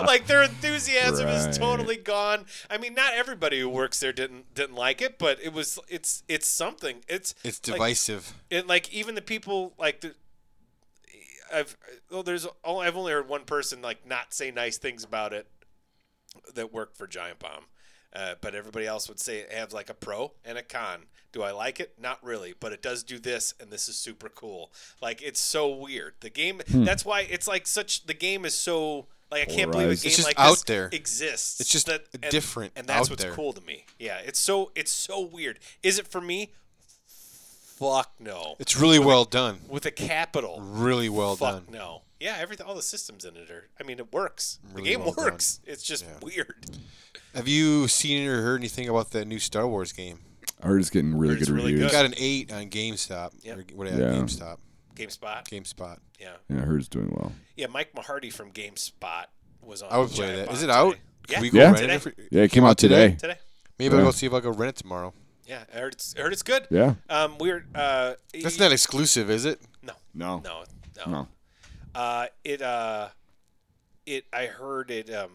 Speaker 2: like their enthusiasm is
Speaker 3: Right.
Speaker 2: totally gone. I mean, not everybody who works there didn't didn't like it, but it was it's it's something. It's
Speaker 4: It's
Speaker 2: like,
Speaker 4: divisive.
Speaker 2: it like even the people like the I've well, there's oh, I've only heard one person like not say nice things about it that worked for Giant Bomb, uh, but everybody else would say it have like a pro and a con. Do I like it? Not really, but it does do this, and this is super cool. Like it's so weird. The game. That's why it's like such. The game is so like I can't believe a
Speaker 3: Polarized.
Speaker 2: game
Speaker 4: It's just
Speaker 2: like
Speaker 4: out
Speaker 2: this
Speaker 4: there.
Speaker 2: exists.
Speaker 4: It's just
Speaker 2: and-
Speaker 4: different
Speaker 2: and that's
Speaker 4: out
Speaker 2: what's
Speaker 4: there.
Speaker 2: cool to me. Yeah, it's so it's so weird. Is it for me? Fuck no
Speaker 4: It's really well done.
Speaker 2: with a capital.
Speaker 4: Really well
Speaker 2: Fuck
Speaker 4: done.
Speaker 2: no. Yeah, everything, all the systems in it are. I mean, it works.
Speaker 4: Really
Speaker 2: the game
Speaker 4: well done.
Speaker 2: works. It's just weird.
Speaker 4: Have you seen or heard anything about that new Star Wars game?
Speaker 3: I heard it's getting really
Speaker 2: Heard it's
Speaker 3: good
Speaker 2: really
Speaker 3: reviews.
Speaker 2: good.
Speaker 4: Got an eight on GameStop.
Speaker 2: Yep.
Speaker 4: Or what? Yeah.
Speaker 3: Yeah.
Speaker 4: GameStop.
Speaker 2: GameSpot.
Speaker 4: GameSpot.
Speaker 2: Yeah,
Speaker 3: Yeah, I heard it's doing well.
Speaker 2: yeah. Mike Mahardy from GameSpot was on.
Speaker 4: I would play
Speaker 2: Giant
Speaker 4: that.
Speaker 2: Bomb
Speaker 4: Is it out?
Speaker 2: today.
Speaker 4: Can
Speaker 2: yeah,
Speaker 4: we go
Speaker 3: Yeah.
Speaker 4: rent
Speaker 2: Today.
Speaker 4: it? If we,
Speaker 3: Yeah, it came out today.
Speaker 2: today.
Speaker 4: maybe I'll go see if I can rent it tomorrow.
Speaker 2: Yeah, I heard it's, I heard it's good.
Speaker 3: Yeah.
Speaker 2: Um, we're uh,
Speaker 4: That's
Speaker 2: e-
Speaker 4: not exclusive, is it?
Speaker 2: no,
Speaker 3: No.
Speaker 2: no, no.
Speaker 3: No.
Speaker 2: Uh, it uh, it I heard it. Um,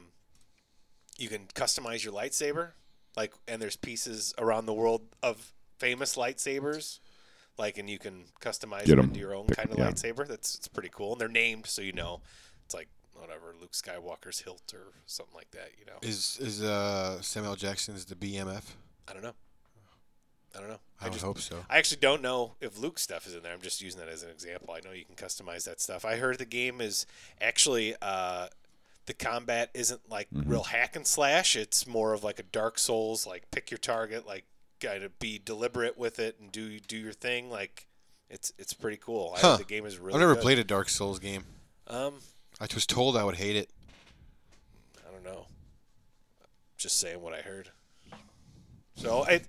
Speaker 2: you can customize your lightsaber, like, and there's pieces around the world of famous lightsabers, like, and you can customize
Speaker 3: Get
Speaker 2: them
Speaker 3: 'em.
Speaker 2: into your own
Speaker 3: Pick-
Speaker 2: kind of
Speaker 3: yeah.
Speaker 2: lightsaber. That's it's pretty cool, and they're named so you know. It's like whatever Luke Skywalker's hilt or something like that. You know,
Speaker 4: Is is uh, Samuel Jackson's the BMF?
Speaker 2: I don't know. I don't know.
Speaker 4: I, would hope so.
Speaker 2: I actually don't know if Luke's stuff is in there. I'm just using that as an example. I know you can customize that stuff. I heard the game is actually uh, the combat isn't like
Speaker 4: Mm-hmm.
Speaker 2: real hack and slash. It's more of like a Dark Souls, like pick your target, like gotta be deliberate with it and do do your thing. Like it's it's pretty cool. I
Speaker 4: Huh.
Speaker 2: heard the game is really.
Speaker 4: I've never
Speaker 2: good.
Speaker 4: played a Dark Souls game.
Speaker 2: Um,
Speaker 4: I was told I would hate it.
Speaker 2: I don't know. Just saying what I heard. So I,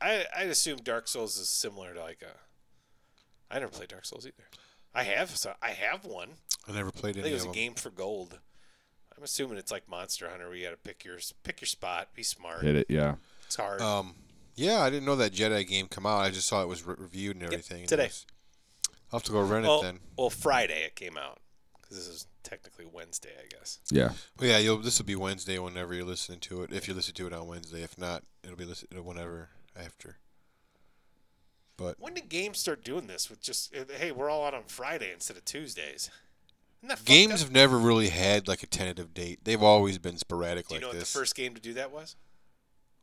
Speaker 2: I I assume Dark Souls is similar to like a. I never played Dark Souls either. I have so I have one.
Speaker 4: I never played
Speaker 2: I
Speaker 4: any
Speaker 2: think it was
Speaker 4: of
Speaker 2: a
Speaker 4: them.
Speaker 2: game for gold. I'm assuming it's like Monster Hunter where you got to pick your pick your spot, be smart.
Speaker 3: Hit it. Yeah.
Speaker 2: It's hard.
Speaker 4: Um, yeah, I didn't know that Jedi game come out. I just saw it was re- reviewed and everything. and it
Speaker 2: today.
Speaker 4: was- I'll have to go rent
Speaker 2: well,
Speaker 4: it then.
Speaker 2: well, Friday it came out because this is technically Wednesday, I guess.
Speaker 3: Yeah.
Speaker 4: Well, yeah, you'll, this will be Wednesday whenever you're listening to it. If you listen to it on Wednesday, if not, it'll be listened whenever after. But
Speaker 2: When did games start doing this with just eh, hey, we're all out on Friday instead of Tuesdays? Isn't that fucked up?
Speaker 4: games have never really had like a tentative date. They've always been sporadic
Speaker 2: Do you
Speaker 4: like
Speaker 2: know what
Speaker 4: this.
Speaker 2: the first game to do that was?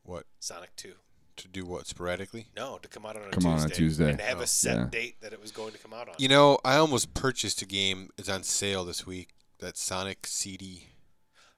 Speaker 4: What
Speaker 2: Sonic 2.
Speaker 4: to do what sporadically?
Speaker 2: No, to come out on a
Speaker 3: Come
Speaker 2: Tuesday.
Speaker 3: out on a Tuesday.
Speaker 2: And to have
Speaker 4: Oh,
Speaker 2: a set
Speaker 3: yeah.
Speaker 2: date that it was going to come out on.
Speaker 4: You know, I almost purchased a game. It's on sale this week. That Sonic CD.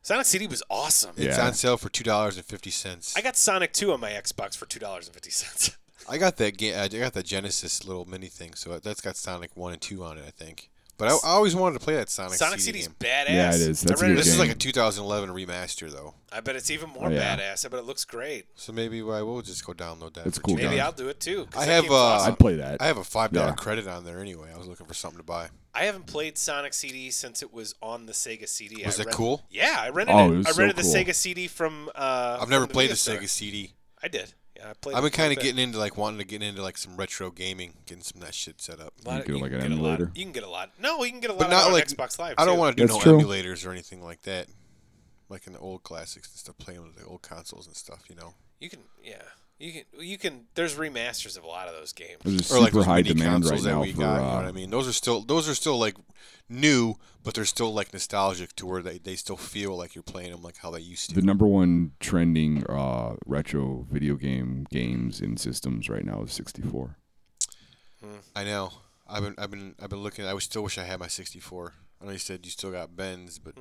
Speaker 2: Sonic City was awesome.
Speaker 4: It's
Speaker 3: Yeah.
Speaker 4: on sale for two dollars and fifty cents.
Speaker 2: I got Sonic 2 on my Xbox for $2.50.
Speaker 4: I got that game. I got the Genesis little mini thing, so that's got Sonic one and two on it, I think. But I, I always wanted to play that Sonic,
Speaker 2: Sonic
Speaker 4: CD
Speaker 2: City's
Speaker 4: game.
Speaker 2: badass.
Speaker 3: Yeah, it is. That's
Speaker 2: I, read
Speaker 3: a good
Speaker 4: This is
Speaker 3: game.
Speaker 4: like a 2011 remaster, though,
Speaker 2: I bet it's even more
Speaker 3: Oh, yeah.
Speaker 2: badass. I bet it looks great.
Speaker 4: so maybe I will just go download that.
Speaker 3: It's
Speaker 4: for
Speaker 3: cool,
Speaker 4: cheap.
Speaker 2: Maybe
Speaker 3: Done.
Speaker 2: I'll do it too. 'cause
Speaker 4: I
Speaker 2: that
Speaker 4: have,
Speaker 2: game's
Speaker 4: uh,
Speaker 3: I'd
Speaker 2: awesome.
Speaker 3: play that.
Speaker 4: I have a five dollar
Speaker 3: Yeah.
Speaker 4: credit on there anyway. I was looking for something to buy.
Speaker 2: I haven't played Sonic CD since it was on the Sega CD.
Speaker 4: Was
Speaker 2: I
Speaker 4: it
Speaker 2: rent-
Speaker 4: cool?
Speaker 2: Yeah, I rented
Speaker 3: Oh,
Speaker 2: it.
Speaker 3: it was
Speaker 2: I
Speaker 3: so
Speaker 2: rented
Speaker 3: cool.
Speaker 2: the Sega CD from. Uh,
Speaker 4: I've never
Speaker 2: from the
Speaker 4: played
Speaker 2: video
Speaker 4: a
Speaker 2: store.
Speaker 4: Sega CD.
Speaker 2: I did. Yeah, I played.
Speaker 4: I've
Speaker 2: it quite
Speaker 4: been
Speaker 2: a
Speaker 4: kind of
Speaker 2: bit.
Speaker 4: getting into like wanting to get into like some retro gaming, getting some of that shit set up.
Speaker 2: A lot
Speaker 3: You
Speaker 2: of-
Speaker 3: do
Speaker 2: you
Speaker 3: like
Speaker 2: can
Speaker 3: an
Speaker 2: get a lot-
Speaker 3: emulator?
Speaker 2: You can get a lot. No, you can get a lot
Speaker 4: But
Speaker 2: of
Speaker 4: not
Speaker 2: on
Speaker 4: like-
Speaker 2: Xbox Live.
Speaker 4: I don't
Speaker 2: too.
Speaker 4: want to do
Speaker 3: That's true.
Speaker 4: no emulators or anything like that, like in the old classics and stuff, playing with the old consoles and stuff. You know,
Speaker 2: You can, yeah. You can, you can. There's remasters of a lot of those games.
Speaker 3: There's a
Speaker 4: or like
Speaker 3: super
Speaker 4: those
Speaker 3: high
Speaker 4: mini
Speaker 3: demand right
Speaker 4: consoles that
Speaker 3: now
Speaker 4: we
Speaker 3: for.
Speaker 4: got. you know
Speaker 3: uh,
Speaker 4: what I mean, those are still those are still like new, but they're still like nostalgic to where they, they still feel like you're playing them like how they used to.
Speaker 3: the number one trending uh, retro video game games in systems right now is 64.
Speaker 4: I know. I've been I've been I've been looking. I would still wish I had my 64. I know you said
Speaker 3: Mm-hmm.
Speaker 4: you still got Ben's, but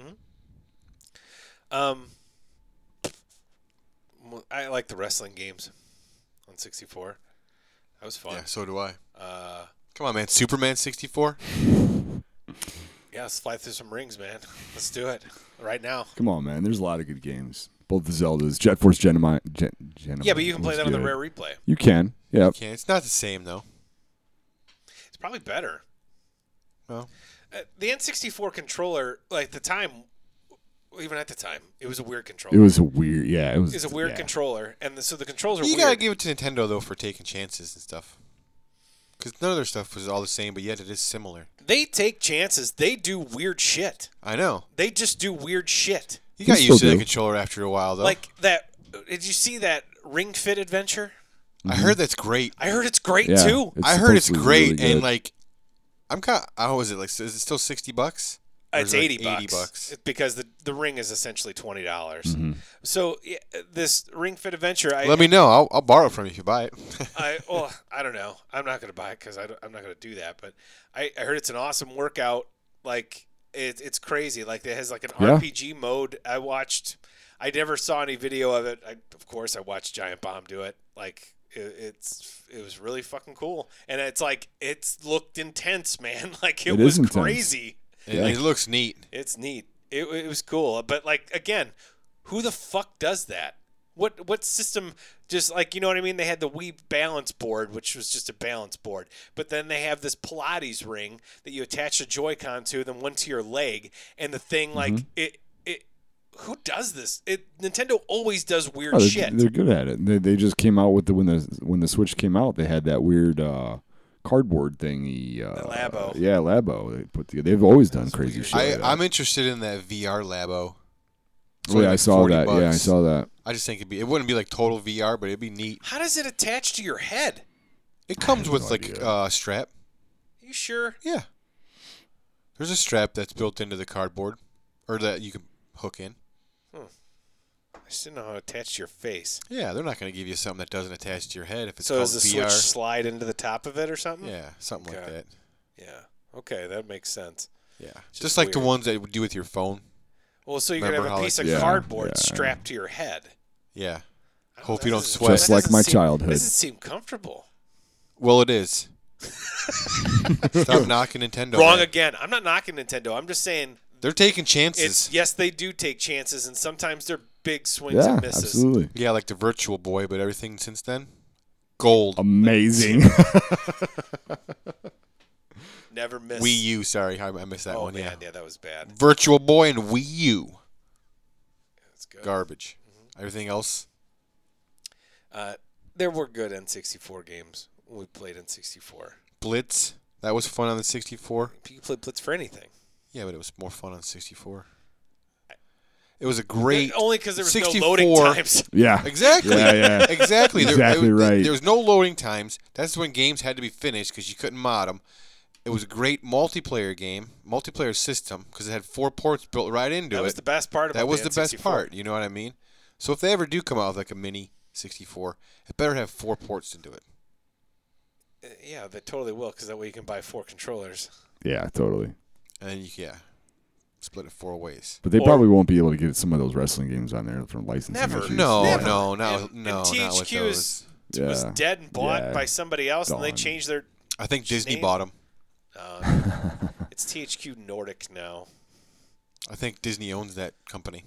Speaker 2: Um, almost Um, I like the wrestling games on 64. That was fun.
Speaker 4: Yeah, so do I.
Speaker 2: Uh,
Speaker 4: Come on, man. Superman 64?
Speaker 2: yeah, let's fly through some rings, man. Let's do it right now.
Speaker 3: Come on, man. There's a lot of good games. Both the Zeldas, Jet Force Genemi- Gen- Genomine.
Speaker 2: Yeah, but you can play
Speaker 3: was
Speaker 2: that on the
Speaker 3: good.
Speaker 2: rare replay.
Speaker 3: You can. Yeah.
Speaker 4: Yeah, it's not the same, though.
Speaker 2: It's probably better.
Speaker 4: Well,
Speaker 2: Uh, the N64 controller, like the time, even at the time, it was a weird
Speaker 3: It
Speaker 2: controller.
Speaker 3: was a weird. Yeah, it was.
Speaker 2: It's a weird
Speaker 3: yeah.
Speaker 2: controller, and the, so the controls are
Speaker 4: you
Speaker 2: weird.
Speaker 4: gotta give it to Nintendo though for taking chances and stuff. Because none of their stuff was all the same, but yet it is similar.
Speaker 2: they take chances. They do weird shit.
Speaker 4: I know.
Speaker 2: They just do weird shit.
Speaker 4: You
Speaker 3: They
Speaker 4: got
Speaker 3: still
Speaker 4: used to that
Speaker 3: do.
Speaker 4: controller after a while though.
Speaker 2: Like that. Did you see that Ring Fit adventure?
Speaker 4: I heard that's great.
Speaker 2: I heard it's great
Speaker 3: Yeah,
Speaker 2: too.
Speaker 3: it's
Speaker 4: I heard
Speaker 3: supposed
Speaker 4: it's
Speaker 3: to be
Speaker 4: great
Speaker 3: really
Speaker 4: and
Speaker 3: good.
Speaker 4: like, I'm kind. of How is it like? so Is it still sixty bucks? Or
Speaker 2: Uh, It's
Speaker 4: is it, like,
Speaker 2: eighty bucks.
Speaker 4: 80 bucks.
Speaker 2: because the the ring is essentially twenty
Speaker 3: Hmm.
Speaker 2: dollars.
Speaker 3: Mm-hmm.
Speaker 2: So yeah, this Ring Fit adventure, I,
Speaker 4: Let me know. I'll, I'll borrow it from you if you buy it.
Speaker 2: I well, I don't know. I'm not gonna buy it because I'm not gonna do that. But I, I heard it's an awesome workout. Like it, it's crazy. Like it has like an
Speaker 3: Yeah.
Speaker 2: RPG mode. I watched. I never saw any video of it. I, of course, I watched Giant Bomb do it. Like it, it's it was really fucking cool. And it's like it's looked intense, man. Like it,
Speaker 3: It is
Speaker 2: was
Speaker 3: intense.
Speaker 2: crazy.
Speaker 4: It- It looks neat.
Speaker 2: It's neat. It, it was cool, but like again, who the fuck does that? What what system? Just like you know what I mean? They had the Wii balance board, which was just a balance board, but then they have this Pilates ring that you attach a Joy-Con to, then one to your leg, and the thing like
Speaker 4: Mm-hmm.
Speaker 2: it it. Who does this? It Nintendo always does weird
Speaker 3: Oh, they're,
Speaker 2: shit.
Speaker 3: they're good at it. They, they just came out with the when the when the Switch came out, they had that weird uh, cardboard thingy. Uh,
Speaker 2: Labo.
Speaker 3: Yeah, Labo. They put together. They've always done crazy shit.
Speaker 4: I,
Speaker 3: like that.
Speaker 4: I'm interested in that VR Labo. It's
Speaker 3: Oh,
Speaker 4: only
Speaker 3: yeah, I
Speaker 4: like
Speaker 3: saw
Speaker 4: 40
Speaker 3: that. Yeah, I
Speaker 4: bucks.
Speaker 3: saw that.
Speaker 4: I just think it'd be. It wouldn't be like total VR, but it'd be neat.
Speaker 2: How does it attach to your head?
Speaker 4: It comes with like
Speaker 3: idea.
Speaker 4: a uh, strap.
Speaker 2: you sure?
Speaker 4: Yeah. There's a strap that's built into the cardboard, or that you can hook in.
Speaker 2: I just didn't know how to attach to your face.
Speaker 4: Yeah, they're not going to give you something that doesn't attach to your head if it's
Speaker 2: So
Speaker 4: called
Speaker 2: does the
Speaker 4: VR.
Speaker 2: switch slide into the top of it or something?
Speaker 4: Yeah, something like
Speaker 2: Okay.
Speaker 4: that.
Speaker 2: Yeah. Okay, that makes sense.
Speaker 4: Yeah, just,
Speaker 2: just
Speaker 4: like the
Speaker 2: weird.
Speaker 4: ones that would do with your phone.
Speaker 2: Well, so you could
Speaker 4: Remember
Speaker 2: have a
Speaker 4: how
Speaker 2: piece
Speaker 4: it-
Speaker 2: of
Speaker 3: Yeah,
Speaker 2: cardboard
Speaker 3: yeah.
Speaker 2: strapped to your head.
Speaker 4: Yeah.
Speaker 2: I
Speaker 4: Hope
Speaker 2: know,
Speaker 4: you
Speaker 2: that
Speaker 4: don't
Speaker 2: doesn't-
Speaker 4: sweat.
Speaker 2: that
Speaker 4: Just
Speaker 3: like
Speaker 2: doesn't
Speaker 3: my
Speaker 2: seem-
Speaker 3: childhood.
Speaker 2: Doesn't seem comfortable.
Speaker 4: Well, it is. Stop knocking Nintendo.
Speaker 2: Wrong
Speaker 4: man.
Speaker 2: again. I'm not knocking Nintendo. I'm just saying
Speaker 4: They're taking chances.
Speaker 2: it's yes, they do take chances, and sometimes they're big swings
Speaker 3: Yeah,
Speaker 2: and misses.
Speaker 3: absolutely.
Speaker 4: yeah, like the Virtual Boy, but everything since then, gold.
Speaker 2: Oh,
Speaker 3: Amazing.
Speaker 2: Never miss.
Speaker 4: Wii U. Sorry, I, I missed that
Speaker 2: Oh
Speaker 4: one.
Speaker 2: man,
Speaker 4: Yeah.
Speaker 2: yeah, that was bad.
Speaker 4: Virtual Boy and Wii U.
Speaker 2: That's good.
Speaker 4: Garbage.
Speaker 2: Mm-hmm.
Speaker 4: Everything else.
Speaker 2: Uh, there were good N64 games when we played N64.
Speaker 4: Blitz. That was fun on the 64.
Speaker 2: You could play Blitz for anything.
Speaker 4: Yeah, but it was more fun on 64. It was a great.
Speaker 2: Only because there was no loading
Speaker 4: 64.
Speaker 2: times.
Speaker 3: yeah.
Speaker 4: Exactly.
Speaker 3: Yeah, yeah.
Speaker 4: Exactly. There-
Speaker 3: Exactly
Speaker 4: there,
Speaker 3: right.
Speaker 4: There was no loading times. That's when games had to be finished because you couldn't mod them. It was a great multiplayer game, multiplayer system because it had four ports built right into
Speaker 2: That
Speaker 4: it.
Speaker 2: was the best part. About
Speaker 4: that was the,
Speaker 2: the
Speaker 4: best
Speaker 2: N64.
Speaker 4: part. You know what I mean? So if they ever do come out with like a mini 64, it better have four ports into it.
Speaker 2: Uh, Yeah, they totally will because that way you can buy four controllers.
Speaker 3: Yeah, totally.
Speaker 4: And then you yeah, split it four ways.
Speaker 3: But they
Speaker 2: Or-
Speaker 3: probably won't be able to get some of those wrestling games on there from licensing
Speaker 2: Never.
Speaker 3: issues.
Speaker 4: No,
Speaker 2: Never.
Speaker 4: no, no,
Speaker 2: And- and
Speaker 4: no, not with
Speaker 2: THQ is-
Speaker 4: those.
Speaker 3: Yeah.
Speaker 2: was dead and bought
Speaker 3: Yeah.
Speaker 2: by somebody else, and they
Speaker 3: Gone.
Speaker 2: changed their.
Speaker 4: I think Disney
Speaker 2: name?
Speaker 4: bought them.
Speaker 2: Uh, it's THQ Nordic now.
Speaker 4: I think Disney owns that company.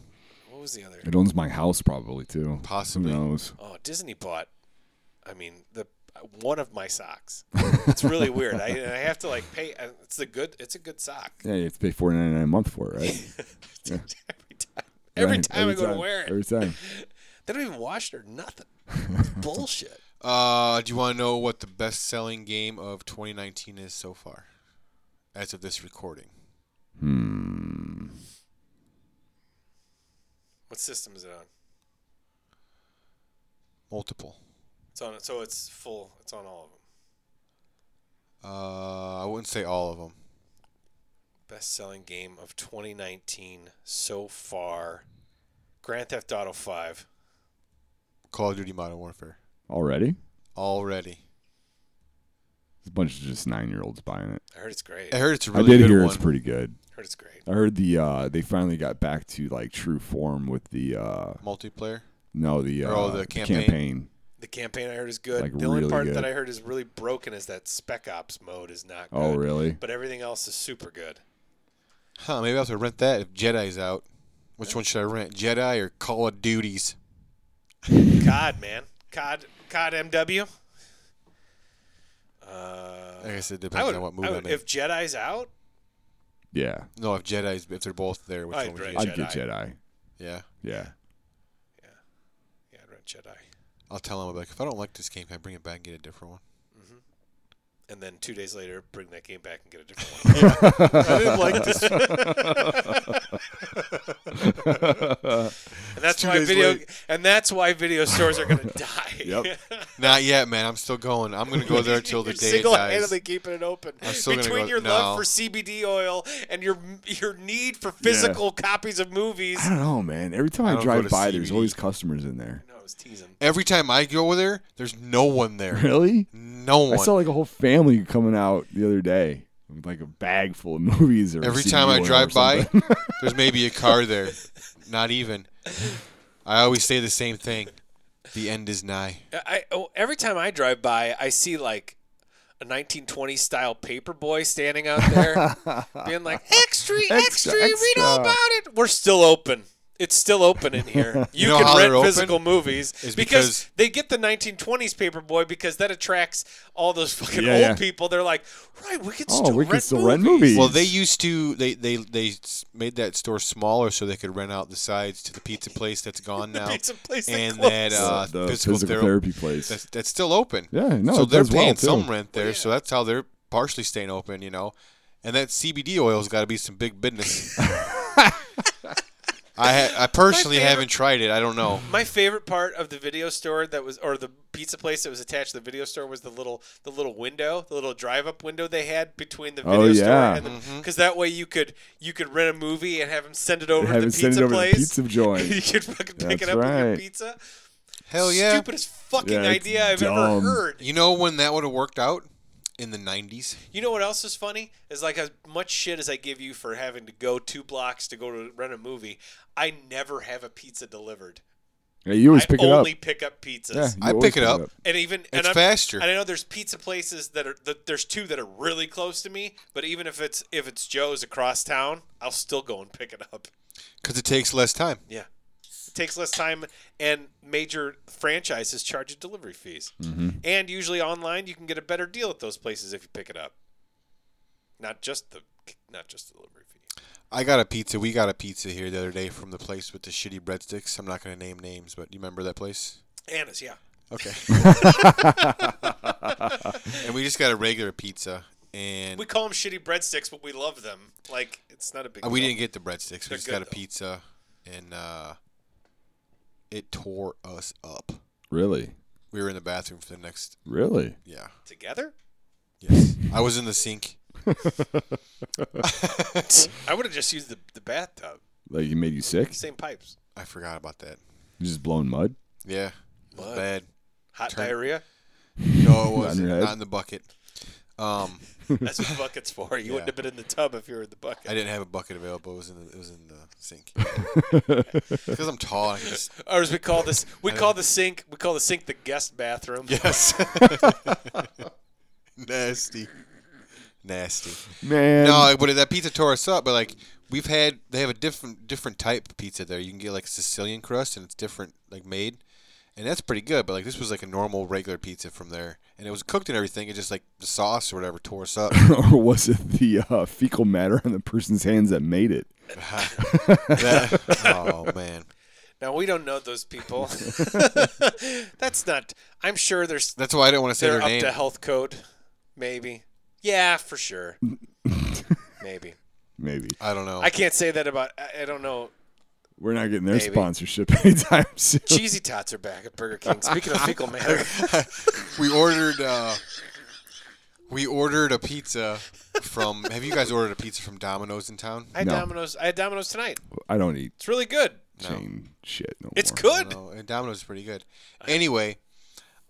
Speaker 2: What was the other?
Speaker 3: It owns my house probably too.
Speaker 4: Possibly.
Speaker 3: Who knows?
Speaker 2: Oh, Disney bought. I mean, the one of my socks. It's really weird. I, I have to like pay. uh, It's a good. It's a good sock.
Speaker 3: Yeah, you have to pay four ninety nine a month for it, right?
Speaker 2: every time. Every
Speaker 3: Right,
Speaker 2: time I go to wear it,
Speaker 3: Every time.
Speaker 2: they don't even wash it or nothing. It's bullshit.
Speaker 4: Uh, do you want to know what the best-selling game of 2019 is so far, as of this recording?
Speaker 3: Hmm.
Speaker 2: What system is it on?
Speaker 4: Multiple.
Speaker 2: It's on. So it's full. It's on all of them.
Speaker 4: Uh, I wouldn't say all of them.
Speaker 2: Best-selling game of 2019 so far. Grand Theft Auto 5.
Speaker 4: Call of Duty: Modern Warfare.
Speaker 3: Already?
Speaker 4: Already,
Speaker 3: It's a bunch of just nine year olds buying it.
Speaker 2: I heard it's great.
Speaker 4: I heard it's a
Speaker 3: I
Speaker 4: really
Speaker 3: did
Speaker 4: good
Speaker 3: hear
Speaker 4: one.
Speaker 3: it's pretty good.
Speaker 2: heard it's great.
Speaker 3: I heard the uh they finally got back to like true form with the uh
Speaker 4: Multiplayer.
Speaker 3: No, the uh,
Speaker 4: Oh, the
Speaker 3: the
Speaker 4: campaign.
Speaker 3: campaign.
Speaker 2: The campaign I heard is good.
Speaker 3: Like,
Speaker 2: the only
Speaker 3: really
Speaker 2: part
Speaker 3: good.
Speaker 2: that I heard is really broken is that Spec Ops mode is not good.
Speaker 3: Oh, really?
Speaker 2: But everything else is super good.
Speaker 4: Huh, maybe I'll have to rent that if Jedi's out. Which one should I rent? Jedi or Call of Duties?
Speaker 2: COD, man. COD, COD MW. Uh,
Speaker 4: I guess it
Speaker 2: I
Speaker 4: depends
Speaker 2: would,
Speaker 4: on what
Speaker 2: I
Speaker 4: movie
Speaker 2: would-
Speaker 4: I'm in.
Speaker 2: if Jedi's out,
Speaker 3: Yeah,
Speaker 4: No, if Jedi's, if they're both there, which
Speaker 2: I'd
Speaker 4: one would you
Speaker 2: rent
Speaker 4: get?
Speaker 3: I'd get
Speaker 2: Jedi.
Speaker 3: Jedi.
Speaker 4: Yeah.
Speaker 3: Yeah,
Speaker 2: yeah, I'd rent Jedi.
Speaker 4: I'll tell him, like, if I don't like this game, can I bring it back and get a different one?
Speaker 2: And then two days later, bring that game back and get a different one.
Speaker 4: I didn't like this.
Speaker 2: And that's
Speaker 4: Two
Speaker 2: why
Speaker 4: days
Speaker 2: video
Speaker 4: late.
Speaker 2: and that's why video stores are gonna die.
Speaker 3: Yep.
Speaker 4: Not yet, man. I'm still going. I'm going to go there till the
Speaker 2: You're
Speaker 4: day it dies.
Speaker 2: single-handedly keeping it open
Speaker 4: I'm still gonna
Speaker 2: between
Speaker 4: go-
Speaker 2: your love
Speaker 4: no.
Speaker 2: for CBD oil and your your need for physical copies of movies.
Speaker 3: I don't know, man. Every time I,
Speaker 4: don't go
Speaker 3: drive
Speaker 4: to
Speaker 3: by, there's
Speaker 4: CBD.
Speaker 3: always customers in there.
Speaker 2: No, I was teasing.
Speaker 4: Every time I go there, there's no one there.
Speaker 3: Really?
Speaker 4: No
Speaker 3: I
Speaker 4: one.
Speaker 3: saw like a whole family coming out the other day, with, like a bag full of movies. Or
Speaker 4: Every
Speaker 3: CD
Speaker 4: time I
Speaker 3: oil or
Speaker 4: drive by,
Speaker 3: something.
Speaker 4: there's maybe a car there. Not even. I always say the same thing. The end is nigh.
Speaker 2: I oh, every time I drive by, I see like a 1920s style paper boy standing out there, being like, "Extra, extra,
Speaker 3: Extra,
Speaker 2: read all
Speaker 3: extra."
Speaker 2: about it." We're still open. It's still open in here. You,
Speaker 4: You know
Speaker 2: can
Speaker 4: how they're
Speaker 2: rent
Speaker 4: open?
Speaker 2: physical movies
Speaker 4: Is because-
Speaker 2: they get the 1920s paper boy because that attracts all those fucking
Speaker 3: Yeah,
Speaker 2: old
Speaker 3: yeah.
Speaker 2: people. They're like, "Right, we can
Speaker 3: Oh,
Speaker 2: still
Speaker 3: we
Speaker 2: rent
Speaker 3: can still rent movies.
Speaker 4: Well, they used to they they they s- made that store smaller so they could rent out the sides to the pizza place that's gone now,
Speaker 2: pizza place that
Speaker 4: and
Speaker 2: closed.
Speaker 4: that uh,
Speaker 3: the
Speaker 4: physical,
Speaker 3: physical therapy
Speaker 4: therapy
Speaker 3: place.
Speaker 4: that's, that's still open.
Speaker 3: Yeah, no,
Speaker 4: so
Speaker 3: it
Speaker 4: they're
Speaker 3: does well,
Speaker 4: paying
Speaker 3: too.
Speaker 4: some rent there, so that's how they're partially staying open, you know. And that CBD oil's got to be some big business. I ha- I personally
Speaker 2: favorite-
Speaker 4: haven't tried it. I don't know.
Speaker 2: My favorite part of the video store that was, or the pizza place that was attached to the video store, was the little, the little window, the little drive-up window they had between the video
Speaker 3: Oh,
Speaker 2: store
Speaker 3: yeah.
Speaker 2: and
Speaker 4: Mm-hmm.
Speaker 2: the, because that way you could, you could rent a movie and have them send it over to
Speaker 3: Have it
Speaker 2: the
Speaker 3: send
Speaker 2: pizza
Speaker 3: it over to the
Speaker 2: place.
Speaker 3: pizza joint.
Speaker 2: you could fucking pick it
Speaker 3: That's
Speaker 2: up with your
Speaker 3: right.
Speaker 2: pizza.
Speaker 4: Hell Oh, yeah!
Speaker 2: Stupidest fucking
Speaker 3: Yeah, it's
Speaker 2: idea I've ever
Speaker 3: dumb.
Speaker 2: heard.
Speaker 4: You know when that would have worked out in the '90s?
Speaker 2: You know what else is funny? Is like as much shit as I give you for having to go two blocks to go to rent a movie, I never have a pizza delivered.
Speaker 3: yeah, you always
Speaker 2: I
Speaker 3: pick it up.
Speaker 2: only pick up pizzas.
Speaker 3: Yeah, you
Speaker 4: I
Speaker 3: always
Speaker 4: pick it up.
Speaker 2: and even and
Speaker 4: It's
Speaker 2: I'm,
Speaker 4: faster.
Speaker 2: And I know there's pizza places that are that there's two that are really close to me, but even if it's if it's Joe's across town, I'll still go and pick it up.
Speaker 4: Because it takes less time.
Speaker 2: Yeah, it takes less time, and major franchises charge you delivery fees,
Speaker 3: Mm-hmm.
Speaker 2: and usually online you can get a better deal at those places if you pick it up. Not just the not just the delivery fee.
Speaker 4: I got a pizza. We got a pizza here the other day from the place with the shitty breadsticks. I'm not gonna name names, but you remember that place?
Speaker 2: Anna's, yeah.
Speaker 4: Okay. and we just got a regular pizza, and
Speaker 2: We
Speaker 4: we,
Speaker 2: call them shitty breadsticks, but we love them. Like it's not a big.
Speaker 4: Uh, we
Speaker 2: deal.
Speaker 4: didn't get the breadsticks.
Speaker 2: They're
Speaker 4: We just
Speaker 2: good,
Speaker 4: got a
Speaker 2: though.
Speaker 4: pizza, and uh, it tore us up.
Speaker 3: Really,
Speaker 4: We were in the bathroom for the next.
Speaker 3: really.
Speaker 4: Yeah.
Speaker 2: together.
Speaker 4: Yes. I was in the sink.
Speaker 2: I would have just used the, the bathtub,
Speaker 3: Like it made you sick?
Speaker 2: same pipes.
Speaker 4: I forgot about that.
Speaker 3: You just blowing mud?
Speaker 4: Yeah. It was
Speaker 2: Mud.
Speaker 4: bad.
Speaker 2: Hot
Speaker 4: Turn-
Speaker 2: diarrhea.
Speaker 4: No, it
Speaker 3: Not in your
Speaker 4: wasn't.
Speaker 3: head?
Speaker 4: Not in the bucket. Um,
Speaker 2: That's what the bucket's for. You wouldn't have been in the tub if you were in the bucket.
Speaker 4: I didn't have a bucket available. It was in the, it was in the sink. Because I'm tall. I can just,
Speaker 2: Or as we call this, we call the sink, we call the sink the guest bathroom.
Speaker 4: yes. Nasty. Nasty.
Speaker 3: Man,
Speaker 4: No, but that pizza tore us up. But like we've had, they have a different different type of pizza there. You can get like Sicilian crust, and it's different like made, and that's pretty good. But like this was like a normal regular pizza from there, and it was cooked and everything. It just like the sauce or whatever tore us up.
Speaker 3: or was it the uh, fecal matter on the person's hands that made it?
Speaker 4: That- oh man,
Speaker 2: Now we don't know those people. That's not. I'm sure there's
Speaker 4: that's why I didn't want to say
Speaker 2: they're
Speaker 4: their
Speaker 2: up
Speaker 4: name.
Speaker 2: to health code, maybe. Yeah, for sure. maybe.
Speaker 3: Maybe
Speaker 4: I don't know.
Speaker 2: I can't say that about. I, I don't know.
Speaker 3: we're not getting their
Speaker 2: Maybe.
Speaker 3: sponsorship anytime soon.
Speaker 2: Cheesy tots are back at Burger King. Speaking of fecal matter,
Speaker 4: we ordered uh, we ordered a pizza from. Have you guys ordered a pizza from Domino's in town?
Speaker 2: I had
Speaker 3: No.
Speaker 2: Domino's. I had Domino's tonight.
Speaker 3: I don't eat
Speaker 2: It's really good.
Speaker 3: chain shit. No
Speaker 2: It's
Speaker 3: more.
Speaker 2: good.
Speaker 4: No, and Domino's is pretty good. Anyway,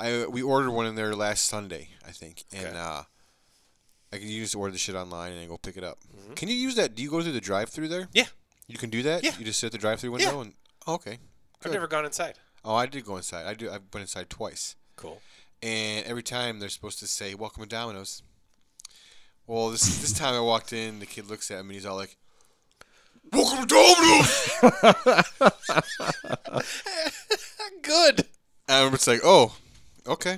Speaker 4: I we ordered one in there last Sunday, I think, and
Speaker 2: Okay.
Speaker 4: uh, I can you just order the shit online and then go pick it up. Can you use that? Do you go through the drive-through there?
Speaker 2: Mm-hmm. Yeah,
Speaker 4: You can do that.
Speaker 2: Yeah.
Speaker 4: You just sit at the drive-through window and oh, okay.
Speaker 2: I've never gone inside.
Speaker 4: Oh, I did go inside. I do. I went inside twice,
Speaker 2: Cool.
Speaker 4: and every time they're supposed to say "Welcome to Domino's." Well, this this time I walked in, the kid looks at me, and he's all like, "Welcome to Domino's."
Speaker 2: Good.
Speaker 4: And I'm just like, "Oh, okay."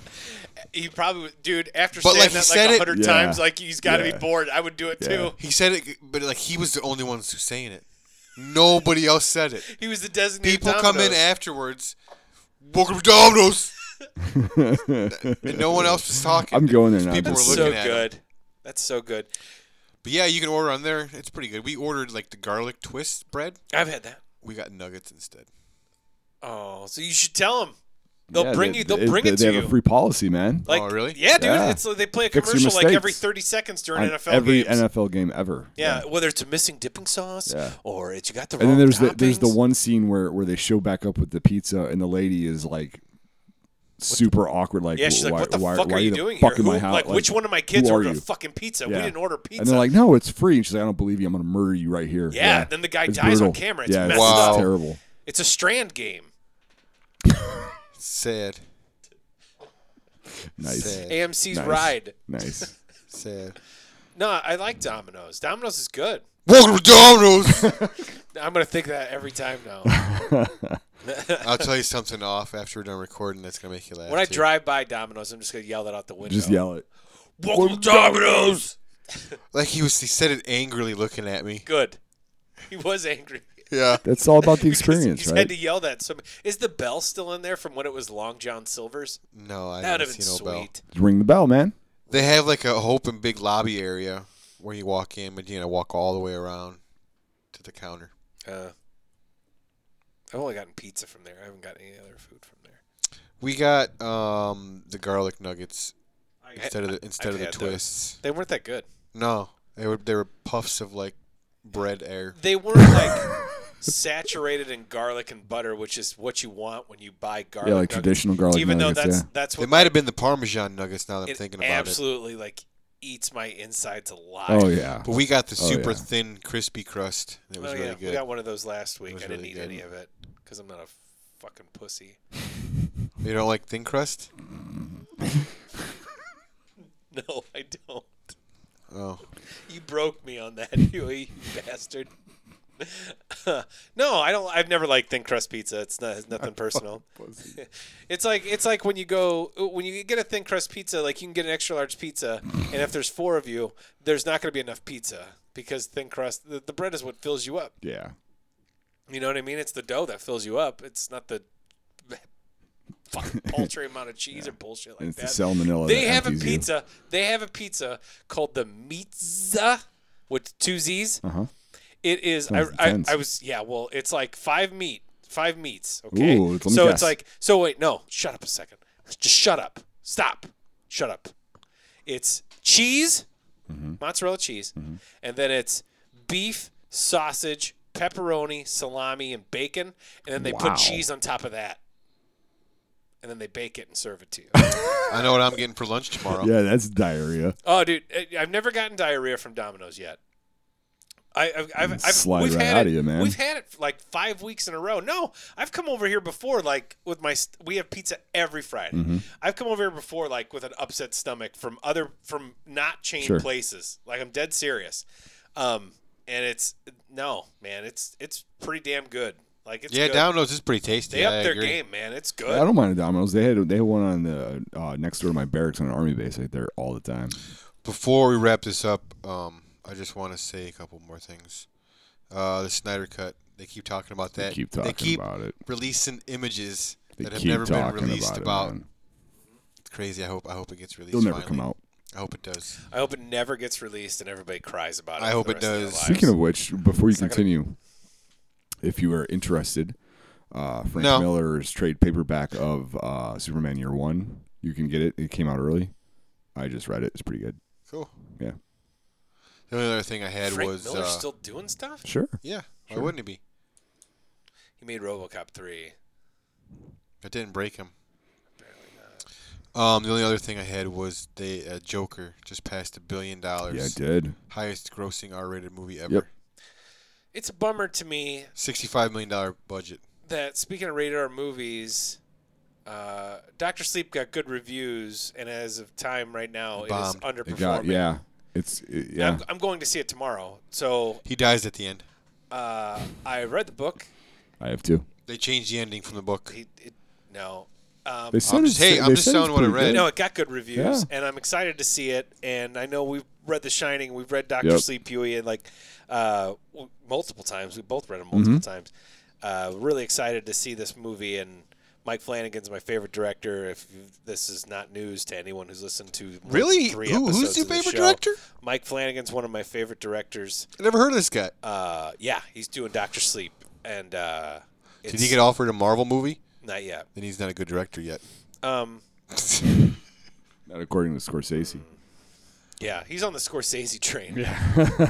Speaker 2: He probably, dude. After
Speaker 4: But,
Speaker 2: saying
Speaker 4: like, he
Speaker 2: that
Speaker 4: said
Speaker 2: like
Speaker 4: it-
Speaker 2: a hundred
Speaker 3: Yeah.
Speaker 2: times, like he's got to
Speaker 3: Yeah.
Speaker 2: be bored. I would do it
Speaker 3: Yeah.
Speaker 2: too.
Speaker 4: He said it, but like he was the only one who's saying it. Nobody else said it.
Speaker 2: He was the designated.
Speaker 4: People come in
Speaker 2: Domino's.
Speaker 4: afterwards. Welcome to Domino's. and no one else was talking.
Speaker 3: I'm going there now.
Speaker 4: People
Speaker 2: That's
Speaker 4: were
Speaker 2: so
Speaker 4: looking at 'em.
Speaker 2: good. That's so good.
Speaker 4: But yeah, you can order on there. It's pretty good. We ordered like the garlic twist bread.
Speaker 2: I've had that.
Speaker 4: We got nuggets instead.
Speaker 2: Oh, so you should tell them. They'll
Speaker 3: Yeah,
Speaker 2: bring
Speaker 3: they-
Speaker 2: you. They'll
Speaker 3: they-
Speaker 2: bring
Speaker 3: they,
Speaker 2: it
Speaker 3: they
Speaker 2: to
Speaker 3: have
Speaker 2: you.
Speaker 3: a free policy, man.
Speaker 2: Like,
Speaker 4: Oh, really?
Speaker 2: Yeah, dude.
Speaker 3: Yeah.
Speaker 2: It's like they play a
Speaker 3: Fix your
Speaker 2: commercial like every
Speaker 3: mistakes.
Speaker 2: 30 seconds during
Speaker 3: On
Speaker 2: NFL
Speaker 3: every
Speaker 2: games.
Speaker 3: NFL game ever.
Speaker 2: yeah, whether it's a missing dipping sauce
Speaker 3: Yeah.
Speaker 2: or it's you got the wrong
Speaker 3: And then there's the,
Speaker 2: toppings.
Speaker 3: there's the one scene where, where they show back up with the pizza and the lady is like super awkward like
Speaker 2: Yeah, she's like,
Speaker 3: why,
Speaker 2: "What the
Speaker 3: why,
Speaker 2: fuck
Speaker 3: why
Speaker 2: are you
Speaker 3: the
Speaker 2: doing here?
Speaker 3: fuck in
Speaker 2: Who,
Speaker 3: my house
Speaker 2: like, which one of my kids
Speaker 3: who are
Speaker 2: ordered
Speaker 3: you?"
Speaker 2: a fucking pizza? We
Speaker 3: Yeah.
Speaker 2: didn't order pizza.
Speaker 3: And they're like, no, it's free. And she's like, I don't believe you. I'm gonna murder you right here.
Speaker 2: Yeah, then the guy
Speaker 3: It's
Speaker 2: dies on
Speaker 3: brutal.
Speaker 2: camera. It's
Speaker 3: yeah,
Speaker 2: messed
Speaker 4: up.
Speaker 3: it's terrible.
Speaker 2: it's a strand game.
Speaker 4: Sad.
Speaker 3: Nice,
Speaker 4: Sad.
Speaker 2: AMC's
Speaker 3: Nice.
Speaker 2: ride.
Speaker 3: nice.
Speaker 4: Sad.
Speaker 2: No, I like Domino's. Domino's is good.
Speaker 4: Welcome to Domino's.
Speaker 2: I'm gonna think that every time now.
Speaker 4: I'll tell you something off after we're done recording that's gonna make you laugh.
Speaker 2: when I
Speaker 4: too.
Speaker 2: drive by Domino's, I'm just gonna yell that out the window.
Speaker 3: Just yell it.
Speaker 2: Welcome to Domino's.
Speaker 4: like he was, he said it angrily, looking at me.
Speaker 2: Good. He was angry.
Speaker 4: Yeah.
Speaker 3: That's all about the experience,
Speaker 2: He's had
Speaker 3: right?
Speaker 2: to yell that. So is the bell still in there from when it was Long John Silver's?
Speaker 4: No, I
Speaker 2: That would have
Speaker 4: didn't
Speaker 2: been
Speaker 4: see no bell.
Speaker 2: sweet.
Speaker 3: Ring the bell, man.
Speaker 4: They have like a open big lobby area where you walk in, but you know walk all the way around to the counter.
Speaker 2: Uh, I've only gotten pizza from there. I haven't gotten any other food from there.
Speaker 4: We got um, the garlic nuggets instead of the instead
Speaker 2: I've
Speaker 4: of the
Speaker 2: had those.
Speaker 4: twists.
Speaker 2: They weren't that good.
Speaker 4: No, they were they were puffs of like bread air.
Speaker 2: They weren't like saturated in garlic and butter, which is what you want when you buy garlic.
Speaker 3: Yeah, like
Speaker 2: nuggets.
Speaker 3: traditional garlic
Speaker 2: Even
Speaker 3: nuggets.
Speaker 2: though that's
Speaker 3: yeah.
Speaker 2: that's
Speaker 4: It
Speaker 2: what
Speaker 4: might have been the Parmesan nuggets. Now that I'm
Speaker 2: it
Speaker 4: thinking about
Speaker 2: absolutely like eats my insides alive.
Speaker 3: Oh yeah.
Speaker 4: it, but we got the
Speaker 3: Oh,
Speaker 4: super
Speaker 3: yeah.
Speaker 4: thin, crispy crust. It was
Speaker 2: Oh,
Speaker 4: really
Speaker 2: yeah.
Speaker 4: good.
Speaker 2: We got one of those last week. I
Speaker 4: was
Speaker 2: didn't
Speaker 4: really
Speaker 2: eat
Speaker 4: good.
Speaker 2: any of it because I'm not a fucking pussy.
Speaker 4: You don't like thin crust?
Speaker 2: No, I don't.
Speaker 4: Oh,
Speaker 2: You broke me on that, Huey, you bastard. no, I don't. I've never liked thin crust pizza. It's not it's
Speaker 4: Oh,
Speaker 2: nothing personal. it's like it's like when you go when you get a thin crust pizza, like you can get an extra large pizza, and if there's four of you, there's not going to be enough pizza because thin crust the, the bread is what fills you up.
Speaker 3: Yeah.
Speaker 2: You know what I mean? It's the dough that fills you up. It's not the fucking paltry amount of cheese or bullshit like
Speaker 3: And it's
Speaker 2: that.
Speaker 3: the salmonella.
Speaker 2: They
Speaker 3: that
Speaker 2: have a
Speaker 3: empties you.
Speaker 2: pizza. They have a pizza called the Mitza with two Z's.
Speaker 3: Uh-huh.
Speaker 2: It is. I,
Speaker 3: Sounds
Speaker 2: I,
Speaker 3: intense.
Speaker 2: I was. Yeah. Well, it's like five meat, five meats. Okay.
Speaker 3: Ooh, let me
Speaker 2: so
Speaker 3: guess.
Speaker 2: it's like. So wait, no. Shut up a second. Just shut up. Stop. Shut up. It's cheese,
Speaker 3: Mm-hmm.
Speaker 2: mozzarella cheese, and then it's beef, sausage, pepperoni, salami, and bacon, and then they
Speaker 3: Wow.
Speaker 2: put cheese on top of that, and then they bake it and serve it to you.
Speaker 4: I know what I'm getting for lunch tomorrow.
Speaker 3: Yeah, that's diarrhea.
Speaker 2: Oh, dude, I- I've never gotten diarrhea from Domino's yet. I, I've, I've, I've
Speaker 3: Slide
Speaker 2: we've
Speaker 3: right
Speaker 2: had
Speaker 3: out
Speaker 2: it,
Speaker 3: of you, man.
Speaker 2: We've had it for like five weeks in a row. No, I've come over here before, like with my. st- We have pizza every Friday.
Speaker 3: Mm-hmm.
Speaker 2: I've come over here before, like with an upset stomach from other from not chain
Speaker 3: Sure.
Speaker 2: places. Like I'm dead serious. Um, and it's no, man, it's it's pretty damn good. Like it's
Speaker 4: Yeah,
Speaker 2: good.
Speaker 4: Domino's is pretty tasty.
Speaker 2: They
Speaker 4: I
Speaker 2: up their
Speaker 4: agree.
Speaker 2: game, man. It's good.
Speaker 3: I don't mind a Domino's. They had they had one on the uh, next door to my barracks on an army base right there all the time.
Speaker 4: Before we wrap this up, um, I just want to say a couple more things. Uh, the Snyder Cut. They keep talking about that.
Speaker 3: They keep talking
Speaker 4: keep
Speaker 3: about it.
Speaker 4: releasing images
Speaker 3: They
Speaker 4: that have
Speaker 3: keep
Speaker 4: never been
Speaker 3: talking
Speaker 4: released
Speaker 3: about,
Speaker 4: about.
Speaker 3: it. man.
Speaker 4: It's crazy. I hope. I hope it gets released.
Speaker 3: They'll never
Speaker 4: finally.
Speaker 3: come out.
Speaker 4: I hope it does.
Speaker 2: I hope it never gets released and everybody cries about it.
Speaker 4: I
Speaker 2: for
Speaker 4: hope
Speaker 2: the
Speaker 4: it
Speaker 2: rest of their
Speaker 4: does.
Speaker 2: lives.
Speaker 3: Speaking of which, before you
Speaker 2: not gonna-
Speaker 3: continue, if you are interested, uh, Frank
Speaker 4: No.
Speaker 3: Miller's trade paperback of uh, Superman Year One, you can get it. It came out early. I just read it. It's pretty good.
Speaker 4: Cool.
Speaker 3: Yeah.
Speaker 4: The only other thing I had
Speaker 2: Frank
Speaker 4: was.
Speaker 2: Miller's
Speaker 4: uh,
Speaker 2: still doing stuff.
Speaker 3: Sure.
Speaker 4: yeah. Why wouldn't it be?
Speaker 2: He made RoboCop three.
Speaker 4: It didn't break him. Um, the only other thing I had was they uh, Joker just passed a billion
Speaker 3: Yeah, I
Speaker 4: dollars,
Speaker 3: did.
Speaker 4: highest grossing R-rated movie ever.
Speaker 3: Yep.
Speaker 2: It's a bummer to me
Speaker 4: Sixty-five million dollar budget.
Speaker 2: that speaking of radar movies, uh, Doctor Sleep got good reviews, and as of time right now, it is
Speaker 4: Bombed.
Speaker 2: underperforming.
Speaker 3: It got yeah. It's it-
Speaker 2: And
Speaker 3: yeah.
Speaker 2: I'm, I'm going to see it tomorrow. So
Speaker 4: He dies at the end.
Speaker 2: uh, I read the book.
Speaker 3: I have two.
Speaker 4: They changed the ending from the book.
Speaker 2: It, it, no, um,
Speaker 3: They said it's-
Speaker 4: just- hey,
Speaker 3: they
Speaker 4: I'm
Speaker 3: said
Speaker 4: just
Speaker 3: it's
Speaker 4: telling what I
Speaker 3: pretty
Speaker 4: read.
Speaker 3: good.
Speaker 2: no, it got good reviews,
Speaker 3: Yeah.
Speaker 2: and I'm excited to see it. And I know we've read The Shining, we've read Doctor
Speaker 3: Yep.
Speaker 2: Sleep, Huey, and like uh, w- multiple times. We both read them multiple
Speaker 4: Mm-hmm.
Speaker 2: times. Uh, really excited to see this movie, and Mike Flanagan's my favorite director. If you- this is not news to anyone who's listened to more than
Speaker 4: Really?
Speaker 2: three
Speaker 4: Who- who's
Speaker 2: episodes
Speaker 4: your
Speaker 2: of the
Speaker 4: favorite
Speaker 2: show.
Speaker 4: director?
Speaker 2: Mike Flanagan's one of my favorite directors.
Speaker 4: I never heard of this guy.
Speaker 2: Uh, yeah, he's doing Doctor Sleep, and uh,
Speaker 4: Did
Speaker 2: it's
Speaker 4: he get offered a Marvel movie?
Speaker 2: not yet.
Speaker 4: Then he's not a good director yet.
Speaker 2: Um,
Speaker 3: Not according to Scorsese.
Speaker 2: Yeah, he's on the Scorsese train. Yeah.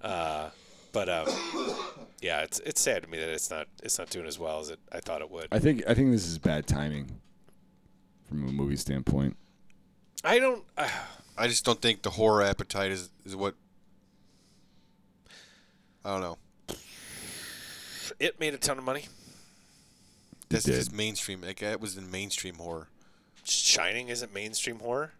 Speaker 2: uh, but um, yeah, it's it's sad to me that it's not it's not doing as well as it I thought it would.
Speaker 3: I think I think this is bad timing from a movie standpoint.
Speaker 2: I don't. Uh,
Speaker 4: I just don't think the horror appetite is, is what. I don't know.
Speaker 2: it made a ton of money.
Speaker 4: That's
Speaker 3: did.
Speaker 4: just mainstream. Like that was in mainstream horror.
Speaker 2: Shining isn't mainstream horror.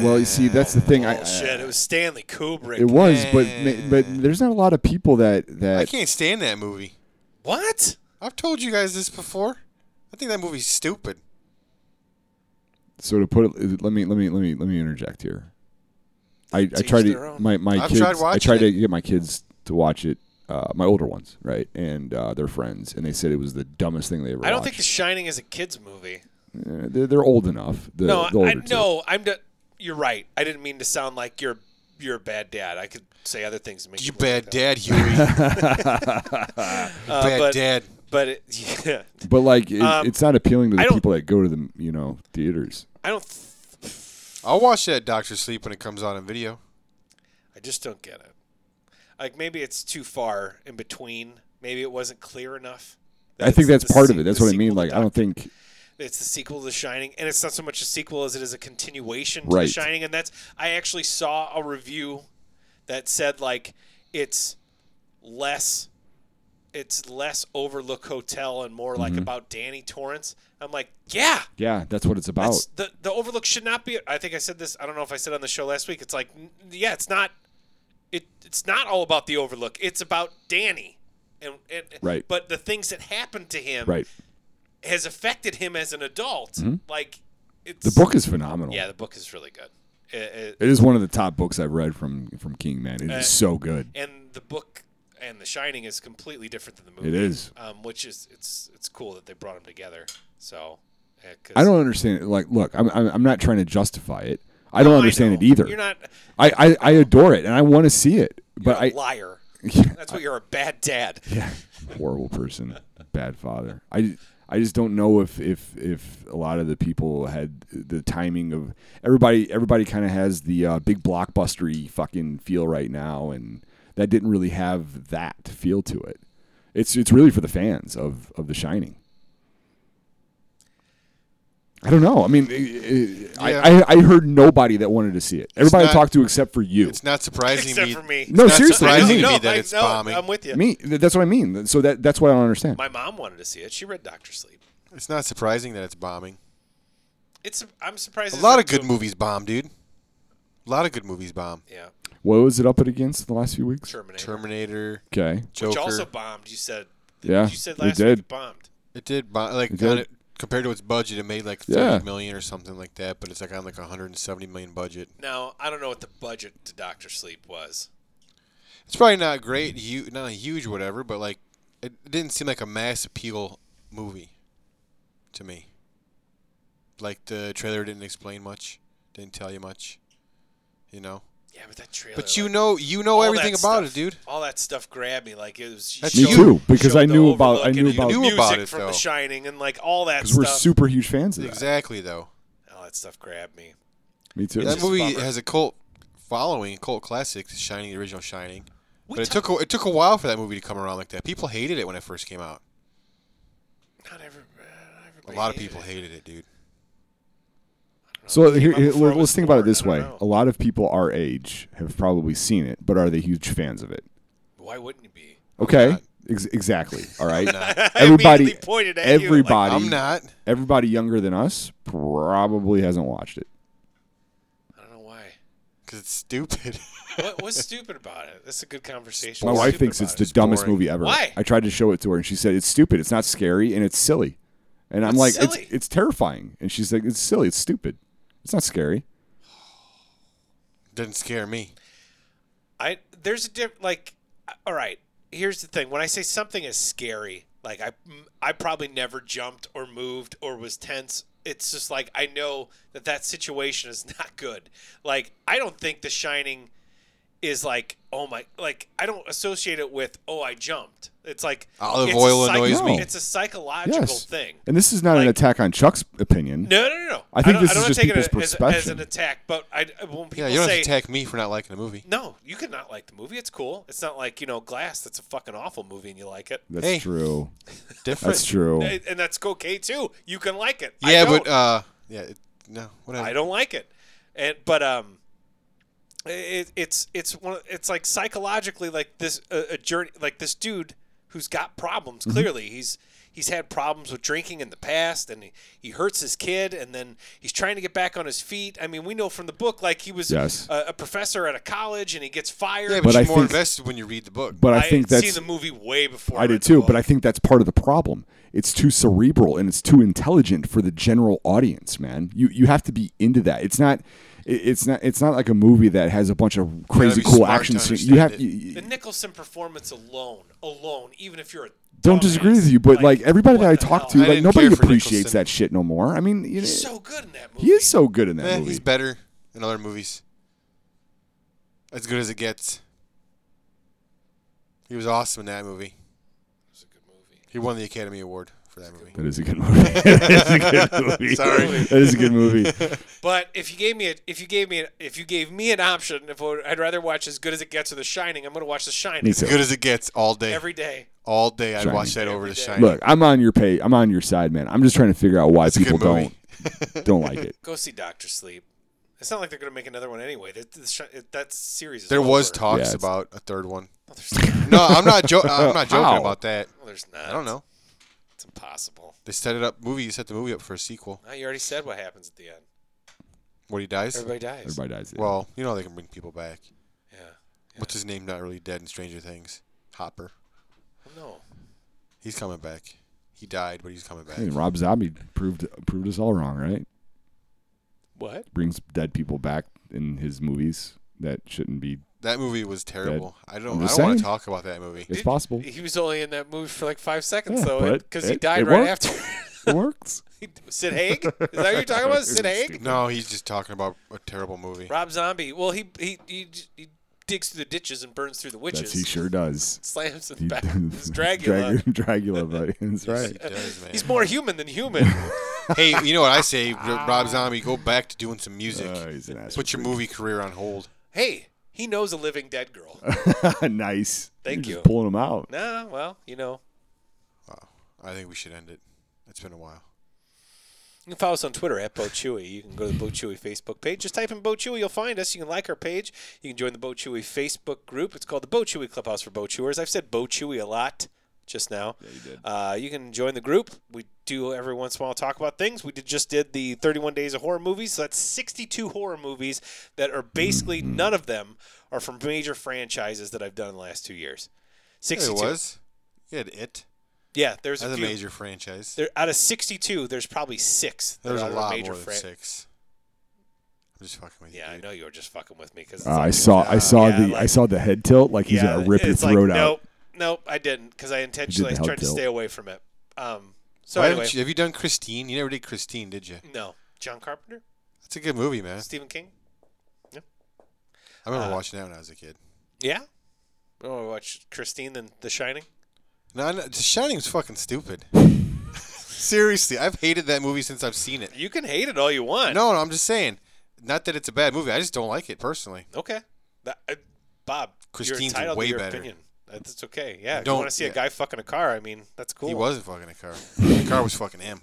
Speaker 3: Well, you see, that's the thing. I, uh,
Speaker 2: Bullshit! it was Stanley Kubrick.
Speaker 3: it was, but ma- but there's not a lot of people that
Speaker 4: I
Speaker 3: that
Speaker 4: can't stand that movie.
Speaker 2: what?
Speaker 4: I've told you guys this before. I think that movie's stupid.
Speaker 3: so to put it let me let me let me let me interject here i i
Speaker 2: Teach
Speaker 3: tried
Speaker 2: their
Speaker 3: to
Speaker 2: own.
Speaker 3: my my
Speaker 4: I've
Speaker 3: kids
Speaker 4: tried
Speaker 3: i
Speaker 4: watching
Speaker 3: tried to
Speaker 4: it.
Speaker 3: get my kids to watch it uh, my older ones right and uh, their friends and they said it was the dumbest thing they ever
Speaker 2: I don't think The
Speaker 3: watched.
Speaker 2: Shining is a kids movie.
Speaker 3: Uh, they're, they're old enough the,
Speaker 2: No,
Speaker 3: the
Speaker 2: I,
Speaker 3: older
Speaker 2: I
Speaker 3: two.
Speaker 2: no. I'm. d you're right. I didn't mean to sound like you're you're a bad dad. I could say other things to make
Speaker 4: You
Speaker 2: look like
Speaker 4: bad
Speaker 2: that.
Speaker 4: dad, Huey. You bad
Speaker 2: but-
Speaker 4: dad.
Speaker 2: But it, yeah,
Speaker 3: but like it,
Speaker 2: Um,
Speaker 3: it's not appealing to
Speaker 2: I
Speaker 3: the
Speaker 2: don't-
Speaker 3: people that go to the you know theaters
Speaker 2: I don't. Th-
Speaker 4: I'll watch that Doctor Sleep when it comes out on video.
Speaker 2: I just don't get it. Like maybe it's too far in between. Maybe it wasn't clear enough.
Speaker 3: i
Speaker 2: It's
Speaker 3: think that's
Speaker 2: the
Speaker 3: part of
Speaker 2: se-
Speaker 3: it that's
Speaker 2: the
Speaker 3: what i mean
Speaker 2: sequel to
Speaker 3: like i don't
Speaker 2: Doc-
Speaker 3: think
Speaker 2: it's the sequel to The Shining, and it's not so much a sequel as it is a continuation to The
Speaker 3: Right.
Speaker 2: Shining. And that's I actually saw a review that said like it's less, it's less Overlook Hotel and more
Speaker 3: Mm-hmm.
Speaker 2: like about Danny Torrance. I'm like, yeah,
Speaker 3: yeah that's what it's about
Speaker 2: That's- the the overlook should not be. I think I said this. I don't know if I said it on the show last week. It's like, n- yeah, it's not. It it's not all about the overlook. It's about Danny, and, and
Speaker 3: Right.
Speaker 2: But the things that happened to him
Speaker 3: right Mm-hmm.
Speaker 2: has affected him as an adult. Like it's
Speaker 3: the book is phenomenal
Speaker 2: Yeah, the book is really good. It- it-
Speaker 3: it is one of the top books i've read from from king man
Speaker 2: Uh,
Speaker 3: It is so good
Speaker 2: and the book and The Shining is completely different than the movie.
Speaker 3: it is
Speaker 2: um, which is it's it's cool that they brought them together. So. yeah, 'cause-
Speaker 3: I don't understand it. Like, look, I'm, I'm, I'm not trying to justify it. I don't
Speaker 2: I
Speaker 3: understand
Speaker 2: know.
Speaker 3: it either.
Speaker 2: You're not
Speaker 3: I, I, I adore it and I want to see it, but
Speaker 2: a
Speaker 3: I
Speaker 2: liar. That's what you're a bad dad.
Speaker 3: horrible person, bad father. I, I just don't know if, if, if a lot of the people had the timing of everybody. Everybody kind of has the uh, big blockbustery fucking feel right now, and that didn't really have that feel to it. It's it's really for the fans of of The Shining. I don't know. I mean, i I
Speaker 4: Yeah.
Speaker 3: I, I heard nobody that wanted to see it. Everybody I
Speaker 4: not-
Speaker 3: talked to, except for you.
Speaker 4: It's not surprising
Speaker 2: Except
Speaker 4: me.
Speaker 2: for me.
Speaker 3: No,
Speaker 4: it's not
Speaker 3: Oh, seriously,
Speaker 2: I
Speaker 3: I
Speaker 2: know,
Speaker 4: surprising
Speaker 3: mean-
Speaker 4: me
Speaker 2: no,
Speaker 4: that
Speaker 2: I-
Speaker 4: it's
Speaker 2: no,
Speaker 4: bombing.
Speaker 2: I'm with you.
Speaker 3: Me, th- that's what I mean. So that that's what I don't understand.
Speaker 2: My mom wanted to see it. She read Doctor Sleep.
Speaker 4: it's not surprising that it's bombing.
Speaker 2: It's I'm surprised.
Speaker 4: A
Speaker 2: it's
Speaker 4: lot
Speaker 2: not
Speaker 4: of good
Speaker 2: doing-
Speaker 4: movies bomb, dude. A lot of good movies bomb.
Speaker 2: Yeah,
Speaker 3: What was it up it against the last few weeks?
Speaker 2: Terminator,
Speaker 4: Terminator,
Speaker 3: Okay.
Speaker 4: Joker.
Speaker 2: which also bombed. You said.
Speaker 3: Yeah,
Speaker 2: You said
Speaker 3: it
Speaker 2: last week
Speaker 3: did.
Speaker 2: it bombed.
Speaker 4: It did, bo- like
Speaker 3: It
Speaker 4: on
Speaker 3: did.
Speaker 4: it, compared to its budget, it made like thirty
Speaker 3: Yeah.
Speaker 4: million or something like that. But it's like on like a hundred and seventy million budget.
Speaker 2: Now I don't know what the budget to Doctor Sleep was.
Speaker 4: It's probably not great, hu- not huge, whatever. But like, it didn't seem like a mass appeal movie to me. Like the trailer didn't explain much, didn't tell you much, you know.
Speaker 2: Yeah, but that trailer.
Speaker 4: But you
Speaker 2: like,
Speaker 4: know, you know
Speaker 2: all
Speaker 4: everything
Speaker 2: that
Speaker 4: about
Speaker 2: stuff-
Speaker 4: it, dude.
Speaker 2: All that stuff grabbed me like it was.
Speaker 4: That's
Speaker 3: Me
Speaker 4: Showed-
Speaker 3: too, because
Speaker 2: showed
Speaker 3: I
Speaker 2: the
Speaker 3: knew about I
Speaker 2: Overlook
Speaker 3: knew
Speaker 2: and
Speaker 3: about
Speaker 4: knew
Speaker 2: music
Speaker 4: about it,
Speaker 2: from
Speaker 4: though.
Speaker 2: The Shining and like all that
Speaker 3: because we're
Speaker 2: stuff.
Speaker 3: super huge fans of that.
Speaker 4: Exactly, though.
Speaker 2: all that stuff grabbed me.
Speaker 3: Me too.
Speaker 4: That
Speaker 2: just a
Speaker 4: movie
Speaker 2: bummer.
Speaker 4: has a cult following, cult classic, Shining, the original Shining.
Speaker 2: We
Speaker 4: But it
Speaker 2: talk-
Speaker 4: took a, it took a while for that movie to come around like that. People hated it when it first came out.
Speaker 2: not every, not
Speaker 4: A
Speaker 2: everybody
Speaker 4: lot of
Speaker 2: hated
Speaker 4: people
Speaker 2: it.
Speaker 4: hated it, dude.
Speaker 3: so
Speaker 2: It
Speaker 3: here,
Speaker 2: came out
Speaker 3: here-
Speaker 2: before I
Speaker 3: let's
Speaker 2: was
Speaker 3: think about it
Speaker 2: born,
Speaker 3: this
Speaker 2: I don't
Speaker 3: way:
Speaker 2: know.
Speaker 3: a lot of people our age have probably seen it, but are they huge fans of it?
Speaker 2: Why wouldn't you be?
Speaker 3: Okay,
Speaker 4: not.
Speaker 3: Ex- exactly. All right.
Speaker 2: I
Speaker 3: Everybody-
Speaker 2: immediately pointed at you, like,
Speaker 3: everybody,
Speaker 4: I'm not.
Speaker 3: everybody younger than us probably hasn't watched it.
Speaker 2: I don't know why.
Speaker 4: Because it's stupid.
Speaker 2: What, what's stupid about it? That's a good conversation.
Speaker 3: My
Speaker 2: What's
Speaker 3: wife
Speaker 2: stupid
Speaker 3: thinks
Speaker 2: about
Speaker 3: it's
Speaker 2: it?
Speaker 3: the dumbest
Speaker 4: boring.
Speaker 3: movie ever.
Speaker 2: Why?
Speaker 3: I tried to show it to her, and she said it's stupid. It's not scary, and it's silly. And I'm
Speaker 2: What's
Speaker 3: like,
Speaker 2: silly?
Speaker 3: it's it's terrifying. And she's like, it's silly. It's stupid. It's not scary.
Speaker 4: Doesn't scare me.
Speaker 2: I there's a diff like uh, all right. Here's the thing: when I say something is scary, like I I probably never jumped or moved or was tense. It's just like I know that that situation is not good. Like I don't think The Shining is like oh my like I don't associate it with oh I jumped. It's like
Speaker 4: Olive
Speaker 2: it's a
Speaker 4: oil annoys
Speaker 3: me.
Speaker 2: It's a psychological
Speaker 3: Yes.
Speaker 2: thing.
Speaker 3: And this is not an
Speaker 2: Like-
Speaker 3: attack on Chuck's opinion.
Speaker 2: No, no, no, no.
Speaker 3: I think
Speaker 2: don't-
Speaker 3: this
Speaker 2: I don't
Speaker 3: is just
Speaker 2: take it
Speaker 3: people's
Speaker 2: as, as
Speaker 3: perspective.
Speaker 2: an attack, but I when people
Speaker 4: Yeah, you don't
Speaker 2: say
Speaker 4: have to attack me for not liking a movie.
Speaker 2: No, you could not like the movie. It's cool. It's not like you know Glass. That's a fucking awful movie, and you like it.
Speaker 3: That's
Speaker 4: Hey.
Speaker 3: true.
Speaker 4: Different.
Speaker 3: That's true.
Speaker 2: And and that's okay too. You can like it. I
Speaker 4: yeah,
Speaker 2: don't.
Speaker 4: but uh, yeah, it, no, whatever.
Speaker 2: I don't like it. And but um, it, it's it's one. of- It's like psychologically like this a, a journey like this dude who's got problems.
Speaker 3: Mm-hmm.
Speaker 2: Clearly, he's he's had problems with drinking in the past, and he, he hurts his kid, and then he's trying to get back on his feet. I mean, we know from the book like he was
Speaker 3: Yes.
Speaker 2: a, a professor at a college, and he gets fired.
Speaker 4: Yeah,
Speaker 3: But
Speaker 4: but, you're
Speaker 3: I
Speaker 4: more
Speaker 3: think-
Speaker 4: invested when you read the book.
Speaker 3: But I,
Speaker 2: had
Speaker 3: think that's
Speaker 2: seen the movie way before.
Speaker 3: I
Speaker 2: read
Speaker 3: did
Speaker 2: the
Speaker 3: too. But
Speaker 2: book.
Speaker 3: I think that's part of the problem. It's too cerebral and it's too intelligent for the general audience, man. You you have to be into that. It's not. it- It's not. It's not like a movie that has a bunch of crazy
Speaker 4: be
Speaker 3: cool
Speaker 4: smart
Speaker 3: action
Speaker 4: to
Speaker 3: scenes. You have.
Speaker 4: understand
Speaker 3: you-
Speaker 2: the Nicholson performance alone, alone, even if you're a
Speaker 3: don't
Speaker 2: dumbass,
Speaker 3: disagree with you, but like, everybody
Speaker 2: what
Speaker 3: that I
Speaker 2: the hell?
Speaker 3: talk
Speaker 4: I
Speaker 3: to, like
Speaker 4: didn't
Speaker 3: nobody
Speaker 4: care for
Speaker 3: appreciates
Speaker 4: Nicholson.
Speaker 3: that shit no more. I mean, you know,
Speaker 2: he's so good in that movie.
Speaker 3: he is so good in that
Speaker 4: Eh,
Speaker 3: movie.
Speaker 4: he's better in other movies. As good as it gets. He was awesome in that movie.
Speaker 2: It's a good movie.
Speaker 4: He won the Academy Award for that movie.
Speaker 3: That is a good movie. that is a good movie.
Speaker 4: Sorry.
Speaker 3: that is a good movie.
Speaker 2: But if you gave me a, if you gave me a, if you gave me an option, if I would- I'd rather watch As Good as It Gets or The Shining, I'm gonna watch The Shining
Speaker 3: Me too.
Speaker 4: As good as it gets all day.
Speaker 2: every day.
Speaker 4: all day I
Speaker 3: Shining.
Speaker 4: watched that over
Speaker 2: Every
Speaker 4: the
Speaker 2: day.
Speaker 4: Shining.
Speaker 3: Look, I'm on your pay. I'm on your side, man. I'm just trying to figure out why
Speaker 4: It's a
Speaker 3: people
Speaker 4: good
Speaker 3: don't
Speaker 4: movie.
Speaker 3: don't like it.
Speaker 2: Go see Doctor Sleep. It's not like they're gonna make another one anyway. That, the Shi- that series. Is
Speaker 4: There was
Speaker 2: over.
Speaker 4: talks
Speaker 3: it's-
Speaker 4: about a third one.
Speaker 2: No, there's not.
Speaker 4: No, I'm not jo- I'm not joking
Speaker 3: How?
Speaker 4: about that.
Speaker 2: No, there's not.
Speaker 4: I don't know.
Speaker 2: It's impossible.
Speaker 4: They set it up movie, you set the movie up for a sequel.
Speaker 2: No, you already said what happens at the end.
Speaker 4: What he dies?
Speaker 2: Everybody dies.
Speaker 3: Everybody dies. Well,
Speaker 4: Well, you know they can bring people back.
Speaker 2: Yeah.
Speaker 4: What's his name not really dead in Stranger Things? Hopper.
Speaker 2: Oh, No.
Speaker 4: He's coming back. He died, but he's coming back.
Speaker 3: Rob Zombie proved proved us all wrong, right?
Speaker 2: What?
Speaker 3: Brings dead people back in his movies that shouldn't be.
Speaker 4: That movie was terrible. I don't. I
Speaker 3: I'm just
Speaker 4: don't want
Speaker 3: saying.
Speaker 4: to talk about that movie.
Speaker 3: It's possible.
Speaker 2: He was only in that movie for like five seconds
Speaker 3: Yeah,
Speaker 2: though,
Speaker 3: but
Speaker 2: because he
Speaker 3: it-
Speaker 2: died
Speaker 3: it
Speaker 2: right
Speaker 3: worked.
Speaker 2: after.
Speaker 3: It works.
Speaker 2: Sid Haig? Is that what you're talking about? Sid Haig?
Speaker 4: No, he's just talking about a terrible movie.
Speaker 2: Rob Zombie. Well, he he, he he digs through the ditches and burns through the witches.
Speaker 3: That's, he sure does.
Speaker 2: Slams in
Speaker 3: He
Speaker 2: the back. It's
Speaker 3: Drag-
Speaker 2: Dracula.
Speaker 3: Dracula, buddy. That's
Speaker 4: Yes,
Speaker 3: right.
Speaker 4: he does, man.
Speaker 2: He's more human than human.
Speaker 4: hey, you know what I say, R- Rob Zombie? Go back to doing some music.
Speaker 3: Oh, he's an ass.
Speaker 4: Put your movie career on hold.
Speaker 2: hey, he knows a living dead girl.
Speaker 3: nice.
Speaker 2: Thank
Speaker 3: You're
Speaker 2: you.
Speaker 3: Just pulling him out.
Speaker 2: nah, well, you know.
Speaker 4: Wow. I think we should end it. It's been a while.
Speaker 2: You can follow us on Twitter at Bo Chewy. You can go to the Bo Chewy Facebook page. Just type in Bo Chewy, you'll find us. You can like our page. You can join the Bo Chewy Facebook group. It's called the Bo Chewy Clubhouse for Bo Chewers. I've said Bo Chewy a lot just now. Yeah, you did. Uh, you can join the group. We do every once in a while talk about things. We did, just did the 31 Days of Horror movies. So that's 62 horror movies that are basically
Speaker 4: Mm-hmm.
Speaker 2: none of them are from major franchises that I've done in the last two years.
Speaker 4: Yeah,
Speaker 2: 62.
Speaker 4: it was. Yeah, it.
Speaker 2: Yeah, there's
Speaker 4: That's
Speaker 2: a
Speaker 4: a
Speaker 2: few.
Speaker 4: major franchise.
Speaker 2: There, out of 62, there's probably six. that
Speaker 4: There's
Speaker 2: are
Speaker 4: a
Speaker 2: out of
Speaker 4: lot
Speaker 2: major
Speaker 4: more than
Speaker 2: fran-
Speaker 4: six. I'm just fucking with you.
Speaker 2: Yeah, I
Speaker 4: dude.
Speaker 2: know you were just fucking with me because
Speaker 3: Uh, I saw. I saw
Speaker 2: yeah,
Speaker 3: the.
Speaker 2: like-
Speaker 3: I saw the head tilt. Like he's gonna rip your
Speaker 2: it's like,
Speaker 3: throat out.
Speaker 2: Nope, nope, I didn't because I intentionally
Speaker 3: the
Speaker 2: I tried
Speaker 3: held
Speaker 2: to
Speaker 3: tilt.
Speaker 2: stay away from it. Um, so
Speaker 4: Why
Speaker 2: anyway,
Speaker 4: haven't you, have you done Christine? You never did Christine, did you?
Speaker 2: no, John Carpenter,
Speaker 4: That's a good movie, man.
Speaker 2: Stephen King,
Speaker 4: I remember
Speaker 2: Uh,
Speaker 4: watching that when I was a kid.
Speaker 2: yeah. Oh, we watched Christine and The Shining.
Speaker 4: No, no, The Shining was fucking stupid. Seriously, I've hated that movie since I've seen it.
Speaker 2: You can hate it all you want.
Speaker 4: No, no, I'm just saying. Not that it's a bad movie. I just don't like it personally.
Speaker 2: Okay, that, uh, Bob, you're
Speaker 4: Christine's
Speaker 2: entitled
Speaker 4: way
Speaker 2: to your
Speaker 4: better.
Speaker 2: opinion. That's okay. Yeah, if you
Speaker 4: Don't-
Speaker 2: want to see a
Speaker 4: yeah.
Speaker 2: guy fucking a car? I mean, that's cool.
Speaker 4: He wasn't fucking a car. the car was fucking him.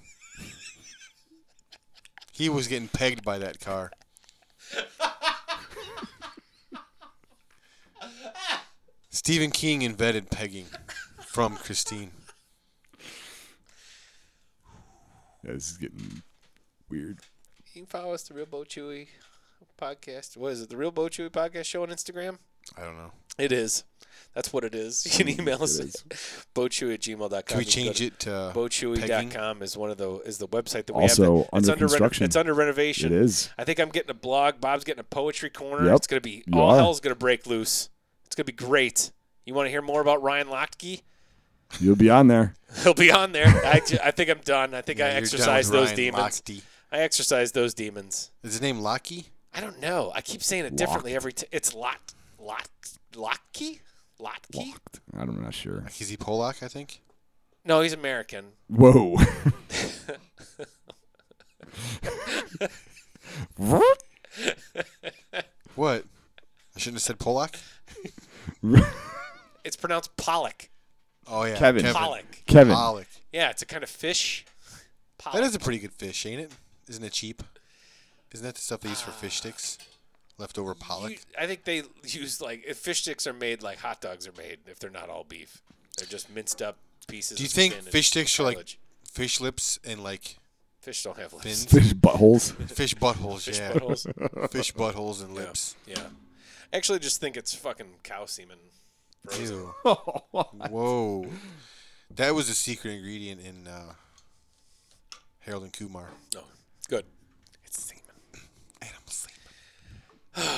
Speaker 4: He was getting pegged by that car. Stephen King invented pegging. from Christine.
Speaker 3: Yeah, this is getting weird.
Speaker 2: You can follow us the Real Bo Chewy podcast. What is it? The Real Bo Chewy podcast show on Instagram.
Speaker 4: I don't know.
Speaker 2: It is. That's what it is. You can email us at
Speaker 3: is.
Speaker 2: bochewy at gmail.com.
Speaker 4: Can we change it to pegging?
Speaker 2: Bochewy.com is one of the is the website that we
Speaker 3: Also
Speaker 2: have. that-
Speaker 3: under
Speaker 2: reno-
Speaker 3: construction.
Speaker 2: it's under renovation.
Speaker 3: It is.
Speaker 2: I think I'm getting a blog. Bob's getting a poetry corner.
Speaker 3: Yep,
Speaker 2: It's gonna be
Speaker 3: you
Speaker 2: all
Speaker 3: are.
Speaker 2: hell's gonna break loose. It's gonna be great. You want to hear more about Ryan Lochte?
Speaker 3: You'll be on there.
Speaker 2: He'll be on there. I, ju- I think I'm done. I think I
Speaker 4: You're done with
Speaker 2: exercised those
Speaker 4: Ryan
Speaker 2: demons.
Speaker 4: Lochte.
Speaker 2: I exercised those demons.
Speaker 4: Is his name Locky?
Speaker 2: I don't know. I keep saying it differently every time. It's lot, lot, Lotke, Lotke.
Speaker 3: I'm not sure.
Speaker 4: Is he Polak? I think.
Speaker 2: No, he's American.
Speaker 3: Whoa.
Speaker 4: What? I shouldn't have said Polak.
Speaker 2: It's pronounced Pollock.
Speaker 4: Oh yeah,
Speaker 3: Kevin.
Speaker 2: Pollock.
Speaker 3: Kevin.
Speaker 4: Pollock.
Speaker 2: Yeah, it's a kind of fish.
Speaker 4: That
Speaker 2: Pollock.
Speaker 4: is a pretty good fish, ain't it? Isn't it cheap? Isn't that the stuff they use for fish sticks? Leftover pollock.
Speaker 2: You- I think they use like if fish sticks are made like hot dogs are made if they're not all beef. They're just minced up pieces.
Speaker 4: Do you
Speaker 2: of
Speaker 4: think
Speaker 2: skin and
Speaker 4: fish sticks are like
Speaker 2: cartilage.
Speaker 4: fish lips and like
Speaker 2: fish don't have lips?
Speaker 4: fins?
Speaker 3: Fish buttholes.
Speaker 4: fish buttholes,
Speaker 2: Fish
Speaker 4: yeah.
Speaker 2: buttholes.
Speaker 4: Fish buttholes and lips.
Speaker 2: yeah. I Actually, just think it's fucking cow semen. Frozen.
Speaker 4: Ew.
Speaker 2: Oh,
Speaker 4: Whoa. That was a secret ingredient in uh, Harold and Kumar.
Speaker 2: No, good. It's semen.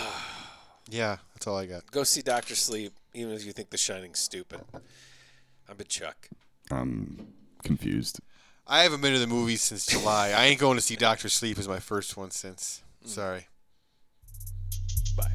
Speaker 4: Yeah, that's all I got.
Speaker 2: Go see Doctor Sleep, even if you think The Shining's stupid. I'm a Chuck.
Speaker 3: I'm confused.
Speaker 4: I haven't been to the movies since July. I ain't going to see Doctor Sleep as my first one since. Sorry.
Speaker 2: Bye.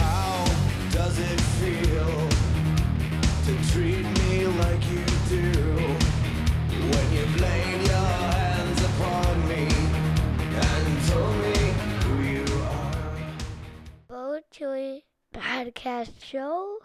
Speaker 1: How does it feel to treat me like you do when you blame your hands upon me and told me who you are?
Speaker 5: Bo Chewy Podcast Show.